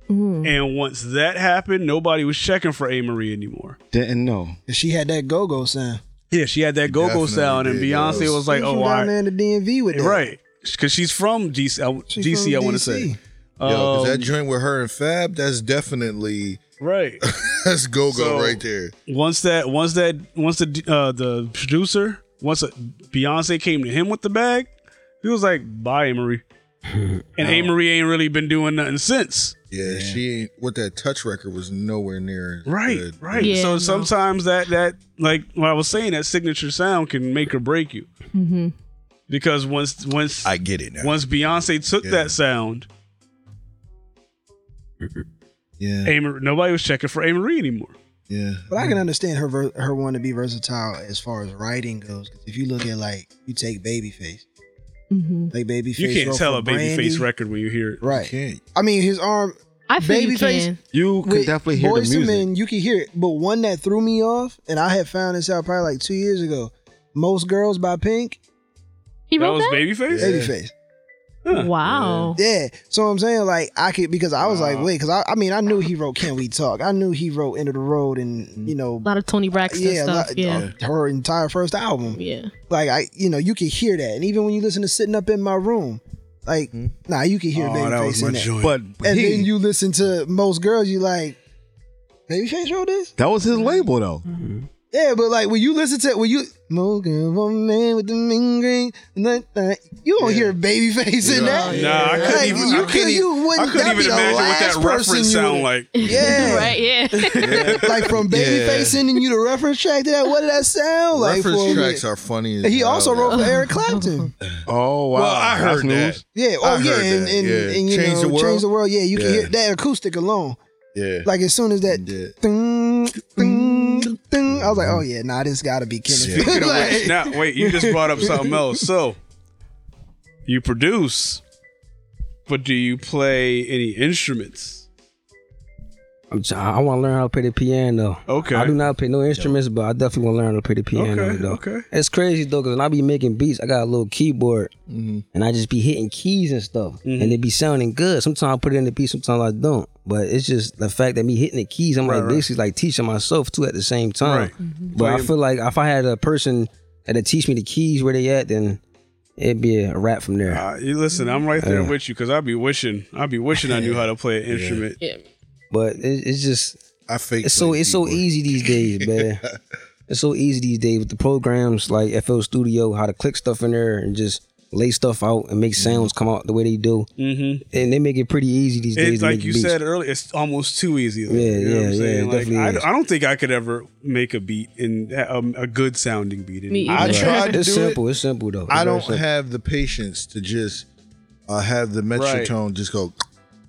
Speaker 6: Mm.
Speaker 2: And once that happened, nobody was checking for A Marie anymore.
Speaker 8: Didn't know.
Speaker 5: If she had that go go sound.
Speaker 2: Yeah, she had that go go
Speaker 4: Definitely
Speaker 2: sound, and
Speaker 4: did,
Speaker 2: Beyonce
Speaker 4: yes.
Speaker 2: was like,
Speaker 5: She
Speaker 2: "Oh,
Speaker 5: from down
Speaker 2: I
Speaker 5: there in the DMV with that.
Speaker 2: right," because she's from DC. I-
Speaker 5: She
Speaker 2: DC, I
Speaker 5: from
Speaker 2: want to
Speaker 5: DC.
Speaker 2: say.
Speaker 4: Yo, 'cause that
Speaker 2: Um,
Speaker 4: joint with her and Fab, that's definitely
Speaker 2: right.
Speaker 4: that's go go
Speaker 2: So-
Speaker 4: right there.
Speaker 2: once that once that once the uh, the producer once uh Beyonce came to him with the bag, he was like, "Bye,
Speaker 4: [laughs]
Speaker 2: Amory." and A Marie ain't really been doing nothing since.
Speaker 4: [laughs] Yeah, she ain't with that touch record was nowhere near as
Speaker 2: Right,
Speaker 4: good.
Speaker 2: right.
Speaker 6: Yeah,
Speaker 2: so
Speaker 6: no.
Speaker 2: sometimes that that like what I was saying, that signature sound can make or break you.
Speaker 6: Mm-hmm.
Speaker 2: Because once once
Speaker 4: I get it now.
Speaker 2: once Beyonce took
Speaker 4: Yeah.
Speaker 2: that sound,
Speaker 4: yeah,
Speaker 2: A Marie, nobody was checking for A Marie anymore.
Speaker 4: yeah.
Speaker 5: But I can understand her ver- her wanting to be versatile as far as writing goes. 'Cause if you look at like you take Babyface,
Speaker 3: Mm-hmm.
Speaker 6: hmm
Speaker 5: like Babyface,
Speaker 2: You can't
Speaker 5: wrote
Speaker 2: tell
Speaker 5: for
Speaker 2: a babyface
Speaker 5: Brandy.
Speaker 2: record when you hear it.
Speaker 5: right?
Speaker 4: Can't.
Speaker 5: I mean, his arm
Speaker 6: I feel you
Speaker 5: Babyface-
Speaker 6: can.
Speaker 8: You could
Speaker 5: with
Speaker 8: definitely hear the
Speaker 5: Boyz II
Speaker 8: music.
Speaker 5: Men, you can hear it. But one that threw me off, and I had found this out probably like two years ago. Most girls by Pink,
Speaker 6: [laughs] He
Speaker 2: That
Speaker 6: wrote
Speaker 2: was
Speaker 6: that.
Speaker 2: babyface.
Speaker 5: Babyface.
Speaker 6: Wow.
Speaker 5: Yeah. So I'm saying like I could because I was like wait because I, I mean I knew he wrote Can We Talk I knew he wrote Into the Road
Speaker 2: Mm-hmm.
Speaker 5: and you know
Speaker 6: A lot of Tony Braxton
Speaker 5: yeah a
Speaker 6: stuff.
Speaker 5: lot-
Speaker 6: yeah.
Speaker 5: uh, her entire first album
Speaker 6: yeah.
Speaker 5: like I you know you could hear that and even when you listen to Sitting Up in My Room like nah you could hear
Speaker 2: Oh, that was
Speaker 5: Babyface
Speaker 2: my
Speaker 5: in that
Speaker 2: joint.
Speaker 8: But
Speaker 5: and
Speaker 8: he,
Speaker 5: then you listen to most girls you like Babyface wrote this
Speaker 8: that was his label though.
Speaker 4: Mm-hmm.
Speaker 5: Yeah, but like when you listen to it, when you Morgan man with the mean green, nah, nah, you don't hear babyface in that.
Speaker 2: Nah, I couldn't
Speaker 5: Like,
Speaker 2: even.
Speaker 5: You
Speaker 2: I couldn't,
Speaker 5: you
Speaker 2: even, I
Speaker 5: wouldn't.
Speaker 2: couldn't
Speaker 5: that'd
Speaker 2: even
Speaker 5: be the
Speaker 2: imagine what
Speaker 5: last
Speaker 2: that reference
Speaker 5: person you
Speaker 2: sound
Speaker 5: would-
Speaker 2: like.
Speaker 5: [laughs] Yeah,
Speaker 6: [laughs] Right. Yeah.
Speaker 5: Like from babyface sending you the reference track to that. What did that sound like? for
Speaker 4: Reference
Speaker 5: a
Speaker 4: tracks
Speaker 5: minute?
Speaker 4: are funny.
Speaker 5: And he also wrote
Speaker 4: for
Speaker 5: for Eric Clapton.
Speaker 8: Oh wow!
Speaker 2: Well, I
Speaker 8: That's
Speaker 2: heard that.
Speaker 8: news.
Speaker 5: Yeah.
Speaker 4: I
Speaker 5: Oh yeah,
Speaker 4: heard
Speaker 5: and,
Speaker 4: that,
Speaker 5: and,
Speaker 4: yeah.
Speaker 5: and you
Speaker 4: Change
Speaker 5: know,
Speaker 4: the World?
Speaker 5: change the world. Yeah, you can
Speaker 4: Yeah.
Speaker 5: hear that acoustic alone.
Speaker 4: Yeah.
Speaker 5: Like as soon as that
Speaker 4: Yeah.
Speaker 5: thing, thing, thing, I was like, oh yeah, nah, this got to be
Speaker 2: [laughs]
Speaker 5: Kenneth.
Speaker 2: Speaking of
Speaker 5: Like-
Speaker 2: which, now wait, you just brought up something else. So you produce, but do you play any instruments?
Speaker 3: I'm try- I want to learn how to play the piano.
Speaker 2: Okay.
Speaker 3: I do not play no instruments, but I definitely want to learn how to play the piano.
Speaker 2: Okay,
Speaker 3: though.
Speaker 2: okay.
Speaker 3: It's crazy though, cause when I be making beats, I got a little keyboard,
Speaker 2: Mm-hmm.
Speaker 3: and I just be hitting keys and stuff, and it be sounding good. Sometimes I put it in the beat, sometimes I don't. But it's just the fact that me hitting the keys, I'm like basically like teaching myself too at the same time.
Speaker 2: Right.
Speaker 3: But I feel like if I had a person that'd teach me the keys where they at, then it'd be a wrap from there.
Speaker 2: Uh, you listen, I'm right there with you because I'd be wishing, I'd be wishing
Speaker 3: [laughs]
Speaker 2: I knew how to play an instrument.
Speaker 6: yeah.
Speaker 3: but it, it's just
Speaker 4: I fake.
Speaker 3: it's so
Speaker 4: play
Speaker 3: it's so
Speaker 4: keyboard.
Speaker 3: easy these days, man. it's so easy these days with the programs like FL Studio, how to click stuff in there and just lay stuff out and make sounds come out the way they do.
Speaker 2: Mm-hmm.
Speaker 3: And they make it pretty easy these days.
Speaker 2: It's
Speaker 3: to
Speaker 2: like
Speaker 3: make
Speaker 2: you
Speaker 3: beats.
Speaker 2: said earlier, it's almost too easy. though.
Speaker 3: Yeah,
Speaker 2: you know what
Speaker 3: yeah,
Speaker 2: I'm
Speaker 3: yeah,
Speaker 2: saying?
Speaker 3: it definitely
Speaker 2: like,
Speaker 3: is.
Speaker 2: I, I don't think I could ever make a beat in a, a good sounding beat. In
Speaker 6: Me either.
Speaker 4: I
Speaker 6: Right. [laughs]
Speaker 4: tried to
Speaker 3: it's
Speaker 4: do it.
Speaker 3: simple. It's simple though. It's
Speaker 4: I
Speaker 3: very
Speaker 4: don't
Speaker 3: simple.
Speaker 4: have the patience to just uh, have the
Speaker 2: Right.
Speaker 4: metrotone just go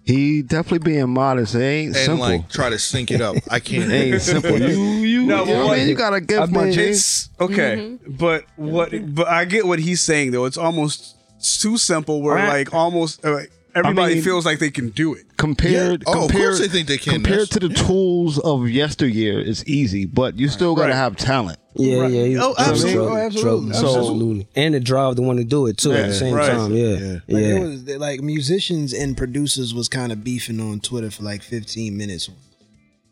Speaker 8: He definitely being modest. It ain't
Speaker 4: and
Speaker 8: simple.
Speaker 4: like try to sync it up.
Speaker 2: [laughs]
Speaker 4: I can't.
Speaker 8: it ain't simple. You you
Speaker 2: No, but
Speaker 8: you, know what I
Speaker 2: what-
Speaker 8: mean? You got a gift, my G.
Speaker 2: It's okay, but what? But I get what he's saying though. It's almost too simple. Where
Speaker 8: Right.
Speaker 2: like almost uh, like, everybody
Speaker 8: mean-
Speaker 2: feels like they can do it.
Speaker 8: compared
Speaker 4: Yeah. Oh, of
Speaker 8: compared,
Speaker 4: course they think they can.
Speaker 8: compared to the tools of yesteryear it's easy but you still got to
Speaker 2: Right.
Speaker 8: have talent
Speaker 3: Yeah,
Speaker 2: Oh,
Speaker 3: yeah. you- you know,
Speaker 2: absolutely.
Speaker 3: struggle,
Speaker 5: Oh, absolutely.
Speaker 3: struggle,
Speaker 8: So-
Speaker 3: absolutely. And the drive to want to do it too at the same
Speaker 2: right.
Speaker 3: time. Yeah, yeah.
Speaker 4: Yeah.
Speaker 5: Like it was they- like musicians and producers was kind of beefing on Twitter for like 15 minutes.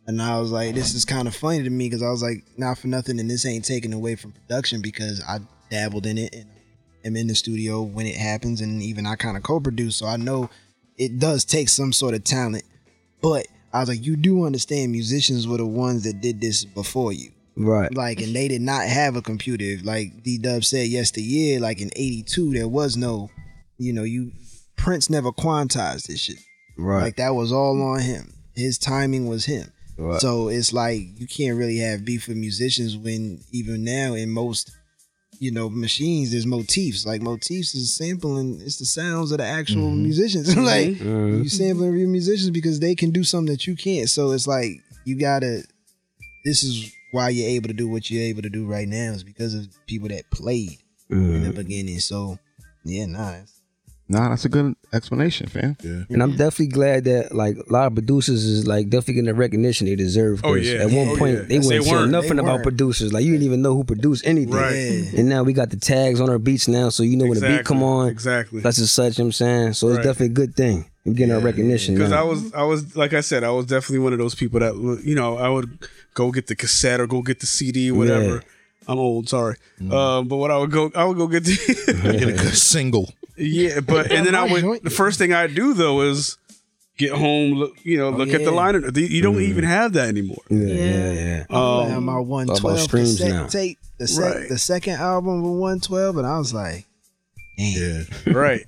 Speaker 5: And I was like, this is kind of funny to me because I was like, not for nothing, and this ain't taken away from production because I dabbled in it and am in the studio when it happens, and even I kind of co-produce, so I know it does take some sort of talent. But I was like, you do understand musicians were the ones that did this before you.
Speaker 3: right.
Speaker 5: Like, and they did not have a computer. Like D Dub said yesteryear, like in '82, there was no, you know, you Prince never quantized this shit.
Speaker 3: Right.
Speaker 5: Like that was all on him. His timing was him. So it's like you can't really have beef with musicians when even now in most, you know, machines there's motifs. Like motifs is sampling. It's the sounds of the actual musicians. [laughs] like
Speaker 3: Uh-huh.
Speaker 5: you sampling real musicians because they can do something that you can't. So it's like you gotta this is why you're able to do what you're able to do right now is because of people that played in
Speaker 3: Uh-huh.
Speaker 5: the beginning. So yeah, nah.
Speaker 8: nah that's a good explanation fam
Speaker 3: And I'm definitely glad that like a lot of producers is like definitely getting the recognition they deserve.
Speaker 2: Oh,
Speaker 3: 'cause
Speaker 2: yeah.
Speaker 3: At one
Speaker 2: Oh,
Speaker 3: point
Speaker 2: yeah.
Speaker 3: they
Speaker 2: Yes, they
Speaker 3: wouldn't say
Speaker 2: weren't.
Speaker 3: nothing
Speaker 5: They
Speaker 3: about
Speaker 5: weren't.
Speaker 3: producers. Like you didn't even know who produced anything.
Speaker 2: Right.
Speaker 5: Yeah.
Speaker 3: And now we got the tags on our beats now, so you know when the beat come on,
Speaker 2: Exactly.
Speaker 3: that's just such. you know what I'm saying so it's
Speaker 2: Right.
Speaker 3: definitely a good thing. We're getting our recognition.
Speaker 2: Because
Speaker 3: now.
Speaker 2: I was, I was, like I said, I was definitely one of those people that, you know, I would go get the cassette or go get the CD, whatever.
Speaker 3: Yeah.
Speaker 2: I'm old, sorry.
Speaker 4: Mm.
Speaker 2: Um, but what I would go, I would go get the,
Speaker 4: [laughs]
Speaker 2: [laughs]
Speaker 4: get a good single.
Speaker 2: yeah. But and then I would. The first thing I do though is get home, look, you
Speaker 4: Oh,
Speaker 2: know, look at the
Speaker 5: yeah.
Speaker 2: liner. The- You
Speaker 4: Mm.
Speaker 2: don't even have that anymore.
Speaker 3: yeah, yeah, yeah.
Speaker 5: Oh,
Speaker 2: Um,
Speaker 5: man, my one
Speaker 3: about
Speaker 5: twelve
Speaker 3: streams
Speaker 5: cassette
Speaker 3: now.
Speaker 5: tape, the sec-
Speaker 2: Right.
Speaker 5: the second album with one twelve, and I was like,
Speaker 4: Yeah.
Speaker 2: right.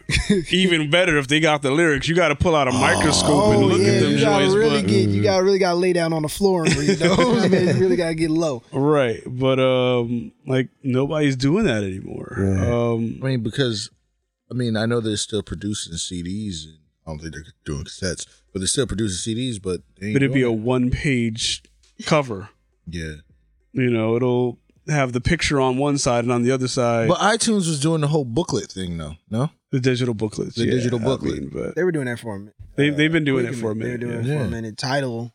Speaker 2: even better if they got the lyrics. You got to pull out a microscope and look at them
Speaker 5: Oh, you gotta
Speaker 2: joints.
Speaker 5: really
Speaker 2: but-
Speaker 3: Mm-hmm.
Speaker 5: get, you gotta really gotta lay down on the floor and read those, man. You really gotta get low.
Speaker 2: right, but um, like nobody's doing that anymore. Um,
Speaker 4: I mean, because I mean, I know they're still producing CDs. And I don't think they're doing cassettes, but they're still producing CDs. But they ain't
Speaker 2: but it'd be a
Speaker 4: doing
Speaker 2: one-page cover.
Speaker 4: it.
Speaker 2: You know, it'll have the picture on one side and on the other
Speaker 4: yeah.
Speaker 2: side
Speaker 5: uh,
Speaker 4: But iTunes was doing the whole booklet thing, though. No,
Speaker 2: the digital booklets.
Speaker 4: The
Speaker 2: yeah,
Speaker 4: digital
Speaker 2: I
Speaker 4: booklet.
Speaker 2: mean, but
Speaker 5: They were doing that for a minute.
Speaker 2: they they've been doing
Speaker 5: Quick
Speaker 2: it for a minute.
Speaker 5: They were doing
Speaker 2: yeah.
Speaker 5: it for
Speaker 4: Yeah.
Speaker 5: a minute. Title,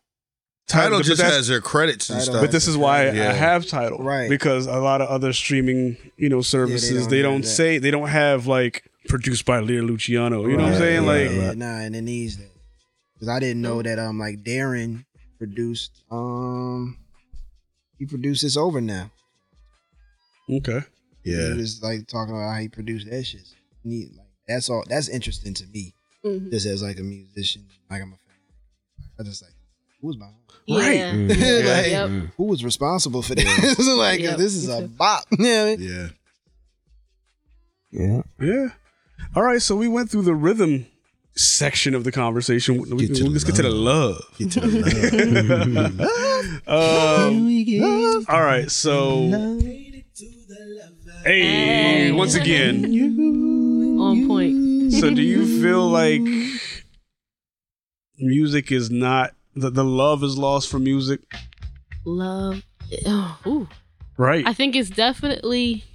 Speaker 4: title
Speaker 2: but
Speaker 4: just
Speaker 2: that's-
Speaker 4: has their credits and
Speaker 5: Tidal
Speaker 4: stuff.
Speaker 2: But this is why I
Speaker 4: Yeah.
Speaker 2: have title,
Speaker 5: Right.
Speaker 2: Because a lot of other streaming, you know, services
Speaker 5: don't
Speaker 2: they
Speaker 5: have
Speaker 2: don't
Speaker 5: that.
Speaker 2: say they don't have like produced by Lear Luciano. You know what I'm
Speaker 5: Right,
Speaker 2: saying?
Speaker 5: yeah,
Speaker 2: like,
Speaker 5: yeah, nah, and then these because I didn't know that um like Darren produced um he produced It's over now.
Speaker 2: okay,
Speaker 5: He
Speaker 4: Yeah.
Speaker 5: was like talking about how he produced that shit. Neat. Like that's all that's interesting to me.
Speaker 6: Mhm.
Speaker 5: Just as like a musician. Like I'm a fan. I just like who was behind?
Speaker 2: Right.
Speaker 6: Yeah.
Speaker 4: Mm.
Speaker 5: [laughs] like,
Speaker 6: Yep.
Speaker 5: Who was responsible for this? [laughs] like
Speaker 6: Yep.
Speaker 5: this is a
Speaker 6: Me too.
Speaker 5: bop. You know what I
Speaker 4: [laughs]
Speaker 5: mean?
Speaker 4: Yeah.
Speaker 3: Yeah.
Speaker 2: yeah. All right, so we went through the rhythm section of the conversation. We,
Speaker 4: Get to
Speaker 2: we-
Speaker 4: the
Speaker 2: let's get to the love.
Speaker 4: Get to the
Speaker 2: [laughs]
Speaker 4: love.
Speaker 2: Um, all right, so hey, once
Speaker 4: [laughs]
Speaker 2: again.
Speaker 6: On point.
Speaker 2: So, do you feel like music is not the, the love is lost for music?
Speaker 6: Love. Oh, ooh.
Speaker 2: Right.
Speaker 6: I think it's definitely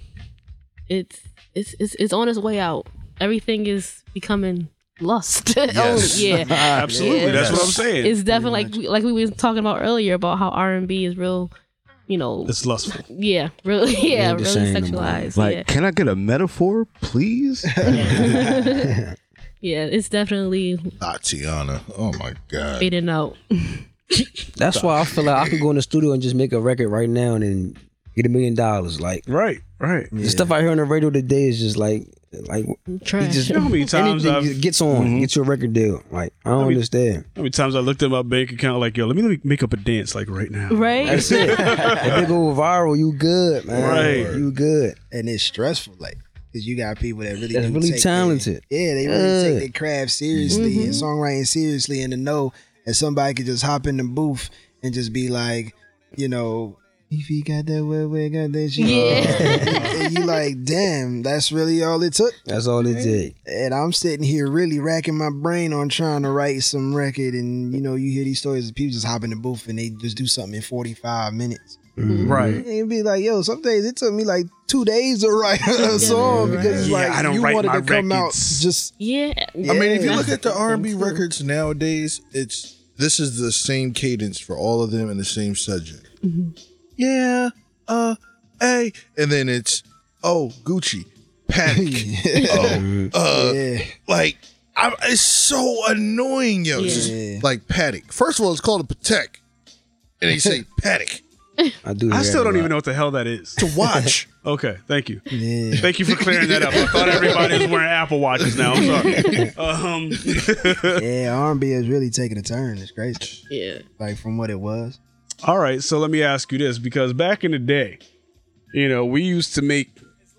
Speaker 6: it's it's it's, it's on its way out. Everything is becoming lust. [laughs]
Speaker 4: Yes.
Speaker 6: oh
Speaker 2: [laughs]
Speaker 6: yeah.
Speaker 2: Absolutely.
Speaker 6: Yeah.
Speaker 2: That's what I'm saying.
Speaker 6: It's definitely like we, like we were talking about earlier about how R and B is real, you know.
Speaker 2: it's lustful.
Speaker 6: yeah, really. [laughs] Yeah,
Speaker 3: Ain't the
Speaker 6: really
Speaker 3: same no more.
Speaker 6: sexualized.
Speaker 8: Like,
Speaker 6: yeah.
Speaker 8: can I get a metaphor, please?
Speaker 6: yeah, [laughs] it's definitely
Speaker 4: Tatiana. Oh my God.
Speaker 6: fading out.
Speaker 2: [laughs]
Speaker 3: That's why I feel like I could go in the studio and just make a record right now and then get a million dollars. Like
Speaker 2: Right. Right.
Speaker 3: the stuff I hear on the radio today is just like like
Speaker 6: Trash.
Speaker 3: just-
Speaker 2: You know how many times
Speaker 3: anything
Speaker 2: I've
Speaker 3: that gets on, gets your record deal. Like I don't
Speaker 2: mean-
Speaker 3: understand.
Speaker 2: how many times I looked at my bank account like yo, let me, let me make up a dance like right now.
Speaker 6: right?
Speaker 3: That's
Speaker 5: [laughs]
Speaker 3: it. [laughs] if it go viral, you good, man.
Speaker 2: Right.
Speaker 3: You good.
Speaker 5: and it's stressful, like because you got people that really
Speaker 3: That's
Speaker 5: do
Speaker 3: really
Speaker 5: take
Speaker 3: talented. Mm-hmm.
Speaker 5: Their, yeah, they really
Speaker 3: Yeah.
Speaker 5: take their craft seriously and songwriting seriously, and to know that somebody could just hop in the booth and just be like, you know, if he got that way, we got that shit.
Speaker 6: Yeah.
Speaker 5: [laughs] and you like, damn, that's really all it took.
Speaker 3: That's all it did.
Speaker 5: And I'm sitting here really racking my brain on trying to write some record, and you know, you hear these stories of people just hop in the booth and they just do something in 45 minutes.
Speaker 2: Right.
Speaker 5: And it'd be like, yo, some days it took me like two days to write a song because it's
Speaker 2: Yeah,
Speaker 5: like
Speaker 2: I don't
Speaker 5: you
Speaker 2: write
Speaker 5: wanted to
Speaker 2: my
Speaker 5: come out
Speaker 2: records.
Speaker 5: just
Speaker 6: Yeah.
Speaker 4: I mean, if you
Speaker 5: Yeah.
Speaker 4: look at the R and B
Speaker 6: That's true.
Speaker 4: records nowadays, it's this is the same cadence for all of them and the same subject.
Speaker 6: Mm-hmm.
Speaker 4: Yeah, uh, hey, and then it's oh Gucci, panic, oh, uh,
Speaker 5: [laughs] yeah.
Speaker 4: like I, it's so annoying, yo. It's just
Speaker 5: Yeah.
Speaker 4: like paddock. First of all, it's called a patek, and they
Speaker 5: [laughs]
Speaker 4: say paddock
Speaker 3: I do.
Speaker 2: I
Speaker 3: hear
Speaker 2: still
Speaker 3: that
Speaker 2: don't
Speaker 3: a
Speaker 2: even
Speaker 3: lot.
Speaker 2: know what the hell that is.
Speaker 4: to watch.
Speaker 2: [laughs] Okay, thank you.
Speaker 5: Yeah.
Speaker 2: Thank you for clearing that up. I thought everybody was wearing Apple Watches now. I'm
Speaker 3: [laughs]
Speaker 2: sorry. Um,
Speaker 5: [laughs] yeah, R&B is really taking a turn. It's crazy.
Speaker 6: Yeah.
Speaker 5: Like from what it was.
Speaker 2: all right, so let me ask you this because back in the day, you know, we used to make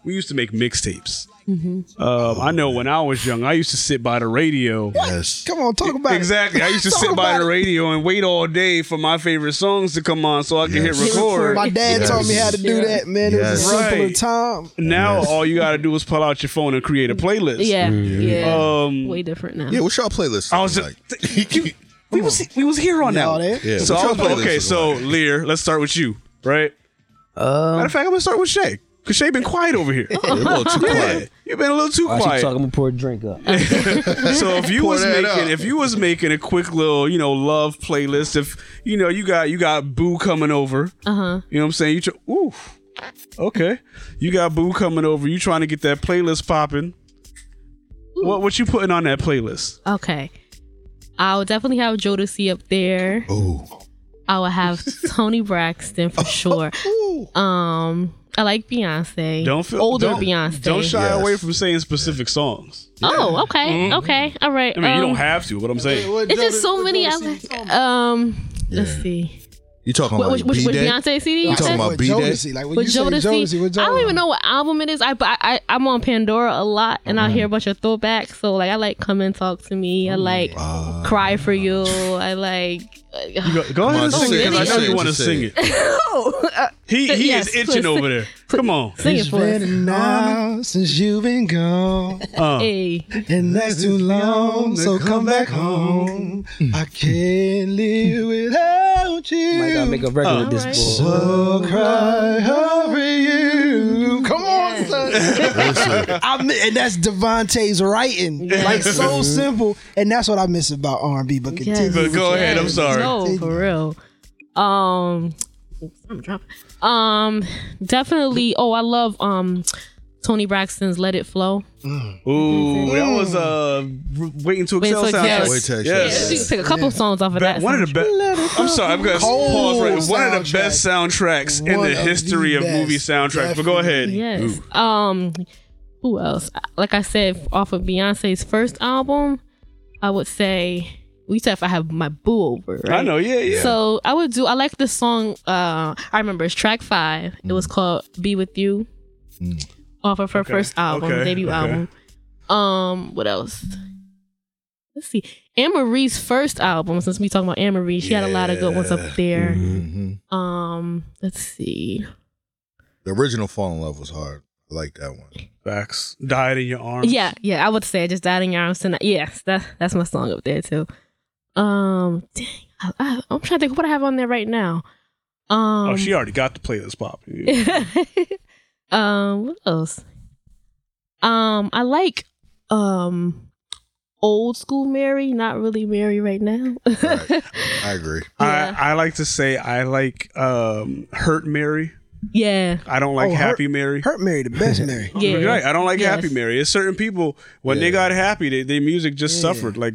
Speaker 2: we used to make mixtapes.
Speaker 6: Mm-hmm.
Speaker 2: Um, I know when I was young, I used to sit by the radio.
Speaker 4: yes,
Speaker 5: Come on, talk about
Speaker 2: E, Exactly. I
Speaker 4: [laughs]
Speaker 2: used to
Speaker 5: Talk
Speaker 2: sit by
Speaker 5: about
Speaker 2: the
Speaker 5: it.
Speaker 2: radio and wait all day for my favorite songs to come on so I could
Speaker 4: Yes.
Speaker 2: hit record.
Speaker 5: it. My dad taught me how to do
Speaker 6: Yes.
Speaker 5: that, man. It was a
Speaker 4: Yes.
Speaker 5: simpler
Speaker 2: Right.
Speaker 5: time.
Speaker 2: Now all you got to do is pull out your phone and create a playlist.
Speaker 6: Mm. Yeah.
Speaker 3: Mm-hmm.
Speaker 7: Mm-hmm.
Speaker 6: Yeah.
Speaker 2: Um,
Speaker 6: Way different now.
Speaker 4: yeah. What's y'all playlist?
Speaker 2: I was just,
Speaker 4: looking
Speaker 2: you- we was we was here on that.
Speaker 5: Y'all
Speaker 2: one.
Speaker 5: there?
Speaker 4: Yeah,
Speaker 2: So
Speaker 4: what's
Speaker 2: I
Speaker 4: your
Speaker 2: was like,
Speaker 4: playlist
Speaker 2: okay,
Speaker 4: looking
Speaker 2: so
Speaker 4: like?
Speaker 2: Lear, let's start with you, right? Matter of fact, I'm gonna start with Shay because Shay been quiet over here.
Speaker 4: like? Yeah, a little
Speaker 2: [laughs]
Speaker 4: too
Speaker 2: Yeah,
Speaker 4: quiet.
Speaker 2: You've been a little too
Speaker 3: While she
Speaker 2: quiet.
Speaker 3: talking, I'm gonna pour a drink up.
Speaker 2: So if you
Speaker 4: Pour
Speaker 2: was
Speaker 4: that
Speaker 2: making,
Speaker 4: up.
Speaker 2: if you was making a quick little, you know, love playlist, if you know you got you got Boo coming over,
Speaker 6: Uh huh.
Speaker 2: you know what I'm saying? You tr- ooh, okay, you got Boo coming over. You trying to get that playlist popping? What what you putting on that playlist?
Speaker 6: Okay. I'll definitely have Jodeci up there.
Speaker 4: Oh,
Speaker 6: I will
Speaker 2: [laughs]
Speaker 6: have Tony Braxton for sure. Um, I like Beyonce.
Speaker 2: Don't feel
Speaker 6: older
Speaker 2: don't-
Speaker 6: Beyonce.
Speaker 2: Don't shy
Speaker 4: Yes.
Speaker 2: away from saying specific songs.
Speaker 6: Oh, okay, okay, all right.
Speaker 2: I mean, you
Speaker 6: um,
Speaker 2: don't have to. What I'm saying.
Speaker 6: It's just so many. I like. Um, let's
Speaker 4: Yeah.
Speaker 6: see.
Speaker 4: you talking
Speaker 6: What,
Speaker 4: about
Speaker 6: which, which,
Speaker 4: B
Speaker 6: which
Speaker 4: Day?
Speaker 6: Beyonce CD? You
Speaker 4: talking
Speaker 6: said?
Speaker 4: about
Speaker 5: With
Speaker 4: B-Day?
Speaker 5: Jodeci, like when
Speaker 6: With
Speaker 5: you say
Speaker 6: Jodeci,
Speaker 5: Jodeci, with Jodeci.
Speaker 6: I don't even know what album it is. I but I, I I'm on Pandora a lot, and I
Speaker 4: Mm-hmm.
Speaker 6: hear a bunch of throwbacks. So like, I like "Come and Talk to Me." I like "Cry for You." I like.
Speaker 2: Go, go ahead and
Speaker 4: on,
Speaker 2: sing
Speaker 4: sing
Speaker 2: it
Speaker 4: it,
Speaker 2: because I know
Speaker 4: sing
Speaker 2: you
Speaker 4: it,
Speaker 2: want to
Speaker 4: just
Speaker 2: sing
Speaker 4: sing
Speaker 2: it. [laughs] He he
Speaker 6: Yes,
Speaker 2: is
Speaker 6: please
Speaker 2: itching
Speaker 6: sing-
Speaker 2: over there. Come on.
Speaker 6: Sing it
Speaker 5: It's
Speaker 6: for
Speaker 5: been
Speaker 6: us.
Speaker 5: a while since you've been gone,
Speaker 2: Uh,
Speaker 6: Hey.
Speaker 5: and that's too long. So come back home. I can't live without you.
Speaker 3: I gotta make a record with
Speaker 6: Alright.
Speaker 3: this boy.
Speaker 5: So cry over you. Come on, son. [laughs] I mi- and that's Devontae's writing.
Speaker 6: [laughs]
Speaker 2: [laughs]
Speaker 5: Like so simple. And that's what I miss about R&B. But
Speaker 6: Yes.
Speaker 5: continue.
Speaker 2: Mm-hmm. But go ahead, I'm sorry.
Speaker 6: No, for real. Um, I'm dropping. Um, definitely. Oh, I love um, Tony Braxton's "Let It Flow."
Speaker 2: Ooh, that was uh, r- waiting to
Speaker 6: Waiting
Speaker 2: excel.
Speaker 6: to Excel.
Speaker 2: soundtrack.
Speaker 4: Waiting to Excel.
Speaker 2: Yes.
Speaker 6: You can take a couple songs off of
Speaker 2: Ba-
Speaker 6: that.
Speaker 2: one of the best. I'm sorry, I'm gonna pause right.
Speaker 5: Cold
Speaker 2: One of the
Speaker 5: soundtrack.
Speaker 2: best soundtracks in
Speaker 5: One
Speaker 2: the
Speaker 5: of
Speaker 2: history
Speaker 5: the
Speaker 2: of movie
Speaker 5: best,
Speaker 2: soundtracks. But go ahead.
Speaker 6: Yes. Um, who else? Like I said, off of Beyonce's first album, I would say we said if I have my boo over. Right?
Speaker 2: I know. Yeah, yeah.
Speaker 6: So I would do. I like this song. Uh, I remember it's track five. It was called "Be with You," off of her
Speaker 2: Mm. Okay.
Speaker 6: first album,
Speaker 2: Okay.
Speaker 6: debut
Speaker 2: Okay.
Speaker 6: album. Um, what else? Let's see. Anne Marie's first album. Since we talking about Anne Marie, she had a lot of good ones
Speaker 4: Yeah.
Speaker 6: up there.
Speaker 4: hmm
Speaker 2: Mm-hmm.
Speaker 6: Um, let's see.
Speaker 4: The original Fall in Love was hard. I like that one.
Speaker 2: Facts. Died in your arms.
Speaker 6: Yeah, yeah, I would say just died in your arms tonight. Yes, that that's my song up there too. Um, dang, I, I, I'm trying to think what I have on there right now. Um, [laughs]
Speaker 2: Oh, she already got the playlist pop.
Speaker 6: um, what else? Um, I like um old school Mary, not really Mary right now.
Speaker 4: Right. I agree.
Speaker 6: Yeah.
Speaker 2: I, I like to say I like um, Hurt Mary.
Speaker 6: [laughs] yeah,
Speaker 2: I don't like
Speaker 5: Oh, Hurt-
Speaker 2: Happy Mary.
Speaker 5: Hurt Mary, the best Mary.
Speaker 6: [laughs] yeah.
Speaker 2: You're right. I don't like
Speaker 6: Yes.
Speaker 2: Happy Mary. It's certain people when they
Speaker 4: Yeah.
Speaker 2: got happy, they, their music just suffered. Like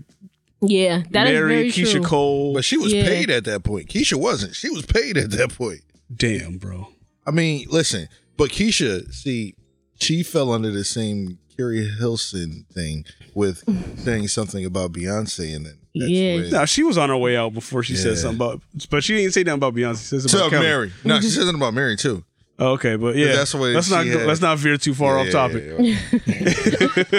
Speaker 6: yeah, that is very
Speaker 2: Mary, Keisha
Speaker 6: true.
Speaker 2: Cole.
Speaker 4: But she was
Speaker 6: Yeah.
Speaker 4: paid at that point. Keisha wasn't. She was paid at that point.
Speaker 2: Damn, bro.
Speaker 4: I mean, listen, but Keisha, see, she fell under the same Carrie Hilson thing
Speaker 5: [laughs]
Speaker 4: with saying something about Beyonce and then that's
Speaker 6: Yeah.
Speaker 4: when-
Speaker 2: No, she was on her way out before she said
Speaker 4: Yeah.
Speaker 2: something about. But she didn't say nothing about Beyonce. She says
Speaker 4: to
Speaker 2: about Kelly.
Speaker 4: Mary. No, she said something about Mary too.
Speaker 2: Oh, okay, but yeah,
Speaker 4: that's the way
Speaker 2: let's
Speaker 4: she
Speaker 2: not
Speaker 4: had-
Speaker 2: let's not veer too far
Speaker 4: Yeah,
Speaker 2: off
Speaker 4: yeah,
Speaker 2: topic
Speaker 4: yeah, yeah.
Speaker 2: because
Speaker 4: [laughs]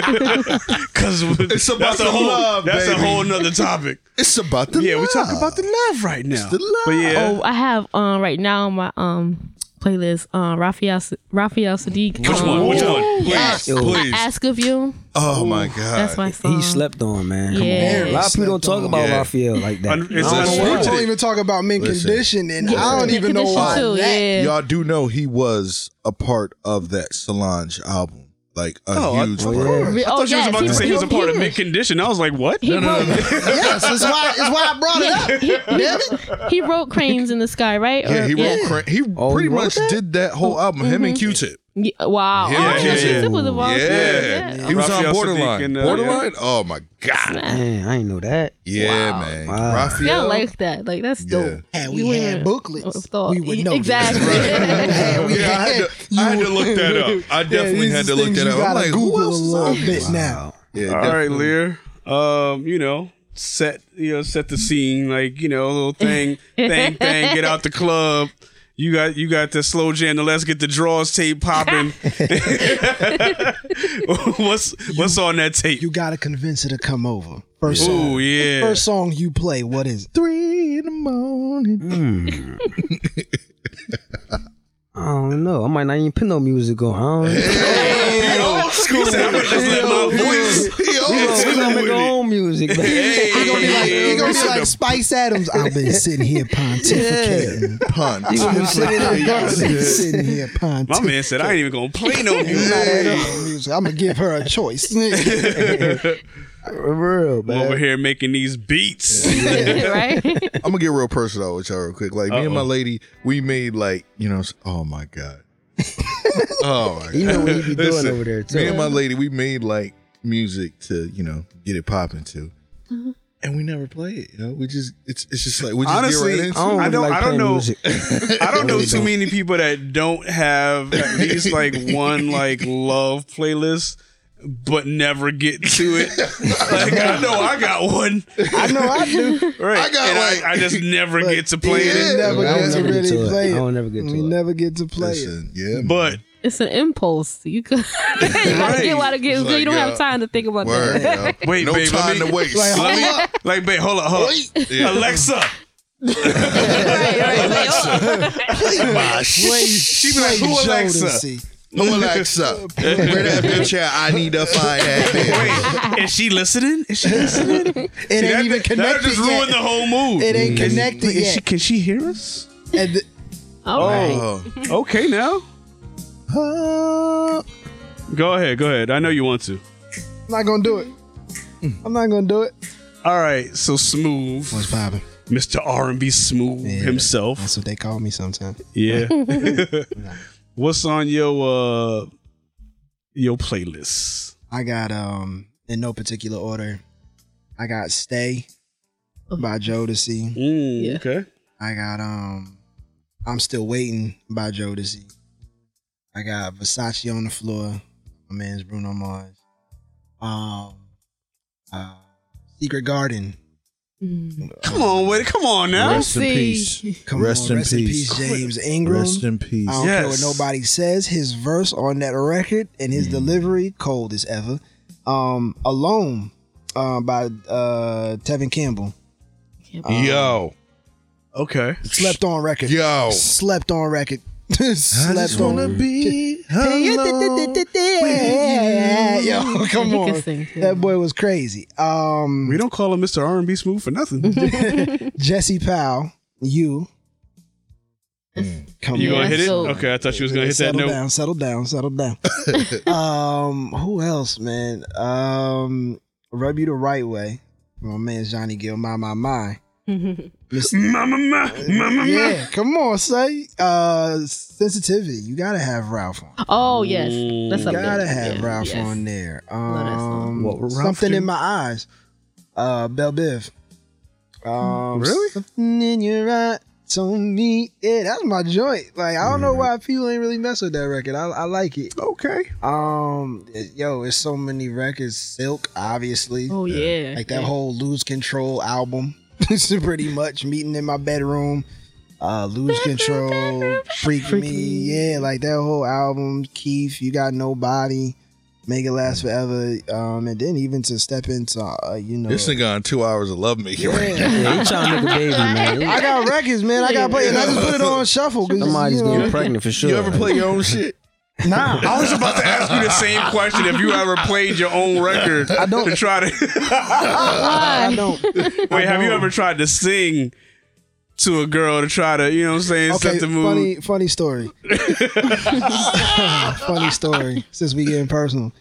Speaker 4: It's about
Speaker 2: that's a
Speaker 4: the
Speaker 2: whole
Speaker 4: love,
Speaker 2: that's a
Speaker 4: baby.
Speaker 2: whole nother
Speaker 4: [laughs]
Speaker 2: topic.
Speaker 4: It's about the
Speaker 2: yeah, we
Speaker 4: love.
Speaker 2: talking about the love right now.
Speaker 4: the love.
Speaker 2: But yeah,
Speaker 6: Oh, I have um right now on my um playlist um Raphael Raphael Sadiq.
Speaker 2: which
Speaker 6: um,
Speaker 2: one? Which one?
Speaker 4: Yes,
Speaker 3: Yo.
Speaker 4: please.
Speaker 6: I ask of you.
Speaker 4: Oh my god.
Speaker 6: That's my song.
Speaker 3: he slept on, man. Come
Speaker 6: Yeah.
Speaker 3: on. A lot of people don't talk about
Speaker 4: Yeah.
Speaker 3: Raphael like that.
Speaker 2: Un- it's
Speaker 3: I don't
Speaker 2: not
Speaker 3: know why.
Speaker 5: People don't
Speaker 2: Rooted.
Speaker 5: even talk about men
Speaker 4: Listen.
Speaker 5: condition, and
Speaker 6: Yeah,
Speaker 5: I don't
Speaker 6: the
Speaker 5: even know
Speaker 6: condition
Speaker 5: why.
Speaker 6: too,
Speaker 5: that-
Speaker 6: yeah.
Speaker 4: Y'all do know he was a part of that Solange album. Like a
Speaker 2: Oh, I-
Speaker 4: huge
Speaker 3: Oh,
Speaker 4: part.
Speaker 2: I
Speaker 3: yeah.
Speaker 2: thought she was
Speaker 6: yes,
Speaker 2: about to say he was a part of
Speaker 6: was.
Speaker 2: mid condition. I was like, what?
Speaker 6: He wrote,
Speaker 5: Oh, yes, that's why. That's why I brought it up.
Speaker 6: he, he, he wrote Cranes in the Sky, right?
Speaker 4: Yeah,
Speaker 6: Or-
Speaker 4: he wrote. Cra- He
Speaker 3: Oh, he
Speaker 4: pretty
Speaker 3: wrote
Speaker 4: much
Speaker 3: that?
Speaker 4: did that whole album. Him
Speaker 5: Mm-hmm.
Speaker 4: and Q-Tip.
Speaker 6: Yeah, Wow. oh,
Speaker 4: Yeah,
Speaker 2: yeah,
Speaker 6: she
Speaker 2: yeah.
Speaker 6: was involved.
Speaker 4: Yeah.
Speaker 6: Yeah.
Speaker 4: he was
Speaker 2: Raphael
Speaker 4: on borderline.
Speaker 2: Sadiq and, uh,
Speaker 4: borderline. Oh my god.
Speaker 3: [laughs] Man, I ain't know that.
Speaker 4: Yeah, man.
Speaker 6: Yeah,
Speaker 3: Wow.
Speaker 6: I
Speaker 4: Raphael.
Speaker 6: like that. Like that's
Speaker 4: Yeah.
Speaker 6: dope.
Speaker 5: Had we
Speaker 6: You
Speaker 5: had
Speaker 6: wouldn't have
Speaker 5: booklets,
Speaker 6: thought-
Speaker 5: we would know. this.
Speaker 6: Exactly. [laughs]
Speaker 5: Had we
Speaker 4: [laughs] Yeah, I had, to, I had to look that up. I definitely
Speaker 5: these
Speaker 4: had to
Speaker 5: is
Speaker 4: look
Speaker 5: things
Speaker 4: that
Speaker 5: you
Speaker 4: up. I'm
Speaker 5: gotta
Speaker 4: like, who
Speaker 5: Google
Speaker 4: else
Speaker 5: a
Speaker 4: is
Speaker 5: little
Speaker 4: on
Speaker 5: bit
Speaker 4: this?
Speaker 5: now.
Speaker 4: Yeah,
Speaker 2: All
Speaker 4: definitely.
Speaker 2: right, Lear. Um, you know, set you know, set the scene like you know, little thing, thing, thing. Get out the club. You got you got the slow jam. The let's get the draws tape popping. [laughs] what's what's on that tape?
Speaker 5: You gotta convince her to come over. First song.
Speaker 2: Oh yeah.
Speaker 5: First song you play. What is it?
Speaker 4: Three in the morning.
Speaker 5: Mm.
Speaker 3: Hmm.
Speaker 2: [laughs]
Speaker 3: I don't know. I might not even put no music
Speaker 2: [laughs]
Speaker 3: on. I don't know.
Speaker 5: oh,
Speaker 2: School said, "I'm gonna just let my voice." [laughs]
Speaker 3: we gonna, we gonna make our own music, man.
Speaker 5: He gonna be like, he gonna
Speaker 2: Listen
Speaker 5: be
Speaker 2: to
Speaker 5: like Spice Adams. I've
Speaker 2: [laughs]
Speaker 5: been sitting here pontificating.
Speaker 4: Pun.
Speaker 3: You gonna be like,
Speaker 5: I've been sitting here
Speaker 2: My
Speaker 5: pontificating.
Speaker 2: man said, "I ain't even gonna play no music."
Speaker 5: I'm gonna give her a
Speaker 2: [laughs]
Speaker 5: choice. Nigga,
Speaker 3: For real,
Speaker 2: I'm
Speaker 3: man.
Speaker 2: over here making these beats. [laughs]
Speaker 3: [laughs]
Speaker 4: [laughs]
Speaker 6: right?
Speaker 4: I'm gonna get real personal with y'all real quick. Like me and my lady, we made like you know. s- Oh my
Speaker 3: [laughs]
Speaker 4: god. oh my god.
Speaker 3: You know what he be doing
Speaker 4: Listen,
Speaker 3: over there
Speaker 4: Me and
Speaker 3: too.
Speaker 4: my lady, we made like music to you know get it popping to, [laughs] and we never play it. You know, we just it's it's just like we just
Speaker 2: Honestly,
Speaker 4: get right into.
Speaker 3: I don't,
Speaker 4: it.
Speaker 2: I
Speaker 3: really
Speaker 2: don't-
Speaker 3: like
Speaker 2: I don't
Speaker 3: playing
Speaker 2: know. [laughs]
Speaker 4: [laughs]
Speaker 3: Music.
Speaker 2: I don't know too many people that don't have
Speaker 4: [laughs]
Speaker 2: at least like one like love playlist, but never get to
Speaker 4: [laughs]
Speaker 2: it. Like I know I got one,
Speaker 5: I know
Speaker 2: [laughs]
Speaker 5: I do.
Speaker 2: right?
Speaker 4: I got,
Speaker 2: and
Speaker 4: like-
Speaker 2: I, I just never get to playing
Speaker 5: We
Speaker 2: it.
Speaker 5: never
Speaker 3: I don't
Speaker 5: get to
Speaker 3: never get
Speaker 5: really
Speaker 3: to it.
Speaker 5: play it.
Speaker 3: I don't never get to
Speaker 5: We
Speaker 3: it.
Speaker 5: never get to play it.
Speaker 4: Listen, yeah, man.
Speaker 2: But
Speaker 6: it's an impulse. You could [laughs] you gotta get what it gets.
Speaker 4: Like,
Speaker 6: you don't
Speaker 4: uh,
Speaker 6: have time to think about
Speaker 4: word,
Speaker 6: that.
Speaker 4: yo.
Speaker 2: Wait,
Speaker 4: no
Speaker 2: babe, let
Speaker 4: time
Speaker 2: me-
Speaker 4: to waste.
Speaker 5: Like,
Speaker 2: let me, like, babe, hold up, hold up.
Speaker 4: Yeah.
Speaker 2: Alexa,
Speaker 6: right, right. Like, oh,
Speaker 4: My shit.
Speaker 2: she be like, who Alexa?
Speaker 5: Jodeci.
Speaker 4: Alexa, where that bitch at? I need to find that bitch.
Speaker 2: Wait, is she listening? Is
Speaker 4: [laughs]
Speaker 2: she listening? It
Speaker 5: It ain't even
Speaker 2: That
Speaker 5: connected
Speaker 2: just ruined
Speaker 5: yet.
Speaker 2: the whole mood.
Speaker 5: It ain't connected
Speaker 2: Wait, is she,
Speaker 5: yet.
Speaker 2: can she hear us?
Speaker 5: And the-
Speaker 6: all right.
Speaker 4: Oh,
Speaker 2: Okay, now. Go ahead, go ahead. I know you want to.
Speaker 5: I'm not gonna do it.
Speaker 2: Mm.
Speaker 5: I'm not gonna do it.
Speaker 2: All right, so smooth,
Speaker 5: What's poppin'?
Speaker 2: Mr. R and B Smooth himself.
Speaker 5: That's what
Speaker 2: [laughs]
Speaker 5: they call me sometimes.
Speaker 2: Yeah. What's on your uh your playlists?
Speaker 5: I got um in no particular order. I got Stay by Jodeci.
Speaker 2: Mm,
Speaker 6: Oh. Yeah.
Speaker 2: Okay.
Speaker 5: I got um I'm Still Waiting by Jodeci. I got Versace on the floor. My man's Bruno Mars. Um uh, Secret Garden.
Speaker 6: Mm.
Speaker 2: Come on, wait. Come on now.
Speaker 4: Rest in peace.
Speaker 5: Come
Speaker 4: Rest
Speaker 5: on,
Speaker 4: in
Speaker 5: rest
Speaker 4: peace.
Speaker 5: in peace, James Ingram.
Speaker 4: Rest in
Speaker 5: I
Speaker 4: peace.
Speaker 5: don't care
Speaker 2: Yes.
Speaker 5: what nobody says. His verse on that record and
Speaker 2: Mm.
Speaker 5: his delivery, cold as ever. Um, Alone uh, by uh, Tevin Campbell.
Speaker 4: Yo,
Speaker 5: Um,
Speaker 2: Okay.
Speaker 5: Slept on record.
Speaker 4: yo.
Speaker 5: Slept on record. [laughs] Slept
Speaker 4: wanna
Speaker 5: on
Speaker 4: be
Speaker 5: [laughs] Yo, come
Speaker 6: He can
Speaker 5: on.
Speaker 6: sing, too.
Speaker 5: That boy was crazy. Um,
Speaker 2: We don't call him Mr. R and B Smooth for nothing.
Speaker 5: [laughs]
Speaker 2: [laughs]
Speaker 5: Jesse Powell, you. Come
Speaker 2: You
Speaker 5: on.
Speaker 2: gonna hit it?
Speaker 6: so-
Speaker 2: Okay, I thought you was gonna hit that
Speaker 5: settle
Speaker 2: note.
Speaker 5: down, settle down,
Speaker 6: [laughs]
Speaker 5: settle down. um, who else, man? Um, rub you the right way. My man Johnny Gill, my my my.
Speaker 2: Mama, ma, mama, ma.
Speaker 5: Yeah, come on, say uh, sensitivity. You gotta have Ralph on.
Speaker 6: Oh yes, that's
Speaker 5: You
Speaker 6: up
Speaker 5: gotta
Speaker 6: there.
Speaker 5: have
Speaker 6: Yeah,
Speaker 5: Ralph
Speaker 6: yes. [laughs]
Speaker 5: on there.
Speaker 6: that song.
Speaker 5: Um,
Speaker 2: What would Ralph
Speaker 5: something
Speaker 2: do?
Speaker 5: in my eyes. Uh, Bell Biv. Um,
Speaker 2: Really?
Speaker 5: Something in your eye. Told me, yeah, that's my joint. Like I don't know why people ain't really mess with that record. I, I like it.
Speaker 2: Okay.
Speaker 5: Um, it- yo, it's so many records. Silk, obviously,
Speaker 6: Oh yeah,
Speaker 5: like that whole "Lose Control" album. [laughs] It's pretty much meeting in my bedroom. Uh, lose control, freak, me. yeah, like that whole album. Keith, you got nobody, make it last forever. Um, and then even to step into, uh, you know,
Speaker 4: This nigga on two hours of love making right now.
Speaker 3: Yeah, he trying to make a
Speaker 4: [laughs]
Speaker 3: baby, man.
Speaker 5: I got records, man. I got play, and I just put it on shuffle. 'cause,
Speaker 3: Somebody's
Speaker 5: you know,
Speaker 3: getting pregnant for sure.
Speaker 4: You ever play your own shit?
Speaker 5: Nah,
Speaker 2: I
Speaker 4: [laughs]
Speaker 2: was about to ask you the same question if you ever played your own record. I don't to try to
Speaker 5: I don't.
Speaker 2: [laughs] Wait, have you ever tried to sing to a girl to try to, you know what I'm saying, set the mood?
Speaker 5: Funny,
Speaker 2: [laughs]
Speaker 5: funny story. funny story. Since we getting personal,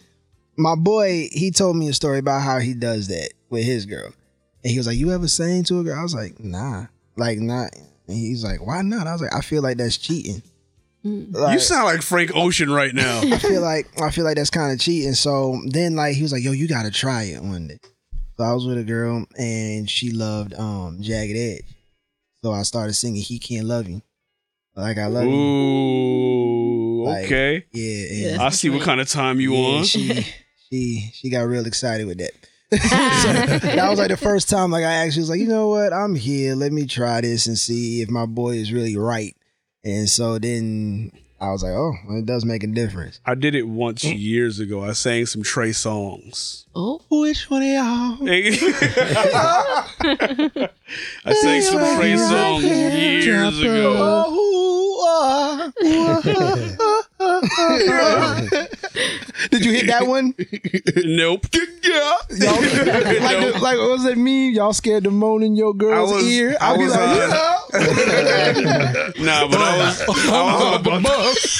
Speaker 5: my boy, he told me a story about how he does that with his girl, and he was like, "You ever sang to a girl?" I was like, "Nah, like not." And he's like, "Why not?" I was like, "I feel like that's cheating." Like,
Speaker 2: You sound like Frank Ocean right now. [laughs]
Speaker 5: I feel like I feel like that's kind of cheating. So then, like, he was like, "Yo, you gotta try it one day." So I was with a girl, and she loved um Jagged Edge. So I started singing "He Can't Love You," like I love you.
Speaker 2: Ooh,
Speaker 5: Like,
Speaker 2: okay.
Speaker 5: Yeah, and
Speaker 6: Yeah.
Speaker 2: I see what kind of time you
Speaker 5: yeah,
Speaker 2: on.
Speaker 5: She, [laughs] she she got real excited with that. So, that was like the first time like I actually was like, you know what, I'm here. Let me try this and see if my boy is really right. And so then I was like, oh, well, it does make a difference.
Speaker 2: I did it once
Speaker 5: Mm.
Speaker 2: years ago. I sang some Trey songs.
Speaker 6: Oh,
Speaker 5: Which one
Speaker 2: [laughs]
Speaker 5: of y'all?
Speaker 2: I sang some Trey songs years ago.
Speaker 5: Oh,
Speaker 2: [laughs]
Speaker 5: Did you hit that one? [laughs]
Speaker 2: Nope. Yeah.
Speaker 5: Y'all,
Speaker 2: [laughs]
Speaker 5: like, the,
Speaker 2: Nope.
Speaker 5: like, what was that mean? Y'all scared the moaning your girl's
Speaker 2: I was-
Speaker 5: ear?
Speaker 2: I
Speaker 5: I'd be
Speaker 2: was,
Speaker 5: like,
Speaker 2: uh,
Speaker 5: "Yeah."
Speaker 2: Nah, but I
Speaker 5: Oh,
Speaker 2: was I was on about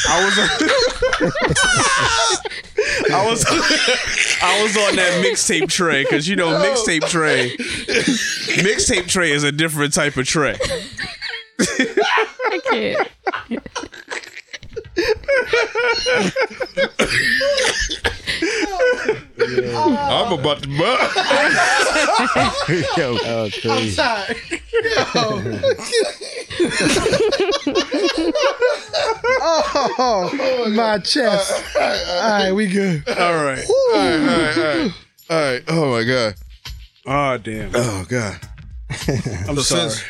Speaker 2: I was on- [laughs] I was I was on that mixtape tray because you know
Speaker 5: Oh.
Speaker 2: mixtape tray mixtape tray is a different type of tray.
Speaker 6: [laughs] I can't.
Speaker 4: I'm about to bust.
Speaker 8: [laughs]
Speaker 5: [laughs]
Speaker 8: Yo,
Speaker 4: [laughs]
Speaker 8: oh, crazy.
Speaker 2: [laughs]
Speaker 5: oh, [laughs] my chest. All right, we good.
Speaker 2: All right.
Speaker 4: All right, all right, all right. All right. Oh my god.
Speaker 2: Oh damn.
Speaker 4: Oh god.
Speaker 2: I'm sorry.
Speaker 4: since-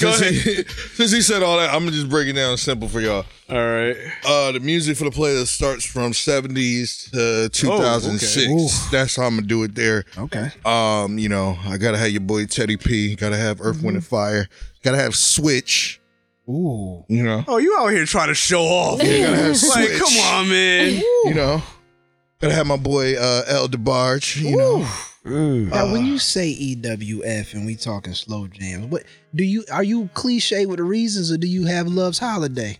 Speaker 2: Go
Speaker 4: since,
Speaker 2: ahead.
Speaker 4: he, [laughs] since he said all that, I'm gonna just break it down simple for y'all.
Speaker 2: All right. Oh,
Speaker 4: Uh, the music for the playlist starts from 70s to 2006. That's how I'm gonna do it there.
Speaker 5: Okay.
Speaker 4: Um, you know, I gotta have your boy Teddy P. Gotta have Earth, Wind, and Fire. Gotta have Switch.
Speaker 5: Ooh.
Speaker 4: You know,
Speaker 2: [laughs] Oh, you out here trying to show off?
Speaker 4: have
Speaker 2: like,
Speaker 4: switch.
Speaker 2: come on, man.
Speaker 4: you know. [laughs] Gotta have my boy uh, El DeBarge. You know,
Speaker 5: Now, when you say EWF and we talking slow jams, what do you are you cliche with the reasons or do you have Love's Holiday?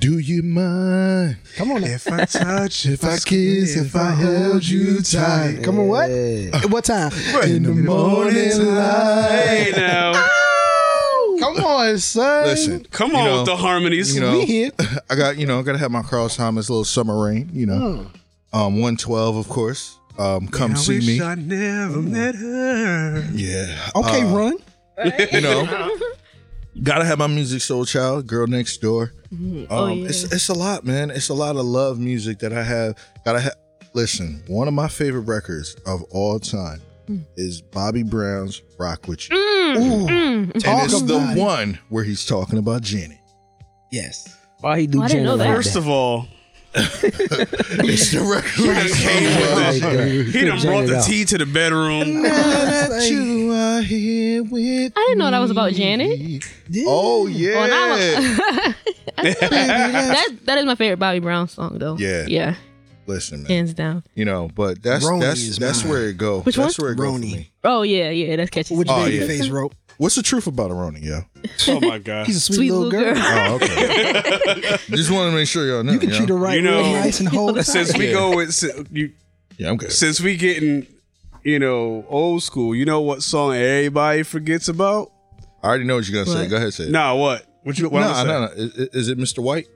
Speaker 4: do you mind
Speaker 5: Come on, now.
Speaker 2: If I
Speaker 5: [laughs]
Speaker 2: touch,
Speaker 4: if I kiss, if I held you tight?
Speaker 5: come on, what?
Speaker 3: Yeah.
Speaker 5: What time?
Speaker 4: in the morning light.
Speaker 2: hey now,
Speaker 5: Come on, son.
Speaker 4: Listen,
Speaker 2: come
Speaker 4: You
Speaker 2: on
Speaker 4: know,
Speaker 2: with the harmonies.
Speaker 4: you
Speaker 5: we
Speaker 4: know,
Speaker 5: here.
Speaker 7: Oh,
Speaker 4: I got you know, I gotta have my Carl Thomas little summer rain. You know, um, 112, of course. Um, come see me.
Speaker 2: I never met her.
Speaker 4: yeah.
Speaker 5: Okay,
Speaker 4: Uh,
Speaker 5: run.
Speaker 2: [laughs]
Speaker 4: You know, gotta have my music soul child, girl next door. Um,
Speaker 6: Oh, yeah.
Speaker 4: it's, it's a lot, man. It's a lot of love music that I have. Gotta have. Listen, one of my favorite records of all time
Speaker 6: Hmm.
Speaker 4: is Bobby Brown's "Rock With You,"
Speaker 6: Mm,
Speaker 4: and it's the
Speaker 5: about it.
Speaker 4: one where he's talking
Speaker 6: [laughs]
Speaker 4: about Janet.
Speaker 5: Yes.
Speaker 3: Why he do
Speaker 6: Well, Oh, I didn't
Speaker 3: Janet
Speaker 6: know
Speaker 3: like
Speaker 6: that.
Speaker 2: First of all,
Speaker 4: It's the record where he came with
Speaker 3: that?
Speaker 2: he done brought the tea to the bedroom.
Speaker 4: that you are here with.
Speaker 6: I didn't know that was about Janet.
Speaker 4: Oh yeah.
Speaker 6: Oh, now [laughs] That that is my favorite Bobby Brown song though.
Speaker 4: Yeah.
Speaker 6: Yeah.
Speaker 4: Listen, man.
Speaker 6: Hands down.
Speaker 4: You know, but that's
Speaker 5: Roni
Speaker 4: that's
Speaker 5: is
Speaker 4: that's
Speaker 5: mine.
Speaker 4: where it go.
Speaker 6: Which
Speaker 4: Oh, that's
Speaker 6: one?
Speaker 4: where it go for
Speaker 5: Roni.
Speaker 4: me.
Speaker 6: Oh yeah, yeah, that's catchy.
Speaker 5: Which
Speaker 4: Oh,
Speaker 5: baby
Speaker 4: yeah.
Speaker 5: face rope?
Speaker 4: What's the truth about a Roni, yo?
Speaker 2: [laughs] Oh my god.
Speaker 5: He's a sweet, little, girl.
Speaker 4: Oh, okay. [laughs] Just want to make sure y'all know.
Speaker 5: You can
Speaker 4: yo.
Speaker 5: treat her right,
Speaker 2: You know-
Speaker 5: real nice, and hold her.
Speaker 2: Since we
Speaker 4: Yeah.
Speaker 2: go with si- you,
Speaker 4: Yeah, I'm good.
Speaker 2: since we getting you know old school, you know what song everybody forgets about?
Speaker 4: I already know what you're gonna say.
Speaker 6: What?
Speaker 4: Go ahead, say it.
Speaker 2: Nah, what? What you? What I'm
Speaker 4: no,
Speaker 2: gonna
Speaker 4: no,
Speaker 2: say?
Speaker 4: no. Is, is it Mr. White?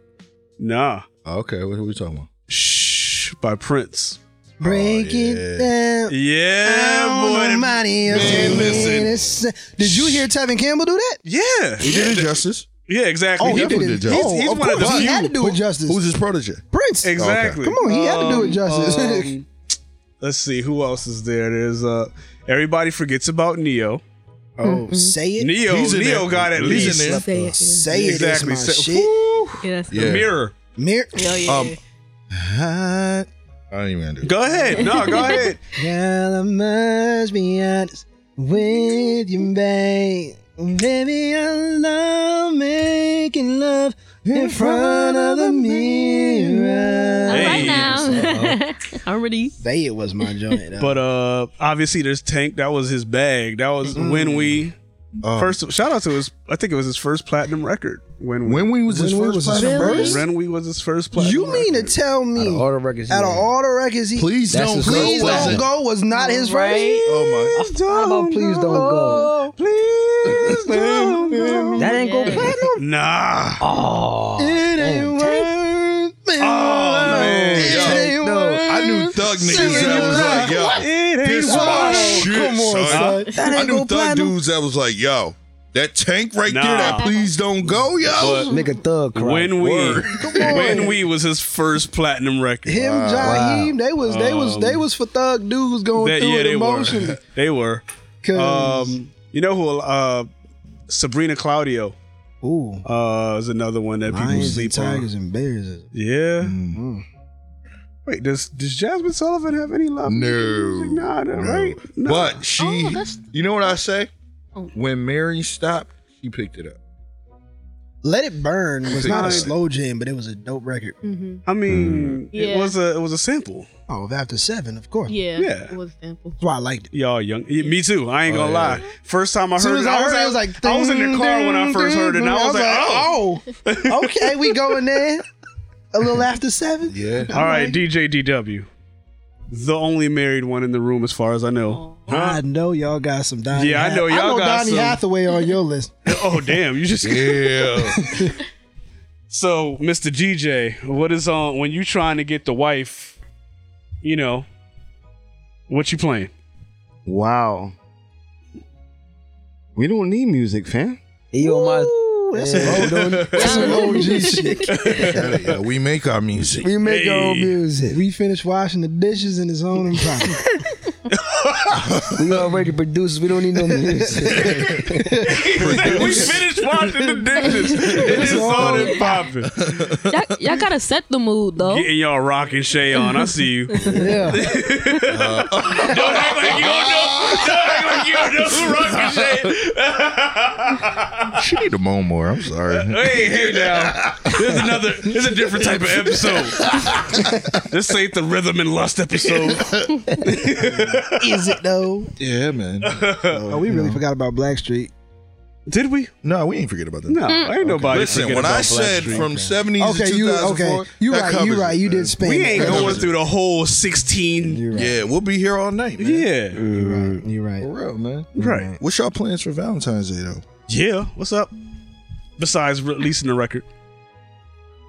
Speaker 2: Nah.
Speaker 4: Oh, okay, what are we talking about?
Speaker 2: Shh by Prince.
Speaker 5: Break
Speaker 4: Oh,
Speaker 5: it down.
Speaker 2: Yeah,
Speaker 5: I don't know
Speaker 2: boy. that-
Speaker 5: nobody else
Speaker 2: Man,
Speaker 5: in
Speaker 2: listen.
Speaker 5: this- Did you hear Tevin Campbell do that?
Speaker 2: Yeah,
Speaker 4: He did it justice.
Speaker 2: yeah, exactly.
Speaker 5: Oh, he did
Speaker 4: definitely
Speaker 5: it.
Speaker 4: did justice.
Speaker 5: Oh,
Speaker 2: He's- he's
Speaker 5: of
Speaker 2: one of the
Speaker 5: course. He
Speaker 2: few-
Speaker 5: had to do it justice.
Speaker 4: Who's his protege? Oh, Um,
Speaker 5: Prince.
Speaker 2: Exactly.
Speaker 5: Come on, he had to do it [laughs] justice.
Speaker 2: let's see who else is there. There's uh, everybody forgets about Neo.
Speaker 5: Oh, say it.
Speaker 2: Neo,
Speaker 4: Mm-hmm. He's in
Speaker 2: Neo
Speaker 4: there.
Speaker 2: got at
Speaker 4: He's
Speaker 2: least
Speaker 4: in there.
Speaker 6: Say it.
Speaker 5: Say it.
Speaker 2: exactly.
Speaker 5: Exactly.
Speaker 2: So-
Speaker 5: shit.
Speaker 2: Woo!
Speaker 6: Yeah, that's
Speaker 4: Yeah.
Speaker 2: Mirror.
Speaker 5: Mir-
Speaker 6: Oh, yeah.
Speaker 4: Um, I don't even gonna do it.
Speaker 2: Go ahead. No,
Speaker 5: [laughs]
Speaker 2: go ahead.
Speaker 5: Girl, I must be honest with you, babe. Baby, I love making love in front of the mirror.
Speaker 6: All right
Speaker 2: Hey.
Speaker 6: now. [laughs] I'm ready.
Speaker 5: Say it was my joint. though.
Speaker 2: But uh, obviously there's Tank. That was his bag. That was when we
Speaker 4: Um,
Speaker 2: first. Shout out to his. I think it was his first platinum record. When
Speaker 4: when we was his
Speaker 5: When we
Speaker 4: first
Speaker 5: was his
Speaker 4: platinum
Speaker 5: first?
Speaker 4: record?
Speaker 2: when we was his first platinum.
Speaker 5: you mean to
Speaker 2: record.
Speaker 5: tell
Speaker 3: Out
Speaker 5: me
Speaker 3: of all the records, he
Speaker 5: out of
Speaker 3: made.
Speaker 5: all the records he
Speaker 4: Please
Speaker 3: That's
Speaker 4: don't
Speaker 3: his
Speaker 4: go.
Speaker 5: Please
Speaker 3: Go
Speaker 5: don't
Speaker 3: Please
Speaker 5: go was not his
Speaker 6: Right?
Speaker 5: first.
Speaker 4: Oh
Speaker 2: Please
Speaker 3: How
Speaker 2: don't
Speaker 3: about please don't go?
Speaker 2: Please don't go.
Speaker 3: That ain't go
Speaker 6: Yeah.
Speaker 3: platinum.
Speaker 2: Nah. Oh,
Speaker 3: Oh,
Speaker 5: It ain't worth it.
Speaker 2: man.
Speaker 5: It ain't
Speaker 3: No,
Speaker 5: worth
Speaker 4: my! I knew thug
Speaker 5: Singing
Speaker 4: niggas that was like, yo,
Speaker 2: It ain't
Speaker 4: [laughs] this my shit,
Speaker 5: Come on, son. That
Speaker 4: I
Speaker 5: ain't
Speaker 4: knew
Speaker 5: go
Speaker 4: thug
Speaker 5: platinum.
Speaker 4: dudes that was like, yo, that tank right
Speaker 2: Nah.
Speaker 4: there, that please don't go,
Speaker 5: Oh,
Speaker 4: yo.
Speaker 3: make a thug cry.
Speaker 2: When we,
Speaker 4: Word.
Speaker 2: [laughs] when we was his first platinum record. Um,
Speaker 5: Him, Jaheim, they was they was they was for thug dudes going
Speaker 2: That-
Speaker 5: through
Speaker 2: yeah,
Speaker 5: it
Speaker 2: they
Speaker 5: emotionally.
Speaker 2: were. [laughs] They were.
Speaker 5: 'Cause-
Speaker 2: Um, you know who? Uh, Sabrina Claudio
Speaker 5: ooh,
Speaker 2: uh, is another one that people
Speaker 5: lions and
Speaker 2: sleep on.
Speaker 5: tigers and bears. is-
Speaker 2: Yeah.
Speaker 5: Mm.
Speaker 2: Wait, does does Jasmine Sullivan have any love?
Speaker 4: No,
Speaker 2: music? Nah, no, right? No.
Speaker 4: But she,
Speaker 6: Oh, that's-
Speaker 4: you know what I say?
Speaker 6: Oh.
Speaker 4: When Mary stopped, she picked it up.
Speaker 5: Let it burn was not a
Speaker 2: Nice.
Speaker 5: slow jam, but it was a dope record.
Speaker 6: Mhm.
Speaker 2: I mean, it
Speaker 6: Yeah.
Speaker 2: was a it was a sample.
Speaker 5: Mm. Oh, of after seven, of course.
Speaker 6: Yeah.
Speaker 2: Yeah.
Speaker 6: It was simple.
Speaker 5: That's why I liked it.
Speaker 2: Y'all young. yeah, me too. I ain't
Speaker 4: Oh,
Speaker 2: gonna
Speaker 4: yeah.
Speaker 2: lie. First time I
Speaker 5: As soon
Speaker 2: heard
Speaker 5: as
Speaker 2: it,
Speaker 5: I
Speaker 2: I
Speaker 5: heard
Speaker 2: was,
Speaker 5: it, it
Speaker 2: at-
Speaker 5: was like
Speaker 2: I was in the car when I first heard it, and I was like, oh. [laughs]
Speaker 5: oh, okay, we going there. A little after seven.
Speaker 4: Yeah.
Speaker 2: All right, DJ DW. The only married one in the room, as far as I know.
Speaker 5: I know y'all got some Donny.
Speaker 2: Yeah, I know y'all got
Speaker 5: Donny
Speaker 2: some.
Speaker 5: Hathaway on your list.
Speaker 2: oh, damn. You just.
Speaker 4: Yeah.
Speaker 2: [laughs] So, Mr. GJ, what is on when you trying to get the wife, you know, what you playing?
Speaker 8: Wow. We don't need music, fam.
Speaker 3: he on my
Speaker 5: Ooh, that's some
Speaker 3: Yeah.
Speaker 4: [laughs]
Speaker 5: old, Donny- that's some OG shit.
Speaker 4: yeah, we make our music.
Speaker 5: We make our own
Speaker 2: Hey.
Speaker 5: music. We finished washing the dishes in his
Speaker 2: [laughs]
Speaker 5: own apartment.
Speaker 3: we already producers. We don't
Speaker 2: [laughs]
Speaker 3: need no music.
Speaker 5: [laughs]
Speaker 2: we finished watching the dishes. It is on and popping.
Speaker 6: Y'all, y'all gotta set the mood
Speaker 4: Oh.
Speaker 6: though.
Speaker 2: Getting y'all rocking Shay on. I see you. Don't
Speaker 5: yeah.
Speaker 2: [laughs] act
Speaker 4: Uh,
Speaker 2: like you don't know. Don't act like you don't know who rocking Shay.
Speaker 4: She need to moan more. I'm sorry.
Speaker 2: Hey,
Speaker 4: [laughs]
Speaker 2: hey now. There's another there's a different type of episode. this ain't the rhythm and lust episode.
Speaker 5: [laughs]
Speaker 4: [laughs]
Speaker 5: Is it though?
Speaker 4: Yeah,
Speaker 5: [laughs]
Speaker 4: man.
Speaker 5: Oh, we really forgot about Blackstreet.
Speaker 2: Did we?
Speaker 4: No, we ain't forget about that.
Speaker 2: No, ain't nobody.
Speaker 4: Listen,
Speaker 2: forget
Speaker 4: when
Speaker 2: about
Speaker 4: I said
Speaker 2: Blackstreet.
Speaker 4: from 70s
Speaker 5: Okay,
Speaker 4: to
Speaker 5: you
Speaker 4: 2004,
Speaker 5: okay? You
Speaker 4: that
Speaker 5: right?
Speaker 4: covers
Speaker 5: You
Speaker 4: it,
Speaker 5: right? You
Speaker 4: man.
Speaker 5: did Spain.
Speaker 2: we ain't
Speaker 4: that
Speaker 2: going
Speaker 4: covers it.
Speaker 2: through the whole 16.
Speaker 5: You're right.
Speaker 4: Yeah, we'll be here all night, man.
Speaker 2: Yeah,
Speaker 5: You're right. You're right.
Speaker 4: For real, man.
Speaker 2: right.
Speaker 4: What's y'all plans for Valentine's Day, though?
Speaker 2: Yeah, what's up? Besides releasing the record,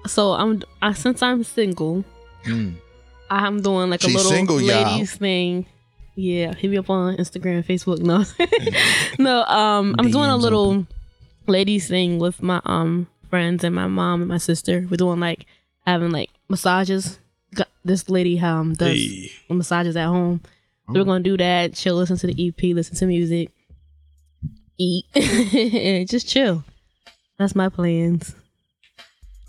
Speaker 6: So I'm I, since I'm single, I'm doing like
Speaker 4: She's
Speaker 6: a little
Speaker 4: single, y'all.
Speaker 6: ladies thing. Yeah, hit me up on Instagram, Facebook.
Speaker 4: [laughs]
Speaker 6: No, no. Um, I'm doing a
Speaker 4: DMs
Speaker 6: little ladies thing with my um friends and my mom and my sister. We're doing like having like massages. Got this lady um does
Speaker 2: Hey.
Speaker 6: massages at home. So
Speaker 4: Oh.
Speaker 6: we're gonna do that. Chill, listen to the EP, listen to music, eat, [laughs] and just chill. That's my plans.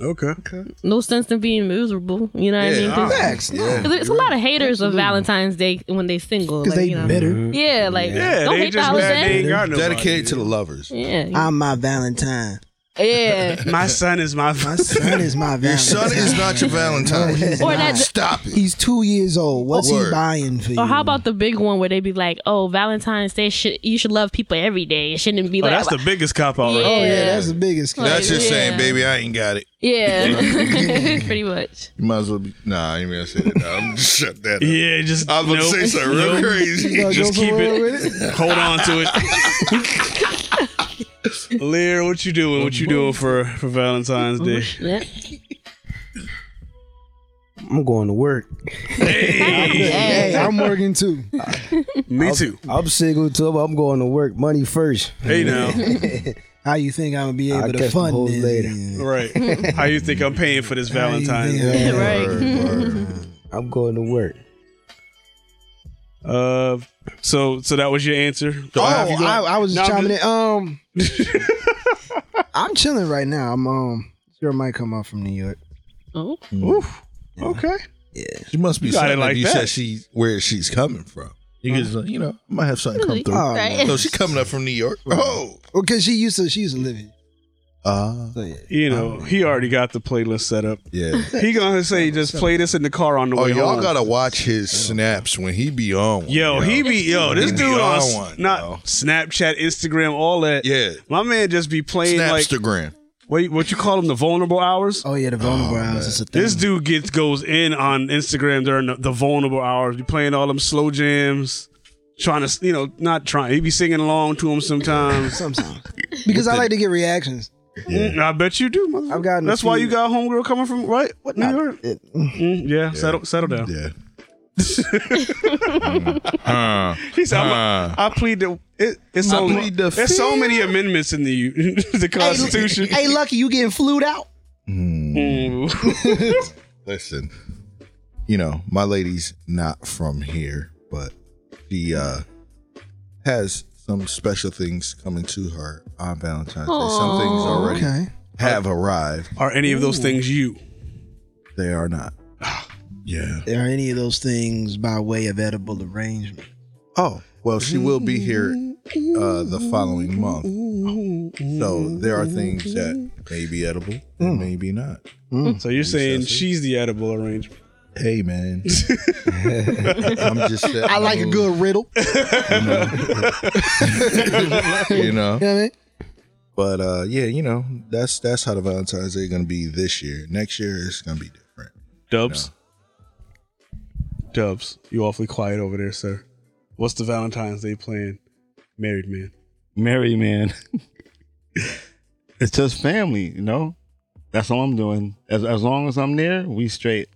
Speaker 2: Okay.
Speaker 6: No sense in being miserable. You know what I mean? 'Cause-
Speaker 5: Facts. No.
Speaker 6: Cause there's a lot of haters of Valentine's Day when they single.
Speaker 5: Because
Speaker 6: Like,
Speaker 5: they
Speaker 6: you know.
Speaker 5: bitter.
Speaker 6: Yeah, like
Speaker 2: Yeah,
Speaker 6: don't
Speaker 2: they
Speaker 6: hate the
Speaker 2: just mad they
Speaker 6: holiday.
Speaker 2: ain't got nobody. Oh,
Speaker 4: Dedicated to the lovers.
Speaker 6: Yeah,
Speaker 5: I'm my Valentine.
Speaker 6: yeah.
Speaker 5: [laughs]
Speaker 2: My son is my
Speaker 5: My son is my Valentine.
Speaker 4: Your son is not your
Speaker 5: [laughs]
Speaker 4: Valentine.
Speaker 6: Or that-
Speaker 4: Stop it.
Speaker 5: He's two years old. What's
Speaker 4: Word.
Speaker 5: he buying for you?
Speaker 6: Or
Speaker 2: Uh-huh.
Speaker 6: how about the big one where they be like, "Oh, Valentine's Day, should, you should love people every day. It shouldn't be
Speaker 2: Oh,
Speaker 6: like."
Speaker 2: that's the biggest cop out
Speaker 6: yeah,
Speaker 2: right
Speaker 5: Oh yeah, that's the biggest. kid.
Speaker 4: That's just
Speaker 6: Yeah.
Speaker 4: saying, baby, I ain't got it.
Speaker 6: yeah, [laughs] pretty much.
Speaker 4: You might as well be. Nah, I ain't gonna say that. Nah, I'm just shut that
Speaker 2: [laughs]
Speaker 4: up.
Speaker 2: Yeah, just
Speaker 4: I was gonna
Speaker 2: nope,
Speaker 4: say something real
Speaker 2: nope.
Speaker 4: crazy.
Speaker 2: [laughs]
Speaker 5: Gonna
Speaker 2: Just
Speaker 5: go
Speaker 2: keep
Speaker 5: somewhere
Speaker 2: it.
Speaker 5: with
Speaker 2: Hold on to it. Lear, what you doing? What you doing for for Valentine's Day?
Speaker 6: Yeah.
Speaker 3: I'm going to [laughs] work.
Speaker 5: Hey, I'm working too.
Speaker 2: Me too.
Speaker 3: I'm single too. but I'm going to work. Money first.
Speaker 2: Hey now,
Speaker 5: How you think I'm gonna be
Speaker 3: I'll
Speaker 5: able to
Speaker 3: catch the
Speaker 5: fund
Speaker 3: hoes
Speaker 5: this?
Speaker 3: later.
Speaker 2: right? [laughs] How you think I'm paying for this Valentine's? Day?
Speaker 3: [laughs]
Speaker 5: Yeah.
Speaker 6: Right.
Speaker 3: I'm going to work.
Speaker 2: Uh, so so that was your answer.
Speaker 5: Oh, I, I was just
Speaker 2: No, I'm
Speaker 5: chiming
Speaker 2: just-
Speaker 5: in. Um, I'm chilling right now. I'm um, sure might come out from New York.
Speaker 6: Oh,
Speaker 4: Mm.
Speaker 2: Okay.
Speaker 4: She must be
Speaker 2: You got it
Speaker 4: something
Speaker 2: like
Speaker 4: if you
Speaker 2: that.
Speaker 4: said she where she's coming from. You could, just, you know, I might have something come
Speaker 6: Really?
Speaker 4: through.
Speaker 5: Oh,
Speaker 6: Right.
Speaker 4: So she coming up from New York. Oh,
Speaker 5: Well, cause she used to she used to live here.
Speaker 3: Uh,
Speaker 4: ah,
Speaker 5: So yeah,
Speaker 2: You know he already got the playlist set up.
Speaker 4: yeah.
Speaker 2: He gonna say just play this in the car on the
Speaker 4: Oh,
Speaker 2: way
Speaker 4: y'all
Speaker 2: home.
Speaker 4: gotta watch his snaps when he be on. one,
Speaker 2: Yo,
Speaker 4: yo.
Speaker 2: he be yo. This
Speaker 4: He be
Speaker 2: dude on,
Speaker 4: on
Speaker 2: s-
Speaker 4: one,
Speaker 2: not
Speaker 4: yo.
Speaker 2: Snapchat, Instagram, all that.
Speaker 4: Yeah.
Speaker 2: my man just be playing like
Speaker 4: Snapstagram.
Speaker 2: wait, what you call them the vulnerable hours.
Speaker 5: oh yeah, the vulnerable hours is a thing.
Speaker 2: This dude gets goes in on Instagram during the, the vulnerable hours. Be playing all them slow jams, trying to you know not trying. He be singing along to them sometimes.
Speaker 5: sometimes because I like to get reactions.
Speaker 2: [laughs] Mm, I bet you do. motherfucker.
Speaker 5: I've gotten a
Speaker 2: That's why
Speaker 5: few-
Speaker 2: you got homegirl coming from right what New York.
Speaker 5: It-
Speaker 2: Mm, yeah, settle settle down. [laughs]
Speaker 4: yeah. Uh,
Speaker 2: He said, I'm a-
Speaker 4: uh,
Speaker 2: I plead the. It, it's
Speaker 4: I
Speaker 2: so,
Speaker 4: plead the
Speaker 2: there's so
Speaker 4: fifth.
Speaker 2: many amendments in the [laughs] the Constitution.
Speaker 5: Hey, Lucky, you getting flued out?
Speaker 4: Hmm.
Speaker 2: [laughs] Mm.
Speaker 4: listen, you know, my lady's not from here, but she uh, has some special things coming to her on Valentine's Day. Some things already
Speaker 5: Okay,
Speaker 4: have arrived.
Speaker 2: Are any of those things you?
Speaker 4: They
Speaker 2: [sighs]
Speaker 4: are not. yeah.
Speaker 5: are any of those things by way of edible arrangement? [laughs]
Speaker 4: Oh, well, she will be here uh, the following month. So there are things that may be edible and
Speaker 2: Hmm.
Speaker 4: may be not.
Speaker 5: Mm.
Speaker 2: So you're saying she's the edible arrangement? [laughs]
Speaker 4: Hey,
Speaker 5: [laughs]
Speaker 4: man. I'm just saying.
Speaker 5: I like a
Speaker 4: [laughs]
Speaker 5: good riddle. You
Speaker 4: You know?
Speaker 5: know what I mean?
Speaker 4: But uh, yeah, you know, that's that's how the Valentine's Day going to be this year. Next year, it's going to be different.
Speaker 2: Dubs. Dubs, you awfully quiet over there, sir. What's the Valentine's Day plan? Married man.
Speaker 8: Marry man. [laughs] it's just family, you know. That's all I'm doing. As as long as I'm there, we straight.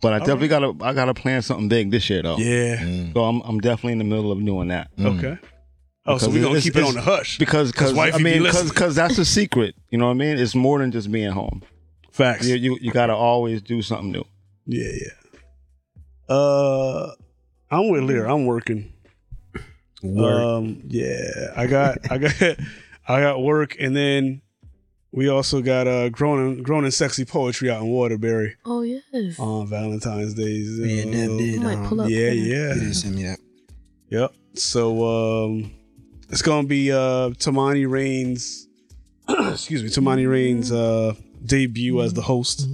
Speaker 8: But I definitely gotta I gotta plan something big this year though. Mm.
Speaker 2: Yeah.
Speaker 8: So I'm I'm definitely in the middle of doing that. Mm.
Speaker 2: Okay. Oh, so
Speaker 8: Because
Speaker 2: we're gonna
Speaker 8: it's-
Speaker 2: keep it
Speaker 8: it's-
Speaker 2: on the hush.
Speaker 8: Because cause,
Speaker 2: wifey
Speaker 8: I
Speaker 2: be
Speaker 8: mean
Speaker 2: listening.
Speaker 8: cause, 'cause that's a secret. You know what I mean? It's more than just being home.
Speaker 2: Facts.
Speaker 8: You you, you gotta always do something new.
Speaker 2: Yeah, yeah. Uh, I'm with Lear. I'm working.
Speaker 8: Uh,
Speaker 2: Um, yeah, I got, I got, I got work, and then we also got uh, grown and grown and sexy poetry out in Waterbury
Speaker 6: oh yes.
Speaker 2: on Valentine's Days.
Speaker 5: Oh, Yeah,
Speaker 2: Uh,
Speaker 5: Deb
Speaker 6: I
Speaker 5: did.
Speaker 6: might pull
Speaker 5: Um,
Speaker 6: up.
Speaker 2: yeah,
Speaker 6: for that.
Speaker 2: yeah,
Speaker 5: you didn't send me that.
Speaker 2: yep. So um, it's gonna be uh Tamani Rain's, [clears throat] excuse me, Tamani Rain's uh debut as the host.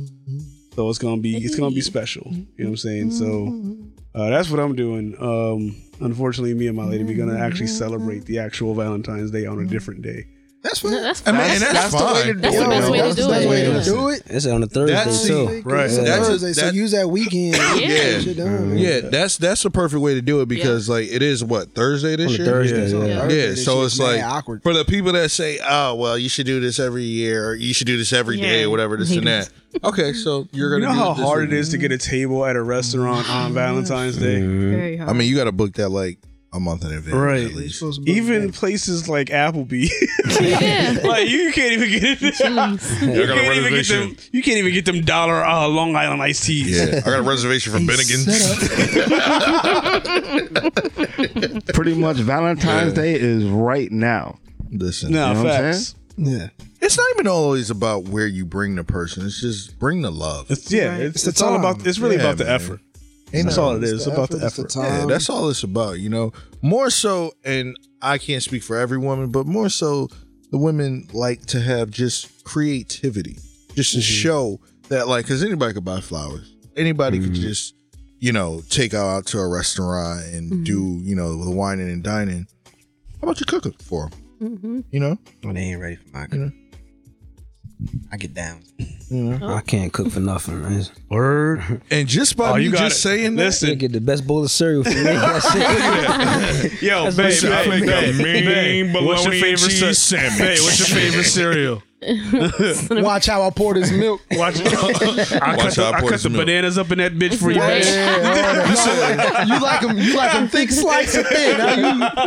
Speaker 2: So it's gonna be it's gonna be special. You know what I'm saying? So. Uh, that's what I'm doing. Um, unfortunately, me and my lady, we're gonna actually celebrate the actual Valentine's Day on a different day.
Speaker 5: That's
Speaker 7: That's what.
Speaker 6: that's
Speaker 4: I mean,
Speaker 9: That's-
Speaker 4: and that's,
Speaker 9: that's
Speaker 4: the way
Speaker 9: fine.
Speaker 4: to do
Speaker 6: That's
Speaker 4: it.
Speaker 6: the best way to
Speaker 7: That's
Speaker 6: do
Speaker 7: the best
Speaker 6: it.
Speaker 7: way to
Speaker 3: Listen,
Speaker 7: do it.
Speaker 3: It's on a Thursday
Speaker 4: That's-
Speaker 3: too.
Speaker 2: Right.
Speaker 7: So
Speaker 4: That's a-
Speaker 7: Thursday, so
Speaker 4: that-
Speaker 7: use that weekend.
Speaker 4: Yeah.
Speaker 7: Shit done.
Speaker 4: Mm-hmm. Yeah, that's that's the perfect way to do it because like it is what Thursday
Speaker 3: On
Speaker 4: this
Speaker 3: a
Speaker 4: year.
Speaker 3: Thursday,
Speaker 7: So
Speaker 3: yeah.
Speaker 7: Thursday,
Speaker 4: Yeah,
Speaker 7: this
Speaker 4: so
Speaker 7: shit's
Speaker 4: it's
Speaker 7: mad
Speaker 4: like
Speaker 7: awkward.
Speaker 4: for the people that say, "Oh, well, you should do this every year. Or you should do this every day,
Speaker 6: Yeah.
Speaker 4: or whatever this and that." Okay, so you're
Speaker 2: You
Speaker 4: gonna
Speaker 2: know
Speaker 4: do
Speaker 2: how
Speaker 4: this
Speaker 2: hard it
Speaker 4: weekend.
Speaker 2: is to get a table at a restaurant on Valentine's Day?
Speaker 6: Very hard.
Speaker 4: Mm-hmm. I mean, you got to book that like a month in advance,
Speaker 2: Right.
Speaker 4: At least.
Speaker 7: Supposed to be-
Speaker 2: Even places like Applebee,
Speaker 4: [laughs]
Speaker 6: yeah.
Speaker 2: like you can't even get it.
Speaker 6: Jeez.
Speaker 2: You
Speaker 5: I got a
Speaker 2: can't even get them. You can't even get them dollar uh, Long Island iced teas.
Speaker 4: Yeah, I got a reservation for Bennigan's.
Speaker 9: Pretty much Valentine's Day is right now.
Speaker 4: Listen,
Speaker 2: No
Speaker 9: You know what I'm
Speaker 2: facts.
Speaker 7: Yeah.
Speaker 4: it's not even always about where you bring the person. It's just bring the love.
Speaker 2: It's, yeah,
Speaker 7: Right.
Speaker 2: it's,
Speaker 7: It's the
Speaker 2: it's all
Speaker 7: time.
Speaker 2: about. It's really
Speaker 4: Yeah,
Speaker 2: about the
Speaker 4: man.
Speaker 2: effort. That's all it is. It's about the
Speaker 7: it's
Speaker 2: effort.
Speaker 4: Yeah,
Speaker 7: time.
Speaker 4: that's all it's about, you know. More so, and I can't speak for every woman, but more so, the women like to have just creativity, just to
Speaker 2: Mm-hmm.
Speaker 4: show that, like, because anybody could buy flowers, anybody
Speaker 2: Mm-hmm.
Speaker 4: could just, you know, take out, out to a restaurant and
Speaker 2: Mm-hmm.
Speaker 4: do, you know, the whining and dining. How about you cook it for them?
Speaker 6: Mm-hmm.
Speaker 4: You know,
Speaker 5: When they ain't ready for my
Speaker 4: Yeah.
Speaker 5: cooking. I get down.
Speaker 3: I can't cook for
Speaker 2: [laughs]
Speaker 3: nothing, man.
Speaker 2: [laughs] Word.
Speaker 4: and just by
Speaker 2: Oh,
Speaker 4: me
Speaker 2: you got
Speaker 4: just saying that,
Speaker 3: They
Speaker 2: Listen,
Speaker 3: get the best bowl of
Speaker 4: [laughs]
Speaker 3: cereal for me. That's it.
Speaker 2: yo, babe,
Speaker 3: That's what
Speaker 2: babe,
Speaker 3: she-
Speaker 2: babe,
Speaker 6: [laughs]
Speaker 5: Mean
Speaker 2: babe, what's your
Speaker 5: bologna
Speaker 2: favorite
Speaker 5: cheese
Speaker 2: ce-
Speaker 5: sandwich.
Speaker 2: Babe, what's your favorite cereal?
Speaker 7: Watch how I pour this milk.
Speaker 2: Watch, I cut,
Speaker 4: Watch
Speaker 2: the,
Speaker 4: how I
Speaker 2: I cut
Speaker 4: pour this
Speaker 2: the
Speaker 4: milk.
Speaker 2: bananas up in that bitch for you.
Speaker 6: Right.
Speaker 2: babe.
Speaker 4: [laughs]
Speaker 7: Listen, you like them. You like them thick, slice of thin. How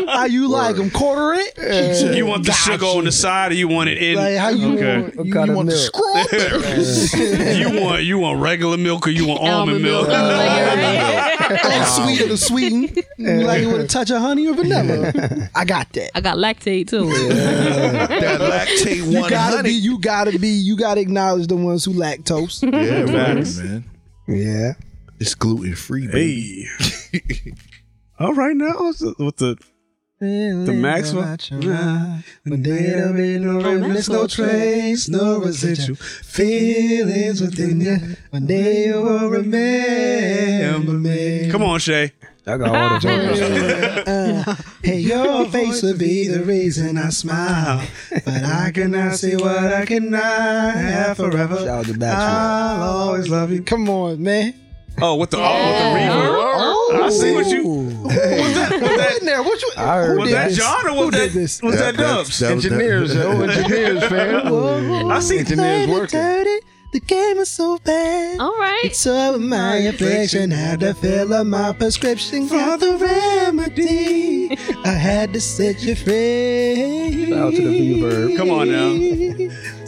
Speaker 7: you, how you like them? Quarter it.
Speaker 2: You want the sugar on the side, or you want it in?
Speaker 7: Like how you
Speaker 2: Okay.
Speaker 7: want? You,
Speaker 3: What kind
Speaker 7: you
Speaker 3: of
Speaker 7: want the
Speaker 3: milk?
Speaker 7: strawberries
Speaker 2: [laughs] you want you want regular milk, or you want almond,
Speaker 6: Almond milk.
Speaker 2: milk?
Speaker 6: Like, right?
Speaker 7: and Oh, sweet of the sweeten.
Speaker 4: [laughs]
Speaker 7: You like it with a touch of honey or vanilla. I got that.
Speaker 6: I got lactate too.
Speaker 4: that lactate
Speaker 7: You
Speaker 4: one
Speaker 7: gotta be.
Speaker 4: honey.
Speaker 7: You gotta be. You gotta acknowledge the ones who lactose.
Speaker 4: Yeah, right,
Speaker 7: [laughs]
Speaker 4: man.
Speaker 7: Yeah.
Speaker 4: It's gluten free, baby.
Speaker 2: Hey.
Speaker 4: [laughs]
Speaker 2: All right now with the, with the
Speaker 7: The
Speaker 2: Maxwell-
Speaker 7: But there be no
Speaker 6: Oh,
Speaker 7: remnants, no trace, no residual feelings within you. One day you will remember me.
Speaker 2: Come on, Shay.
Speaker 3: I got all the
Speaker 2: [laughs]
Speaker 3: bars.
Speaker 7: Hey, your face would be the reason I smile. But I cannot see what I cannot have
Speaker 3: Shout
Speaker 7: forever.
Speaker 3: out to Bachelor.
Speaker 7: I'll always love you. Come on, man.
Speaker 2: Oh, with the oh, with the reverb. I see what you. What that? Was
Speaker 7: What
Speaker 2: that,
Speaker 7: in there? What you?
Speaker 3: I heard
Speaker 2: was that
Speaker 3: that.
Speaker 2: John or was
Speaker 7: did
Speaker 2: that
Speaker 7: this?
Speaker 2: was that,
Speaker 4: That-
Speaker 2: Dubs?
Speaker 4: that was- that-
Speaker 9: Engineers, yo, engineers, fam.
Speaker 2: I see.
Speaker 9: Engineers working.
Speaker 7: Dirty, the game is so bad.
Speaker 6: All right.
Speaker 7: So my affliction had to fill up my prescription for the remedy. I had to set you free.
Speaker 3: Shout out to the Beaver.
Speaker 2: Come on now.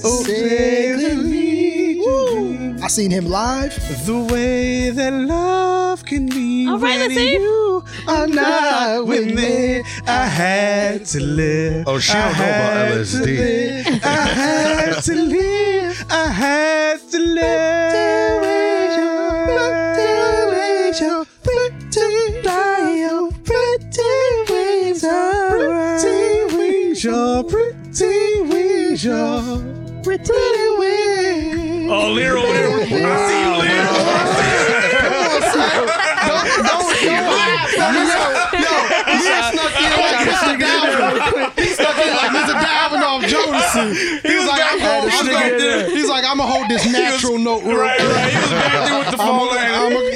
Speaker 7: Oh, sacredly. I seen him live.
Speaker 2: The way that love can be
Speaker 6: All right, let's see.
Speaker 7: Oh, not with me.
Speaker 2: I had to live.
Speaker 4: Oh, she don't know about LSD.
Speaker 7: I had to live.
Speaker 2: I had to live. Pretty wings, your pretty wings, your pretty wings. Oh, Lear over there. I see you, Lear. [laughs] He was back there. He was back there.
Speaker 7: He's like, I'm gonna hold this natural note real
Speaker 2: Right, right. He was back there with the phone.
Speaker 7: I'm gonna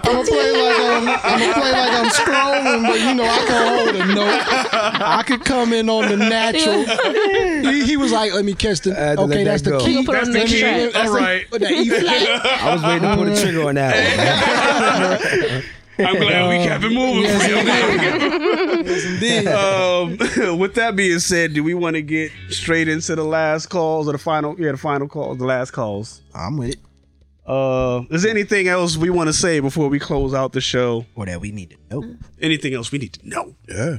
Speaker 7: play like I'm, I'm play like I'm scrolling, but you know I can hold a note. I could come in on the natural. He, he was like, "Let me catch the."
Speaker 3: had to
Speaker 7: okay, that's
Speaker 3: let that
Speaker 7: the
Speaker 3: go.
Speaker 7: key.
Speaker 6: Put it on the
Speaker 7: That's
Speaker 6: next track.
Speaker 7: that's
Speaker 2: All
Speaker 7: the-
Speaker 2: right.
Speaker 7: that E-
Speaker 3: I was waiting to put a trigger on that one. man.
Speaker 2: I'm glad we kept it moving. um, [laughs] with that being said, do we want to get straight into the last calls or the final? Yeah, the final calls, the last calls.
Speaker 7: I'm with it.
Speaker 2: Uh, is there anything else we want to say before we close out the show?
Speaker 5: Or that we need to know.
Speaker 2: Anything else we need to know?
Speaker 4: Yeah.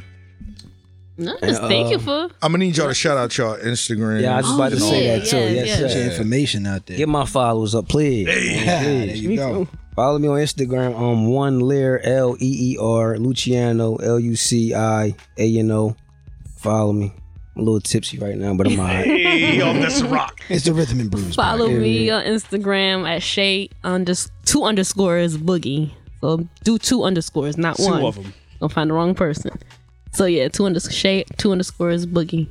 Speaker 6: No, just thank you for.
Speaker 4: I'm gonna need y'all to shout out y'all Instagram.
Speaker 3: Yeah, I was just
Speaker 6: Oh,
Speaker 3: about to say
Speaker 6: yeah,
Speaker 3: that too.
Speaker 6: yeah,
Speaker 3: Yes,
Speaker 6: yeah.
Speaker 3: sir.
Speaker 5: Get your information out there.
Speaker 3: Get my followers up, please.
Speaker 7: Yeah,
Speaker 3: Please.
Speaker 7: there you go.
Speaker 3: Follow me on Instagram on one Lear L E E R Luciano L U C I A N O. Follow me. I'm a little tipsy right now, but I'm alright.
Speaker 2: [laughs] Hey, yo,
Speaker 3: [laughs]
Speaker 2: that's a rock.
Speaker 7: It's the rhythm and blues.
Speaker 6: Follow me on Instagram at Shay under two underscores boogie. So do two underscores, not
Speaker 2: Two
Speaker 6: one.
Speaker 2: of them.
Speaker 6: Don't find the wrong person. So yeah, two underscores Shay, two underscores boogie.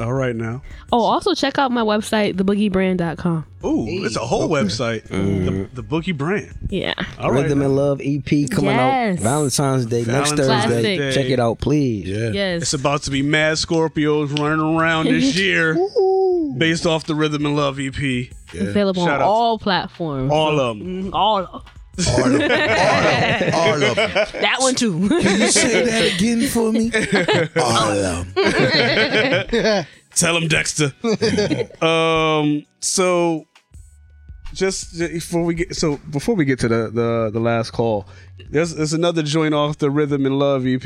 Speaker 2: All right now.
Speaker 6: Oh, also check out my website, theboogiebrand.com.
Speaker 2: Ooh, it's a whole website. The, the Boogie Brand.
Speaker 6: Yeah.
Speaker 2: All right.
Speaker 3: Rhythm
Speaker 2: now.
Speaker 3: and Love EP coming
Speaker 6: Yes.
Speaker 3: out Valentine's Day next
Speaker 2: Valentine's
Speaker 3: Thursday.
Speaker 6: Classic.
Speaker 3: Check it out, please.
Speaker 11: Yeah.
Speaker 6: Yes.
Speaker 2: It's about to be mad Scorpios running
Speaker 6: [laughs]
Speaker 2: around this year based off the Rhythm and Love EP.
Speaker 6: Available
Speaker 2: Shout
Speaker 6: on
Speaker 2: out.
Speaker 6: all platforms.
Speaker 2: All of them.
Speaker 6: Mm, all of [laughs]
Speaker 11: All of them.
Speaker 6: that one too.
Speaker 11: Can you
Speaker 7: [laughs]
Speaker 11: say that again for me? All of them.
Speaker 2: [laughs] Tell
Speaker 11: [laughs]
Speaker 2: him, Dexter. um. So, just before we get so before we get to the the, the last call, there's, there's another joint off the Rhythm and Love EP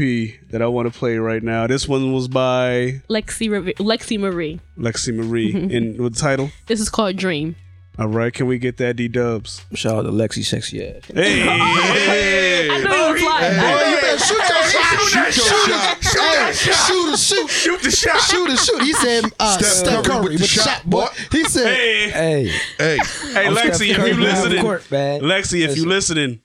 Speaker 2: that I want to play right now. This one was by
Speaker 6: Lexi Reve- Lexi Marie.
Speaker 2: Lexi Marie,
Speaker 3: Mm-hmm.
Speaker 2: and with the title.
Speaker 6: This is called Dream.
Speaker 2: All right, can we get that D Dubs?
Speaker 3: Shout out to Lexi Sexy Ass.
Speaker 6: [laughs]
Speaker 2: Hey, hey.
Speaker 6: I know you was lying.
Speaker 7: Hey, you better shoot that shot. Shoot that shot. Shoot the shoot.
Speaker 2: shoot the shot.
Speaker 7: Shoot the shoot. He said uh,
Speaker 11: Steph
Speaker 7: Steph Curry with the shot, boy. He said
Speaker 2: Hey,
Speaker 3: Hey,
Speaker 11: Hey,
Speaker 2: hey,
Speaker 3: I'm
Speaker 2: Lexi,
Speaker 3: Steph Curry
Speaker 2: if you
Speaker 3: live on
Speaker 2: listening,
Speaker 3: court, man.
Speaker 2: Lexi, if you
Speaker 3: Listen.
Speaker 2: listening,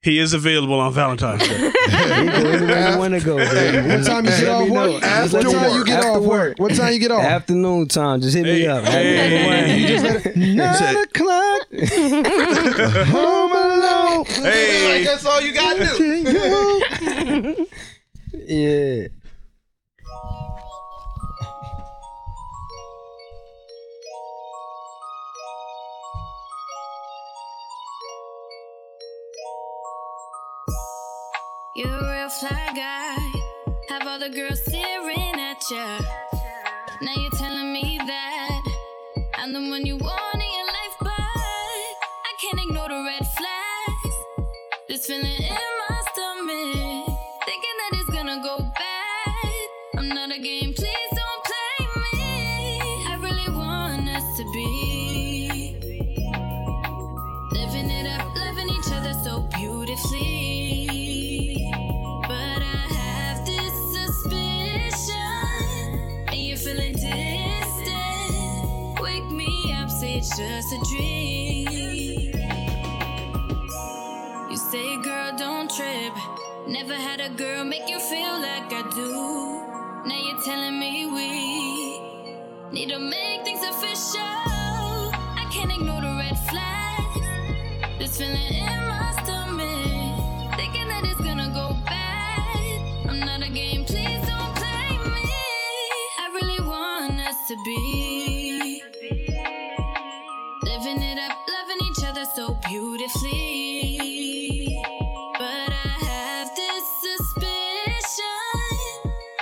Speaker 2: he is available on Valentine's Day.
Speaker 3: where you want to go? baby.
Speaker 7: What time you
Speaker 3: Just
Speaker 7: get
Speaker 3: let
Speaker 7: off
Speaker 3: me know.
Speaker 7: work? What
Speaker 3: Just let me
Speaker 7: time
Speaker 3: know.
Speaker 7: you get
Speaker 3: After
Speaker 7: off work? What time you get off?
Speaker 3: Afternoon time. Just hit me
Speaker 2: Hey,
Speaker 3: up.
Speaker 2: hey.
Speaker 3: [laughs] Hey,
Speaker 7: Nine o'clock. Home alone.
Speaker 2: Hey,
Speaker 11: all you got to do.
Speaker 3: yeah.
Speaker 12: You're a real fly guy. Have all the girls staring at ya. Now you're telling me that I'm the one you want in your life, but I can't ignore the red flags. This feeling in my stomach, thinking that it's gonna go bad. I'm not a game, please don't play me. I really want us to be Living it up, loving each other so beautifully. But I have this suspicion, and you're feeling distant. Wake me up, say it's just a dream. You say, girl, don't trip. Never had a girl make you feel like I do. Now you're telling me we Need to make things official. I can't ignore the red flags. This feeling in my stomach. Thinking that it's gonna go bad. I'm not a game, please don't play me. I really want us to be. Living it up, loving each other so beautifully. But I have this suspicion,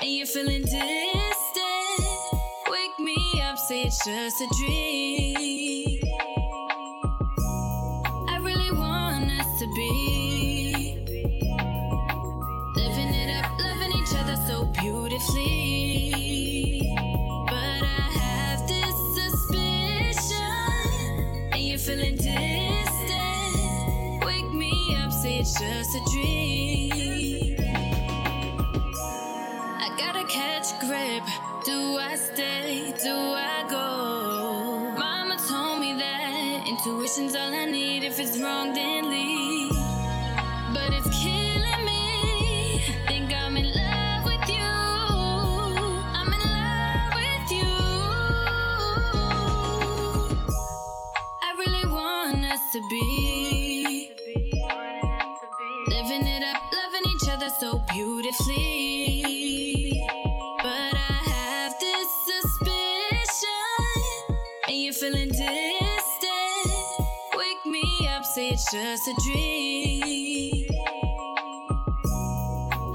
Speaker 12: and you're feeling distant. Wake me up, say it's just a dream. I really want us to be living it up, loving each other so beautifully. But I have this suspicion, and you're feeling distant. Wake me up, say it's just a dream. I gotta catch grip. Do I stay? Do I go? Mama told me that intuition's all I need. If it's wrong, then leave. But it's killing me. Think I'm in love with you. I'm in love with you. I really want us to be living it up, loving each other so beautifully. But I have this suspicion, and you're feeling distant. Wake me up, say it's just a dream.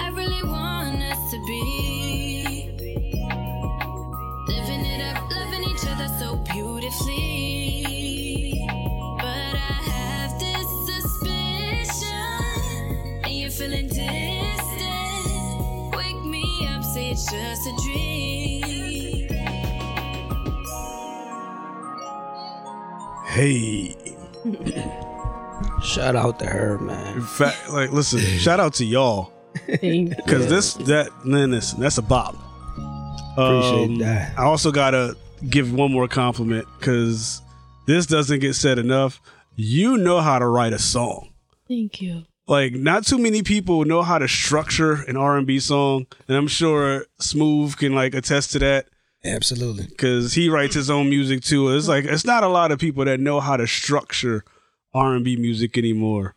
Speaker 12: I really want us to be Living it up, loving each other so beautifully. But I have this suspicion, and you're feeling distant. Wake me up, say it's just a dream.
Speaker 2: hey.
Speaker 3: [clears throat] Shout out to her, man.
Speaker 2: In fact, like, listen, shout out to y'all because this, that, then this, that's a bop. Um,
Speaker 3: Appreciate that.
Speaker 2: I also gotta give one more compliment because this doesn't get said enough. You know how to write a song.
Speaker 6: Thank you.
Speaker 2: Like, not too many people know how to structure an R and B song, and I'm sure Smooth can like attest to that.
Speaker 5: Absolutely.
Speaker 2: because he writes his own music too. It's like it's not a lot of people that know how to structure R and B music anymore.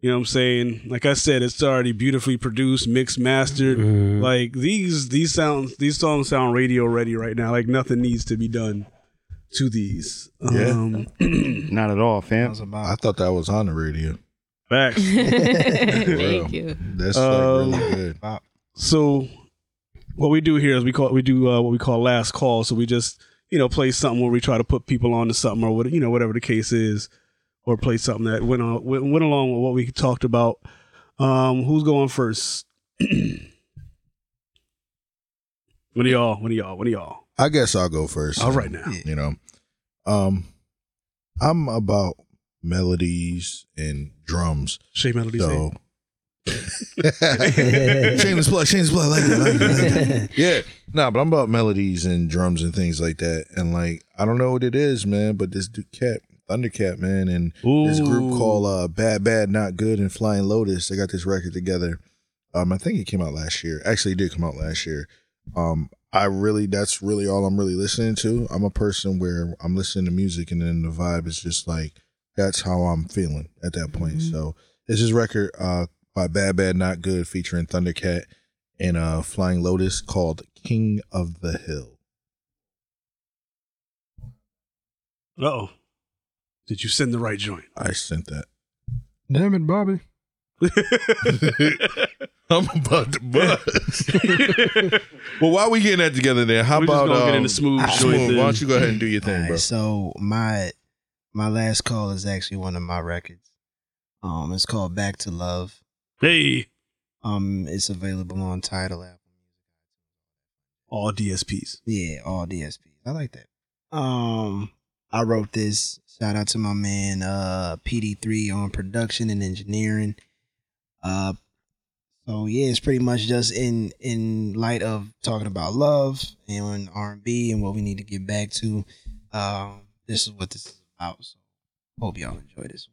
Speaker 2: You know what I'm saying? Like I said, it's already beautifully produced, mixed, mastered. Like these these sounds these songs sound radio ready right now. Like nothing needs to be done to these.
Speaker 4: Yeah.
Speaker 2: Um, [clears throat]
Speaker 8: Not at all,
Speaker 9: That
Speaker 8: fam.
Speaker 9: was
Speaker 4: I
Speaker 9: about.
Speaker 4: thought that was on the radio.
Speaker 2: facts.
Speaker 4: Wow.
Speaker 6: [laughs] Thank you.
Speaker 4: That's
Speaker 2: Um,
Speaker 4: like really good.
Speaker 2: so what we do here is we call we do uh, what we call last call. So we just you know play something where we try to put people onto something or what you know whatever the case is, or play something that went on went, went along with what we talked about. Um, who's going first? [clears throat] One of y'all. One of y'all. One of y'all.
Speaker 4: I guess I'll go first.
Speaker 2: All right now.
Speaker 4: You know, um, I'm about melodies and drums.
Speaker 2: Shea Melody.
Speaker 4: So.
Speaker 7: [laughs]
Speaker 4: shameless plug, shameless plug. Like that, like that, like that. [laughs] Yeah, nah, but I'm about melodies and drums and things like that. And like, I don't know what it is, man, but this dude, cat, Thundercat, man, and this group
Speaker 2: Ooh.
Speaker 4: called uh, Bad Bad Not Good and Flying Lotus. They got this record together. Um, I think it came out last year. Actually, it did come out last year. Um, I really, that's really all I'm really listening to. I'm a person where I'm listening to music and then the vibe is just like, that's how I'm feeling at that point. So this is record uh, by Bad Bad Not Good featuring Thundercat and uh, Flying Lotus called King of the Hill.
Speaker 2: Oh, did you send the right joint?
Speaker 4: I sent that.
Speaker 5: Damn
Speaker 2: [laughs]
Speaker 5: it, Bobby.
Speaker 4: [laughs] I'm about to bust. [laughs] well, while we getting that together, then how
Speaker 2: We're just
Speaker 4: about
Speaker 2: gonna get
Speaker 4: um,
Speaker 2: into smooth joint
Speaker 4: Why
Speaker 2: then.
Speaker 4: don't you go ahead and do your thing,
Speaker 9: Alright,
Speaker 4: bro?
Speaker 9: so my my last call is actually one of my records. Um, it's called Back to Love.
Speaker 2: hey,
Speaker 9: Um, it's available on Title app.
Speaker 2: all DSPs.
Speaker 9: Yeah, all DSPs. I like that. Um, I wrote this. Shout out to my man uh PD3 on production and engineering. Uh so yeah, it's pretty much just in in light of talking about love and R&B and what we need to get back to. Um, this is what this is about. So hope y'all enjoy this.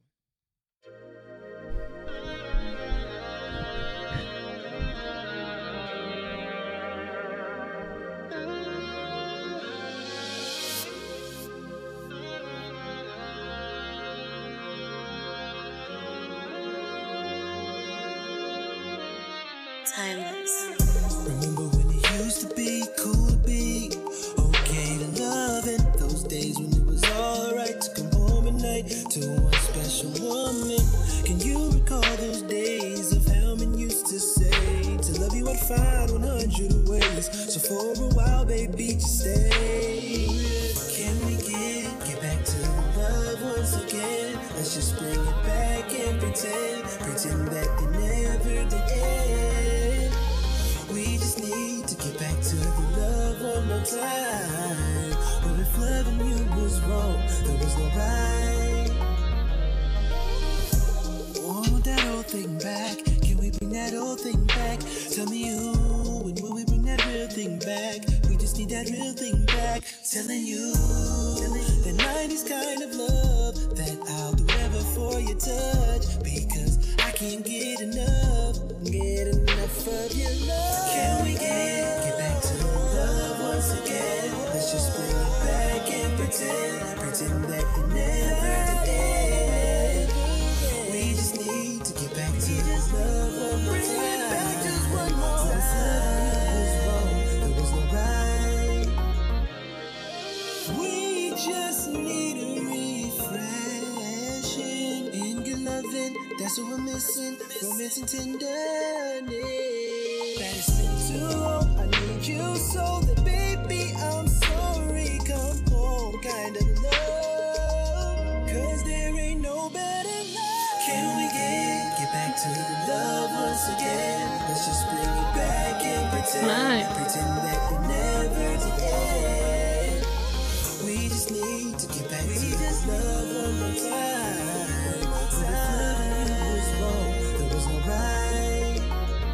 Speaker 13: Timeless.
Speaker 7: Remember when it used to be cool to be okay to love and those days when it was alright to come home at night to one special woman. Can you recall those days of how men used to say to love you I'd find 100 ways? So for a while, baby, just stay. Can we get get back to love once again? Let's just bring it back and pretend, pretend that it never did end. We just need to get back to the love one more time. But if loving you was wrong, there was no right. Oh, that old thing back. Can we bring that old thing back? Tell me who when will we bring that real thing back? We just need that real thing back. Telling you, the 90s kind of love that I'll do ever for your touch because I can't get enough, get enough of your love. Can we get get back to love once again? Let's just bring it back and pretend, pretend that it never did end. We just need to get back to this love one more time. Back just one more time. Was wrong, there was no right. We just need a refreshing in good loving. That's what we're missing. Romance and tenderness. That it's been too long. I need you so that baby, I'm sorry. Come home, kind of love. Cause there ain't no better love. Can we get get back to the love once again? Let's just bring it back and pretend,
Speaker 6: Right.
Speaker 7: pretend that it never did end. We just need to get back to this love one more time. Time was wrong, there was no right.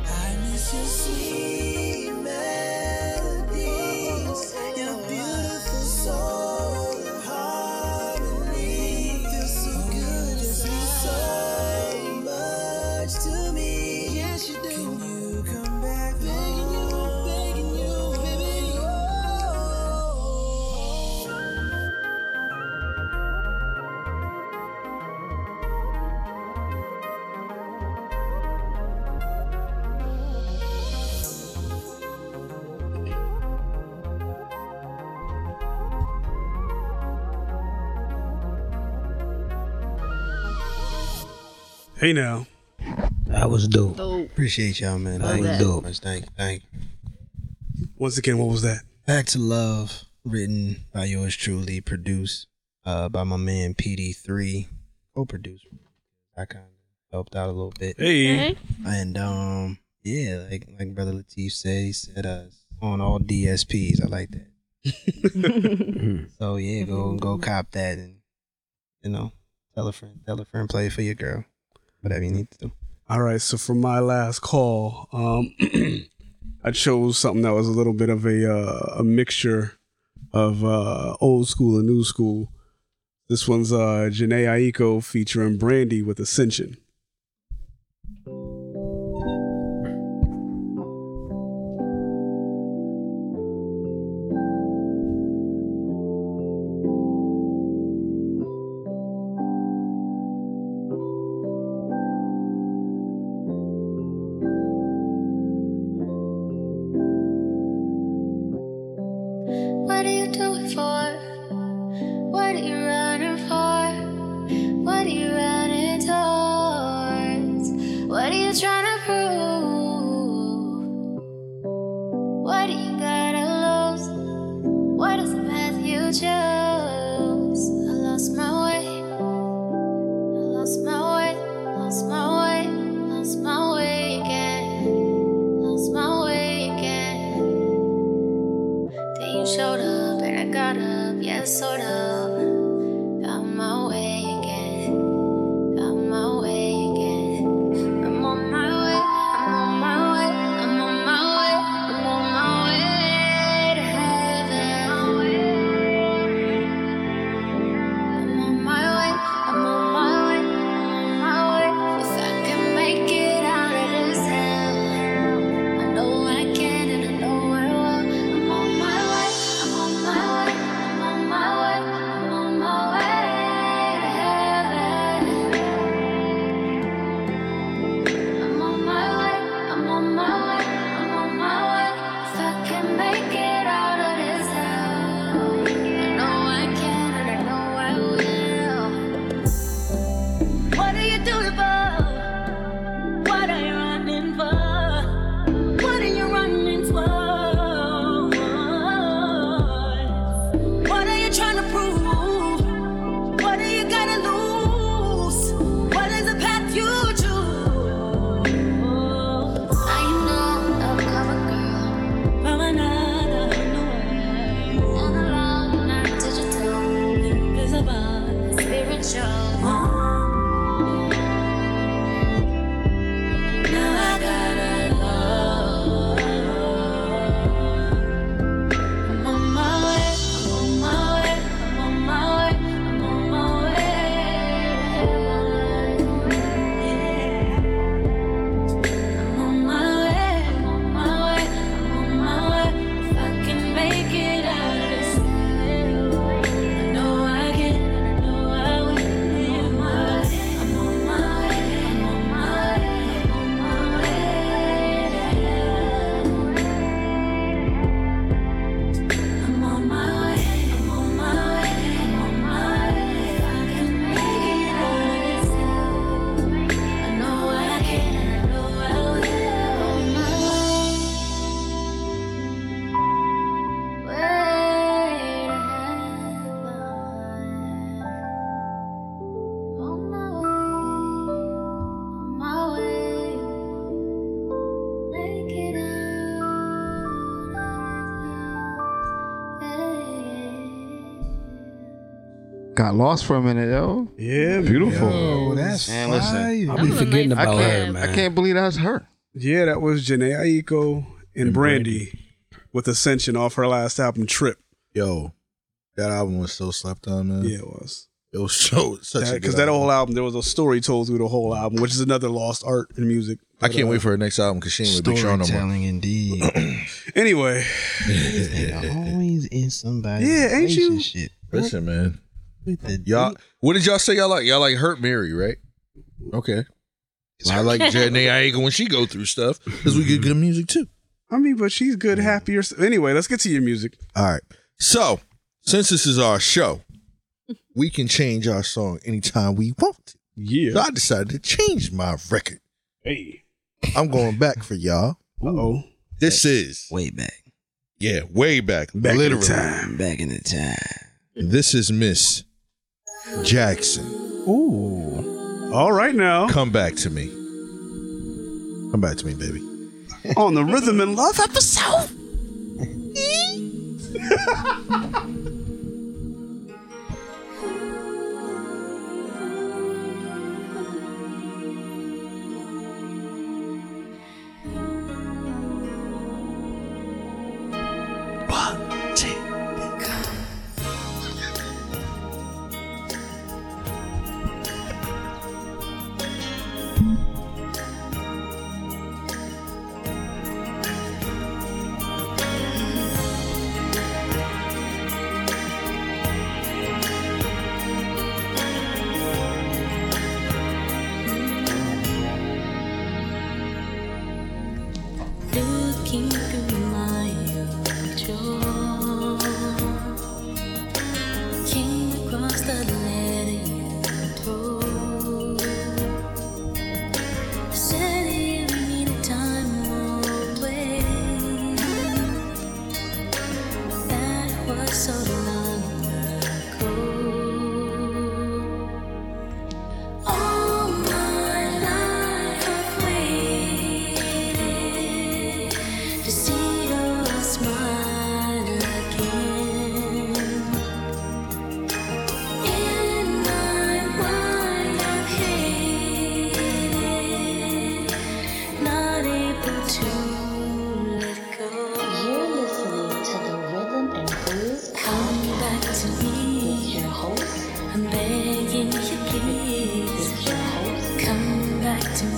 Speaker 7: I miss your sweet melodies, your beautiful soul and harmony. Feels so good, just means so much to me. Yes, you do. Can you come back? Begging you, begging you, baby. Oh.
Speaker 2: Hey now,
Speaker 3: That was dope.
Speaker 6: Dope.
Speaker 9: Appreciate y'all, man.
Speaker 6: Love
Speaker 9: Thank you
Speaker 6: that.
Speaker 9: so much. Thank you. Thank you.
Speaker 2: once again, what was that?
Speaker 9: Back to Love, written by yours truly, produced uh, by my man PD3, co-producer. I kind of helped out a little bit.
Speaker 2: Hey,
Speaker 6: Okay.
Speaker 8: Mm-hmm.
Speaker 9: And um, yeah, like like brother Latif said, he said uh, on all DSPs. I like
Speaker 8: [laughs]
Speaker 9: that. So yeah, go
Speaker 8: Mm-hmm.
Speaker 9: go cop that, and you know, tell a friend, tell a friend, play it for your girl, whatever you need to do.
Speaker 2: all right. So for my last call, um, [clears throat] I chose something that was a little bit of a uh, a mixture of uh, old school and new school. This one's uh, Janae Aiko featuring Brandy with Ascension.
Speaker 13: What do you do it for? What do you run it for? What do you run it towards? What are you trying to prove? What do you gotta lose? What is the path you chose? I lost my way. I lost my way. Lost my way. Lost my way again. Lost my way again. Then you showed up and I got up, yeah, sort of. Got my way again, got my way again. I'm on my way, I'm on my way, I'm on my way, I'm on my way to heaven. I'm on my way, I'm on my way, I'm on my way. If I can make it out of this hell. I know I can and I know I will. I'm on my way, I'm on my way, I'm on my way, I'm on my way to heaven. I'm on my way, I'm on my way, I'm on my way. If I can make it out of this hell, I know I can and I know I will. What are you doing for? What are you running for? What are you running towards? What are you trying to prove? What are you gonna lose? What is the path you choose? I know I'm cover girl from another way. All alone, not digital, invisible, spiritual. Now I gotta love. I'm on my way, I'm on my way, I'm on my way, I'm on my way. I'm on my way, I'm on my way, I'm on my way. If I can make it out of this, I know I can, I know I will. I'm on my way, I'm on my way, I'm on my way, I'm on my way. I'm on my way, I'm on my way, I'm on my way. If I can make it out of this, I know I can, I know I will. On my way, way to heaven. On my way, on my way, make it out.
Speaker 8: Got lost for a minute, yo.
Speaker 2: Yeah,
Speaker 8: Beautiful.
Speaker 9: Oh, that's
Speaker 8: Man, listen.
Speaker 3: I'll be
Speaker 6: That was a
Speaker 3: forgetting
Speaker 6: nice
Speaker 3: about her,
Speaker 6: collab.
Speaker 3: man.
Speaker 8: I can't believe that's her.
Speaker 2: Yeah, that was Janae Aiko and, Brandy, with Ascension off her last album, Trip.
Speaker 4: Yo, that album was so slept on, man.
Speaker 2: Yeah, it was.
Speaker 4: It was so such a
Speaker 2: Because
Speaker 4: good
Speaker 2: that
Speaker 4: album.
Speaker 2: whole album, there was a story told through the whole album, which is another lost art in music.
Speaker 4: I can't wait for her next album because she ain't with Big Sean no more.
Speaker 9: Storytelling indeed.
Speaker 4: [clears throat]
Speaker 2: Anyway,
Speaker 9: Always in somebody's
Speaker 2: Yeah, ain't you?
Speaker 9: relationship.
Speaker 4: Listen, man,
Speaker 9: With the
Speaker 4: y'all. What did y'all say? Y'all like y'all like hurt Mary, right? Okay. I like Janae Aiko when she go through stuff because we get good music too.
Speaker 2: I mean, but she's good, happier. Anyway, let's get to your music.
Speaker 4: All right. So since this is our show, we can change our song anytime we want to. So
Speaker 2: Yeah.
Speaker 4: I decided to change my record.
Speaker 2: Hey.
Speaker 4: I'm going back for y'all.
Speaker 2: Uh oh.
Speaker 4: This is
Speaker 9: Way back.
Speaker 4: yeah, way back,
Speaker 2: in
Speaker 4: literally.
Speaker 2: time.
Speaker 9: Back in the time.
Speaker 4: This is Miss Jackson.
Speaker 2: All right now.
Speaker 4: Come back to me. Come back to me, baby.
Speaker 2: on the Rhythm and Love episode.
Speaker 13: Looking through my own door, came across the letter you told. Said you needed time or place. That was so long ago. All my life I've waited to see your smile again. In my mind I've hated, not able to let go.
Speaker 1: You're listening to the Rhythm and Blues
Speaker 13: Come
Speaker 1: Podcast
Speaker 13: back to
Speaker 1: with
Speaker 13: me.
Speaker 1: your host,
Speaker 13: I'm begging you, please.
Speaker 1: with your host,
Speaker 13: Come back to me.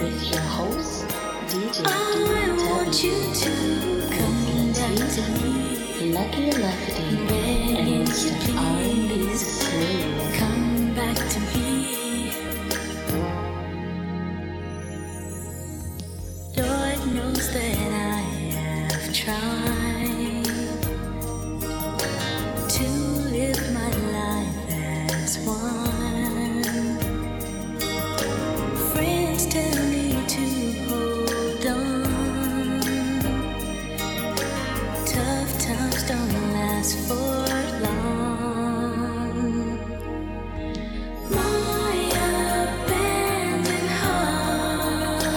Speaker 1: with your host, DJ
Speaker 13: I want you
Speaker 1: DW,
Speaker 13: to come back to me.
Speaker 1: Lucky Lefty,
Speaker 13: Begging
Speaker 1: and
Speaker 13: you,
Speaker 1: Mr. R&B
Speaker 13: please.
Speaker 1: Smooth.
Speaker 13: Come back to me. Lord knows that I have tried to live my life as one. Friends tell me to hold on. Tough times don't last for long. My abandoned heart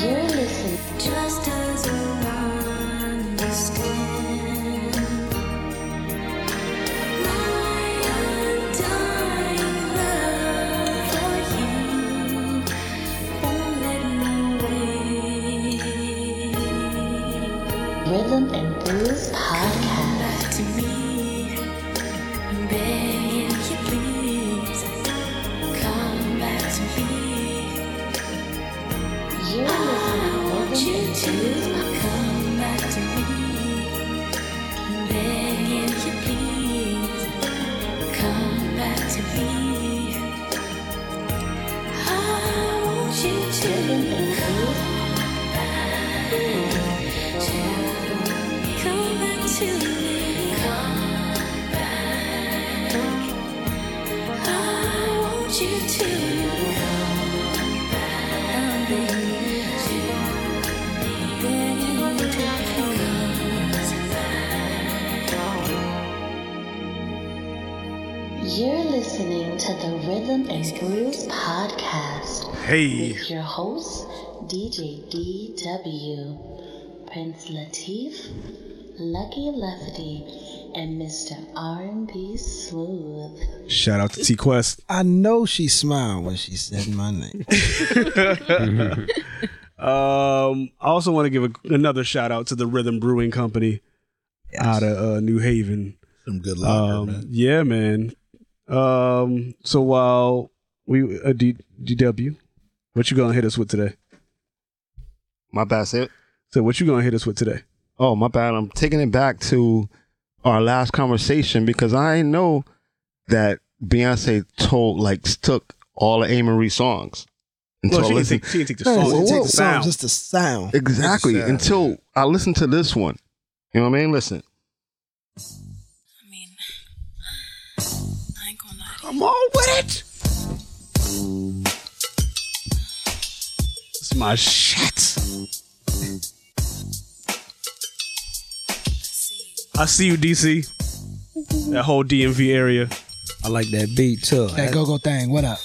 Speaker 1: You're listening
Speaker 13: just doesn't understand. My undying love for you won't let me wait.
Speaker 1: Rhythm and Blues Podcast.
Speaker 13: Back to me, begging you please come back to me.
Speaker 1: You're
Speaker 13: I want you
Speaker 1: listening to
Speaker 13: to
Speaker 1: Rhythm and Blues
Speaker 13: come back to me, begging you please come back to me. I want you to come back to me. Come back. I want you to come back. Begging you to please.
Speaker 1: You're listening to the Rhythm and Blues Podcast
Speaker 2: Hey.
Speaker 1: with your host, DJ DW, Prince Latif, Lucky Lefty, and Mr. R&B Smooth.
Speaker 2: Shout out to T Quest.
Speaker 9: I know she smiled when she said my
Speaker 8: [laughs]
Speaker 9: name.
Speaker 2: [laughs] Um, I also want to give a, another shout out to the Rhythm Brewing Company out of uh, New Haven.
Speaker 4: Some good liquor,
Speaker 2: Um,
Speaker 4: man.
Speaker 2: yeah, man. Um, so while we uh, D, DW, what you gonna hit us with today?
Speaker 8: My bad. Say it.
Speaker 2: So what you gonna hit us with today?
Speaker 8: Oh, my bad. I'm taking it back to our last conversation because I know that Beyonce told like took all of Amory's songs until
Speaker 2: Well, she
Speaker 8: I
Speaker 2: can,
Speaker 8: listened.
Speaker 2: take, she can take the
Speaker 9: Man,
Speaker 2: song.
Speaker 9: so
Speaker 2: She can
Speaker 9: what
Speaker 2: take the
Speaker 9: was
Speaker 2: sound.
Speaker 9: Just the sound.
Speaker 8: exactly
Speaker 4: Exactly.
Speaker 8: until I listened to this one. You know what I mean? Listen.
Speaker 13: I mean, I ain't gonna lie to you.
Speaker 8: Come on with it.
Speaker 2: It's my shit. I see you, DC. That whole DMV area.
Speaker 3: I like that beat too.
Speaker 9: That go go thing. What up?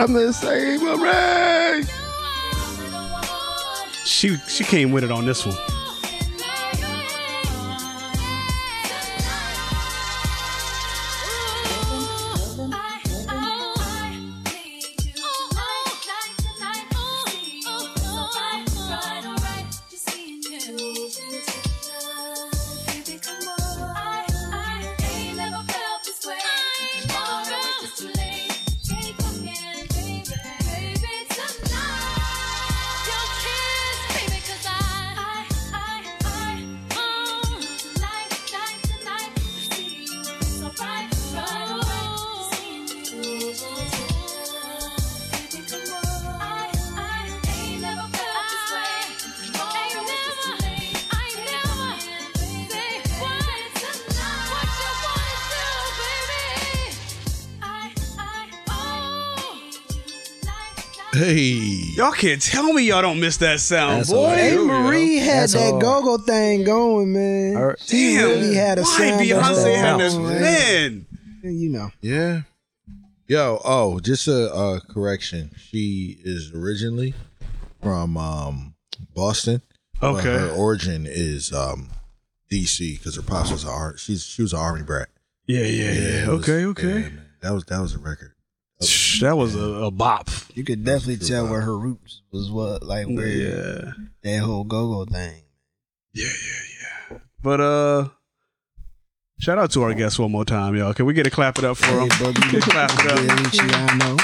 Speaker 8: I'm the same array.
Speaker 2: She she came with it on this one.
Speaker 4: Hey.
Speaker 2: Y'all can't tell me y'all don't miss that sound,
Speaker 3: That's
Speaker 2: boy.
Speaker 3: all right.
Speaker 5: Hey, Marie had
Speaker 3: That's
Speaker 5: that
Speaker 3: hard.
Speaker 5: go-go thing going, man.
Speaker 3: All right.
Speaker 5: She
Speaker 2: Damn,
Speaker 5: really had a
Speaker 2: why
Speaker 5: sound.
Speaker 3: that's
Speaker 2: Beyonce
Speaker 3: that
Speaker 2: had
Speaker 3: bounce,
Speaker 2: this
Speaker 3: man.
Speaker 2: man?
Speaker 5: You know.
Speaker 4: Yeah. Yo, oh, just a, uh correction. She is originally from um Boston. but
Speaker 2: Okay.
Speaker 4: Her origin is um DC because her pops was a ar- she's she was an army brat.
Speaker 2: Yeah, yeah, yeah.
Speaker 4: it was-
Speaker 2: Okay, okay.
Speaker 4: yeah, man. that was that was a record.
Speaker 2: Shh, That was a, a bop.
Speaker 9: You could definitely
Speaker 4: true,
Speaker 9: tell
Speaker 4: bro.
Speaker 9: where her roots was. What like
Speaker 2: Yeah,
Speaker 9: where
Speaker 2: yeah,
Speaker 9: that whole go go thing.
Speaker 2: yeah, yeah. But uh, shout out to our guest one more time, y'all. Can we get a clap it up for him? Get a clap it up.
Speaker 9: Yeah, Luciano.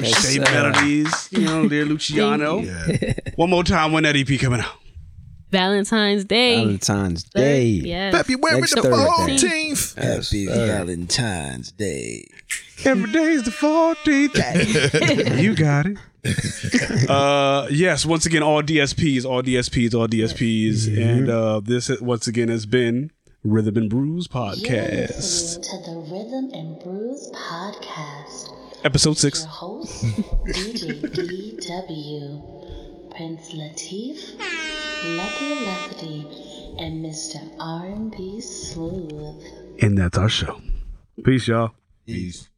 Speaker 3: Yes,
Speaker 2: Same
Speaker 3: sir.
Speaker 2: melodies, you know, dear Luciano.
Speaker 4: Yeah.
Speaker 2: One more time when that EP coming out.
Speaker 6: Valentine's Day.
Speaker 3: Valentine's Day.
Speaker 6: Yes.
Speaker 4: February
Speaker 3: Next
Speaker 4: the
Speaker 3: Thursday.
Speaker 4: fourteenth.
Speaker 3: Yes,
Speaker 9: Happy
Speaker 3: sir.
Speaker 9: Valentine's Day.
Speaker 2: Every day's the 14th. you got it. uh yes once again all dsps all dsps all dsps and uh this once again has been rhythm and brews
Speaker 1: You're
Speaker 2: podcast
Speaker 1: listening to the Rhythm and Brews Podcast.
Speaker 2: episode
Speaker 1: Your
Speaker 2: six
Speaker 1: host, DJ DW, E Prince Latif, Lucky Lefty, and Mr. R&B Smooth.
Speaker 2: and that's our show peace y'all
Speaker 4: Peace.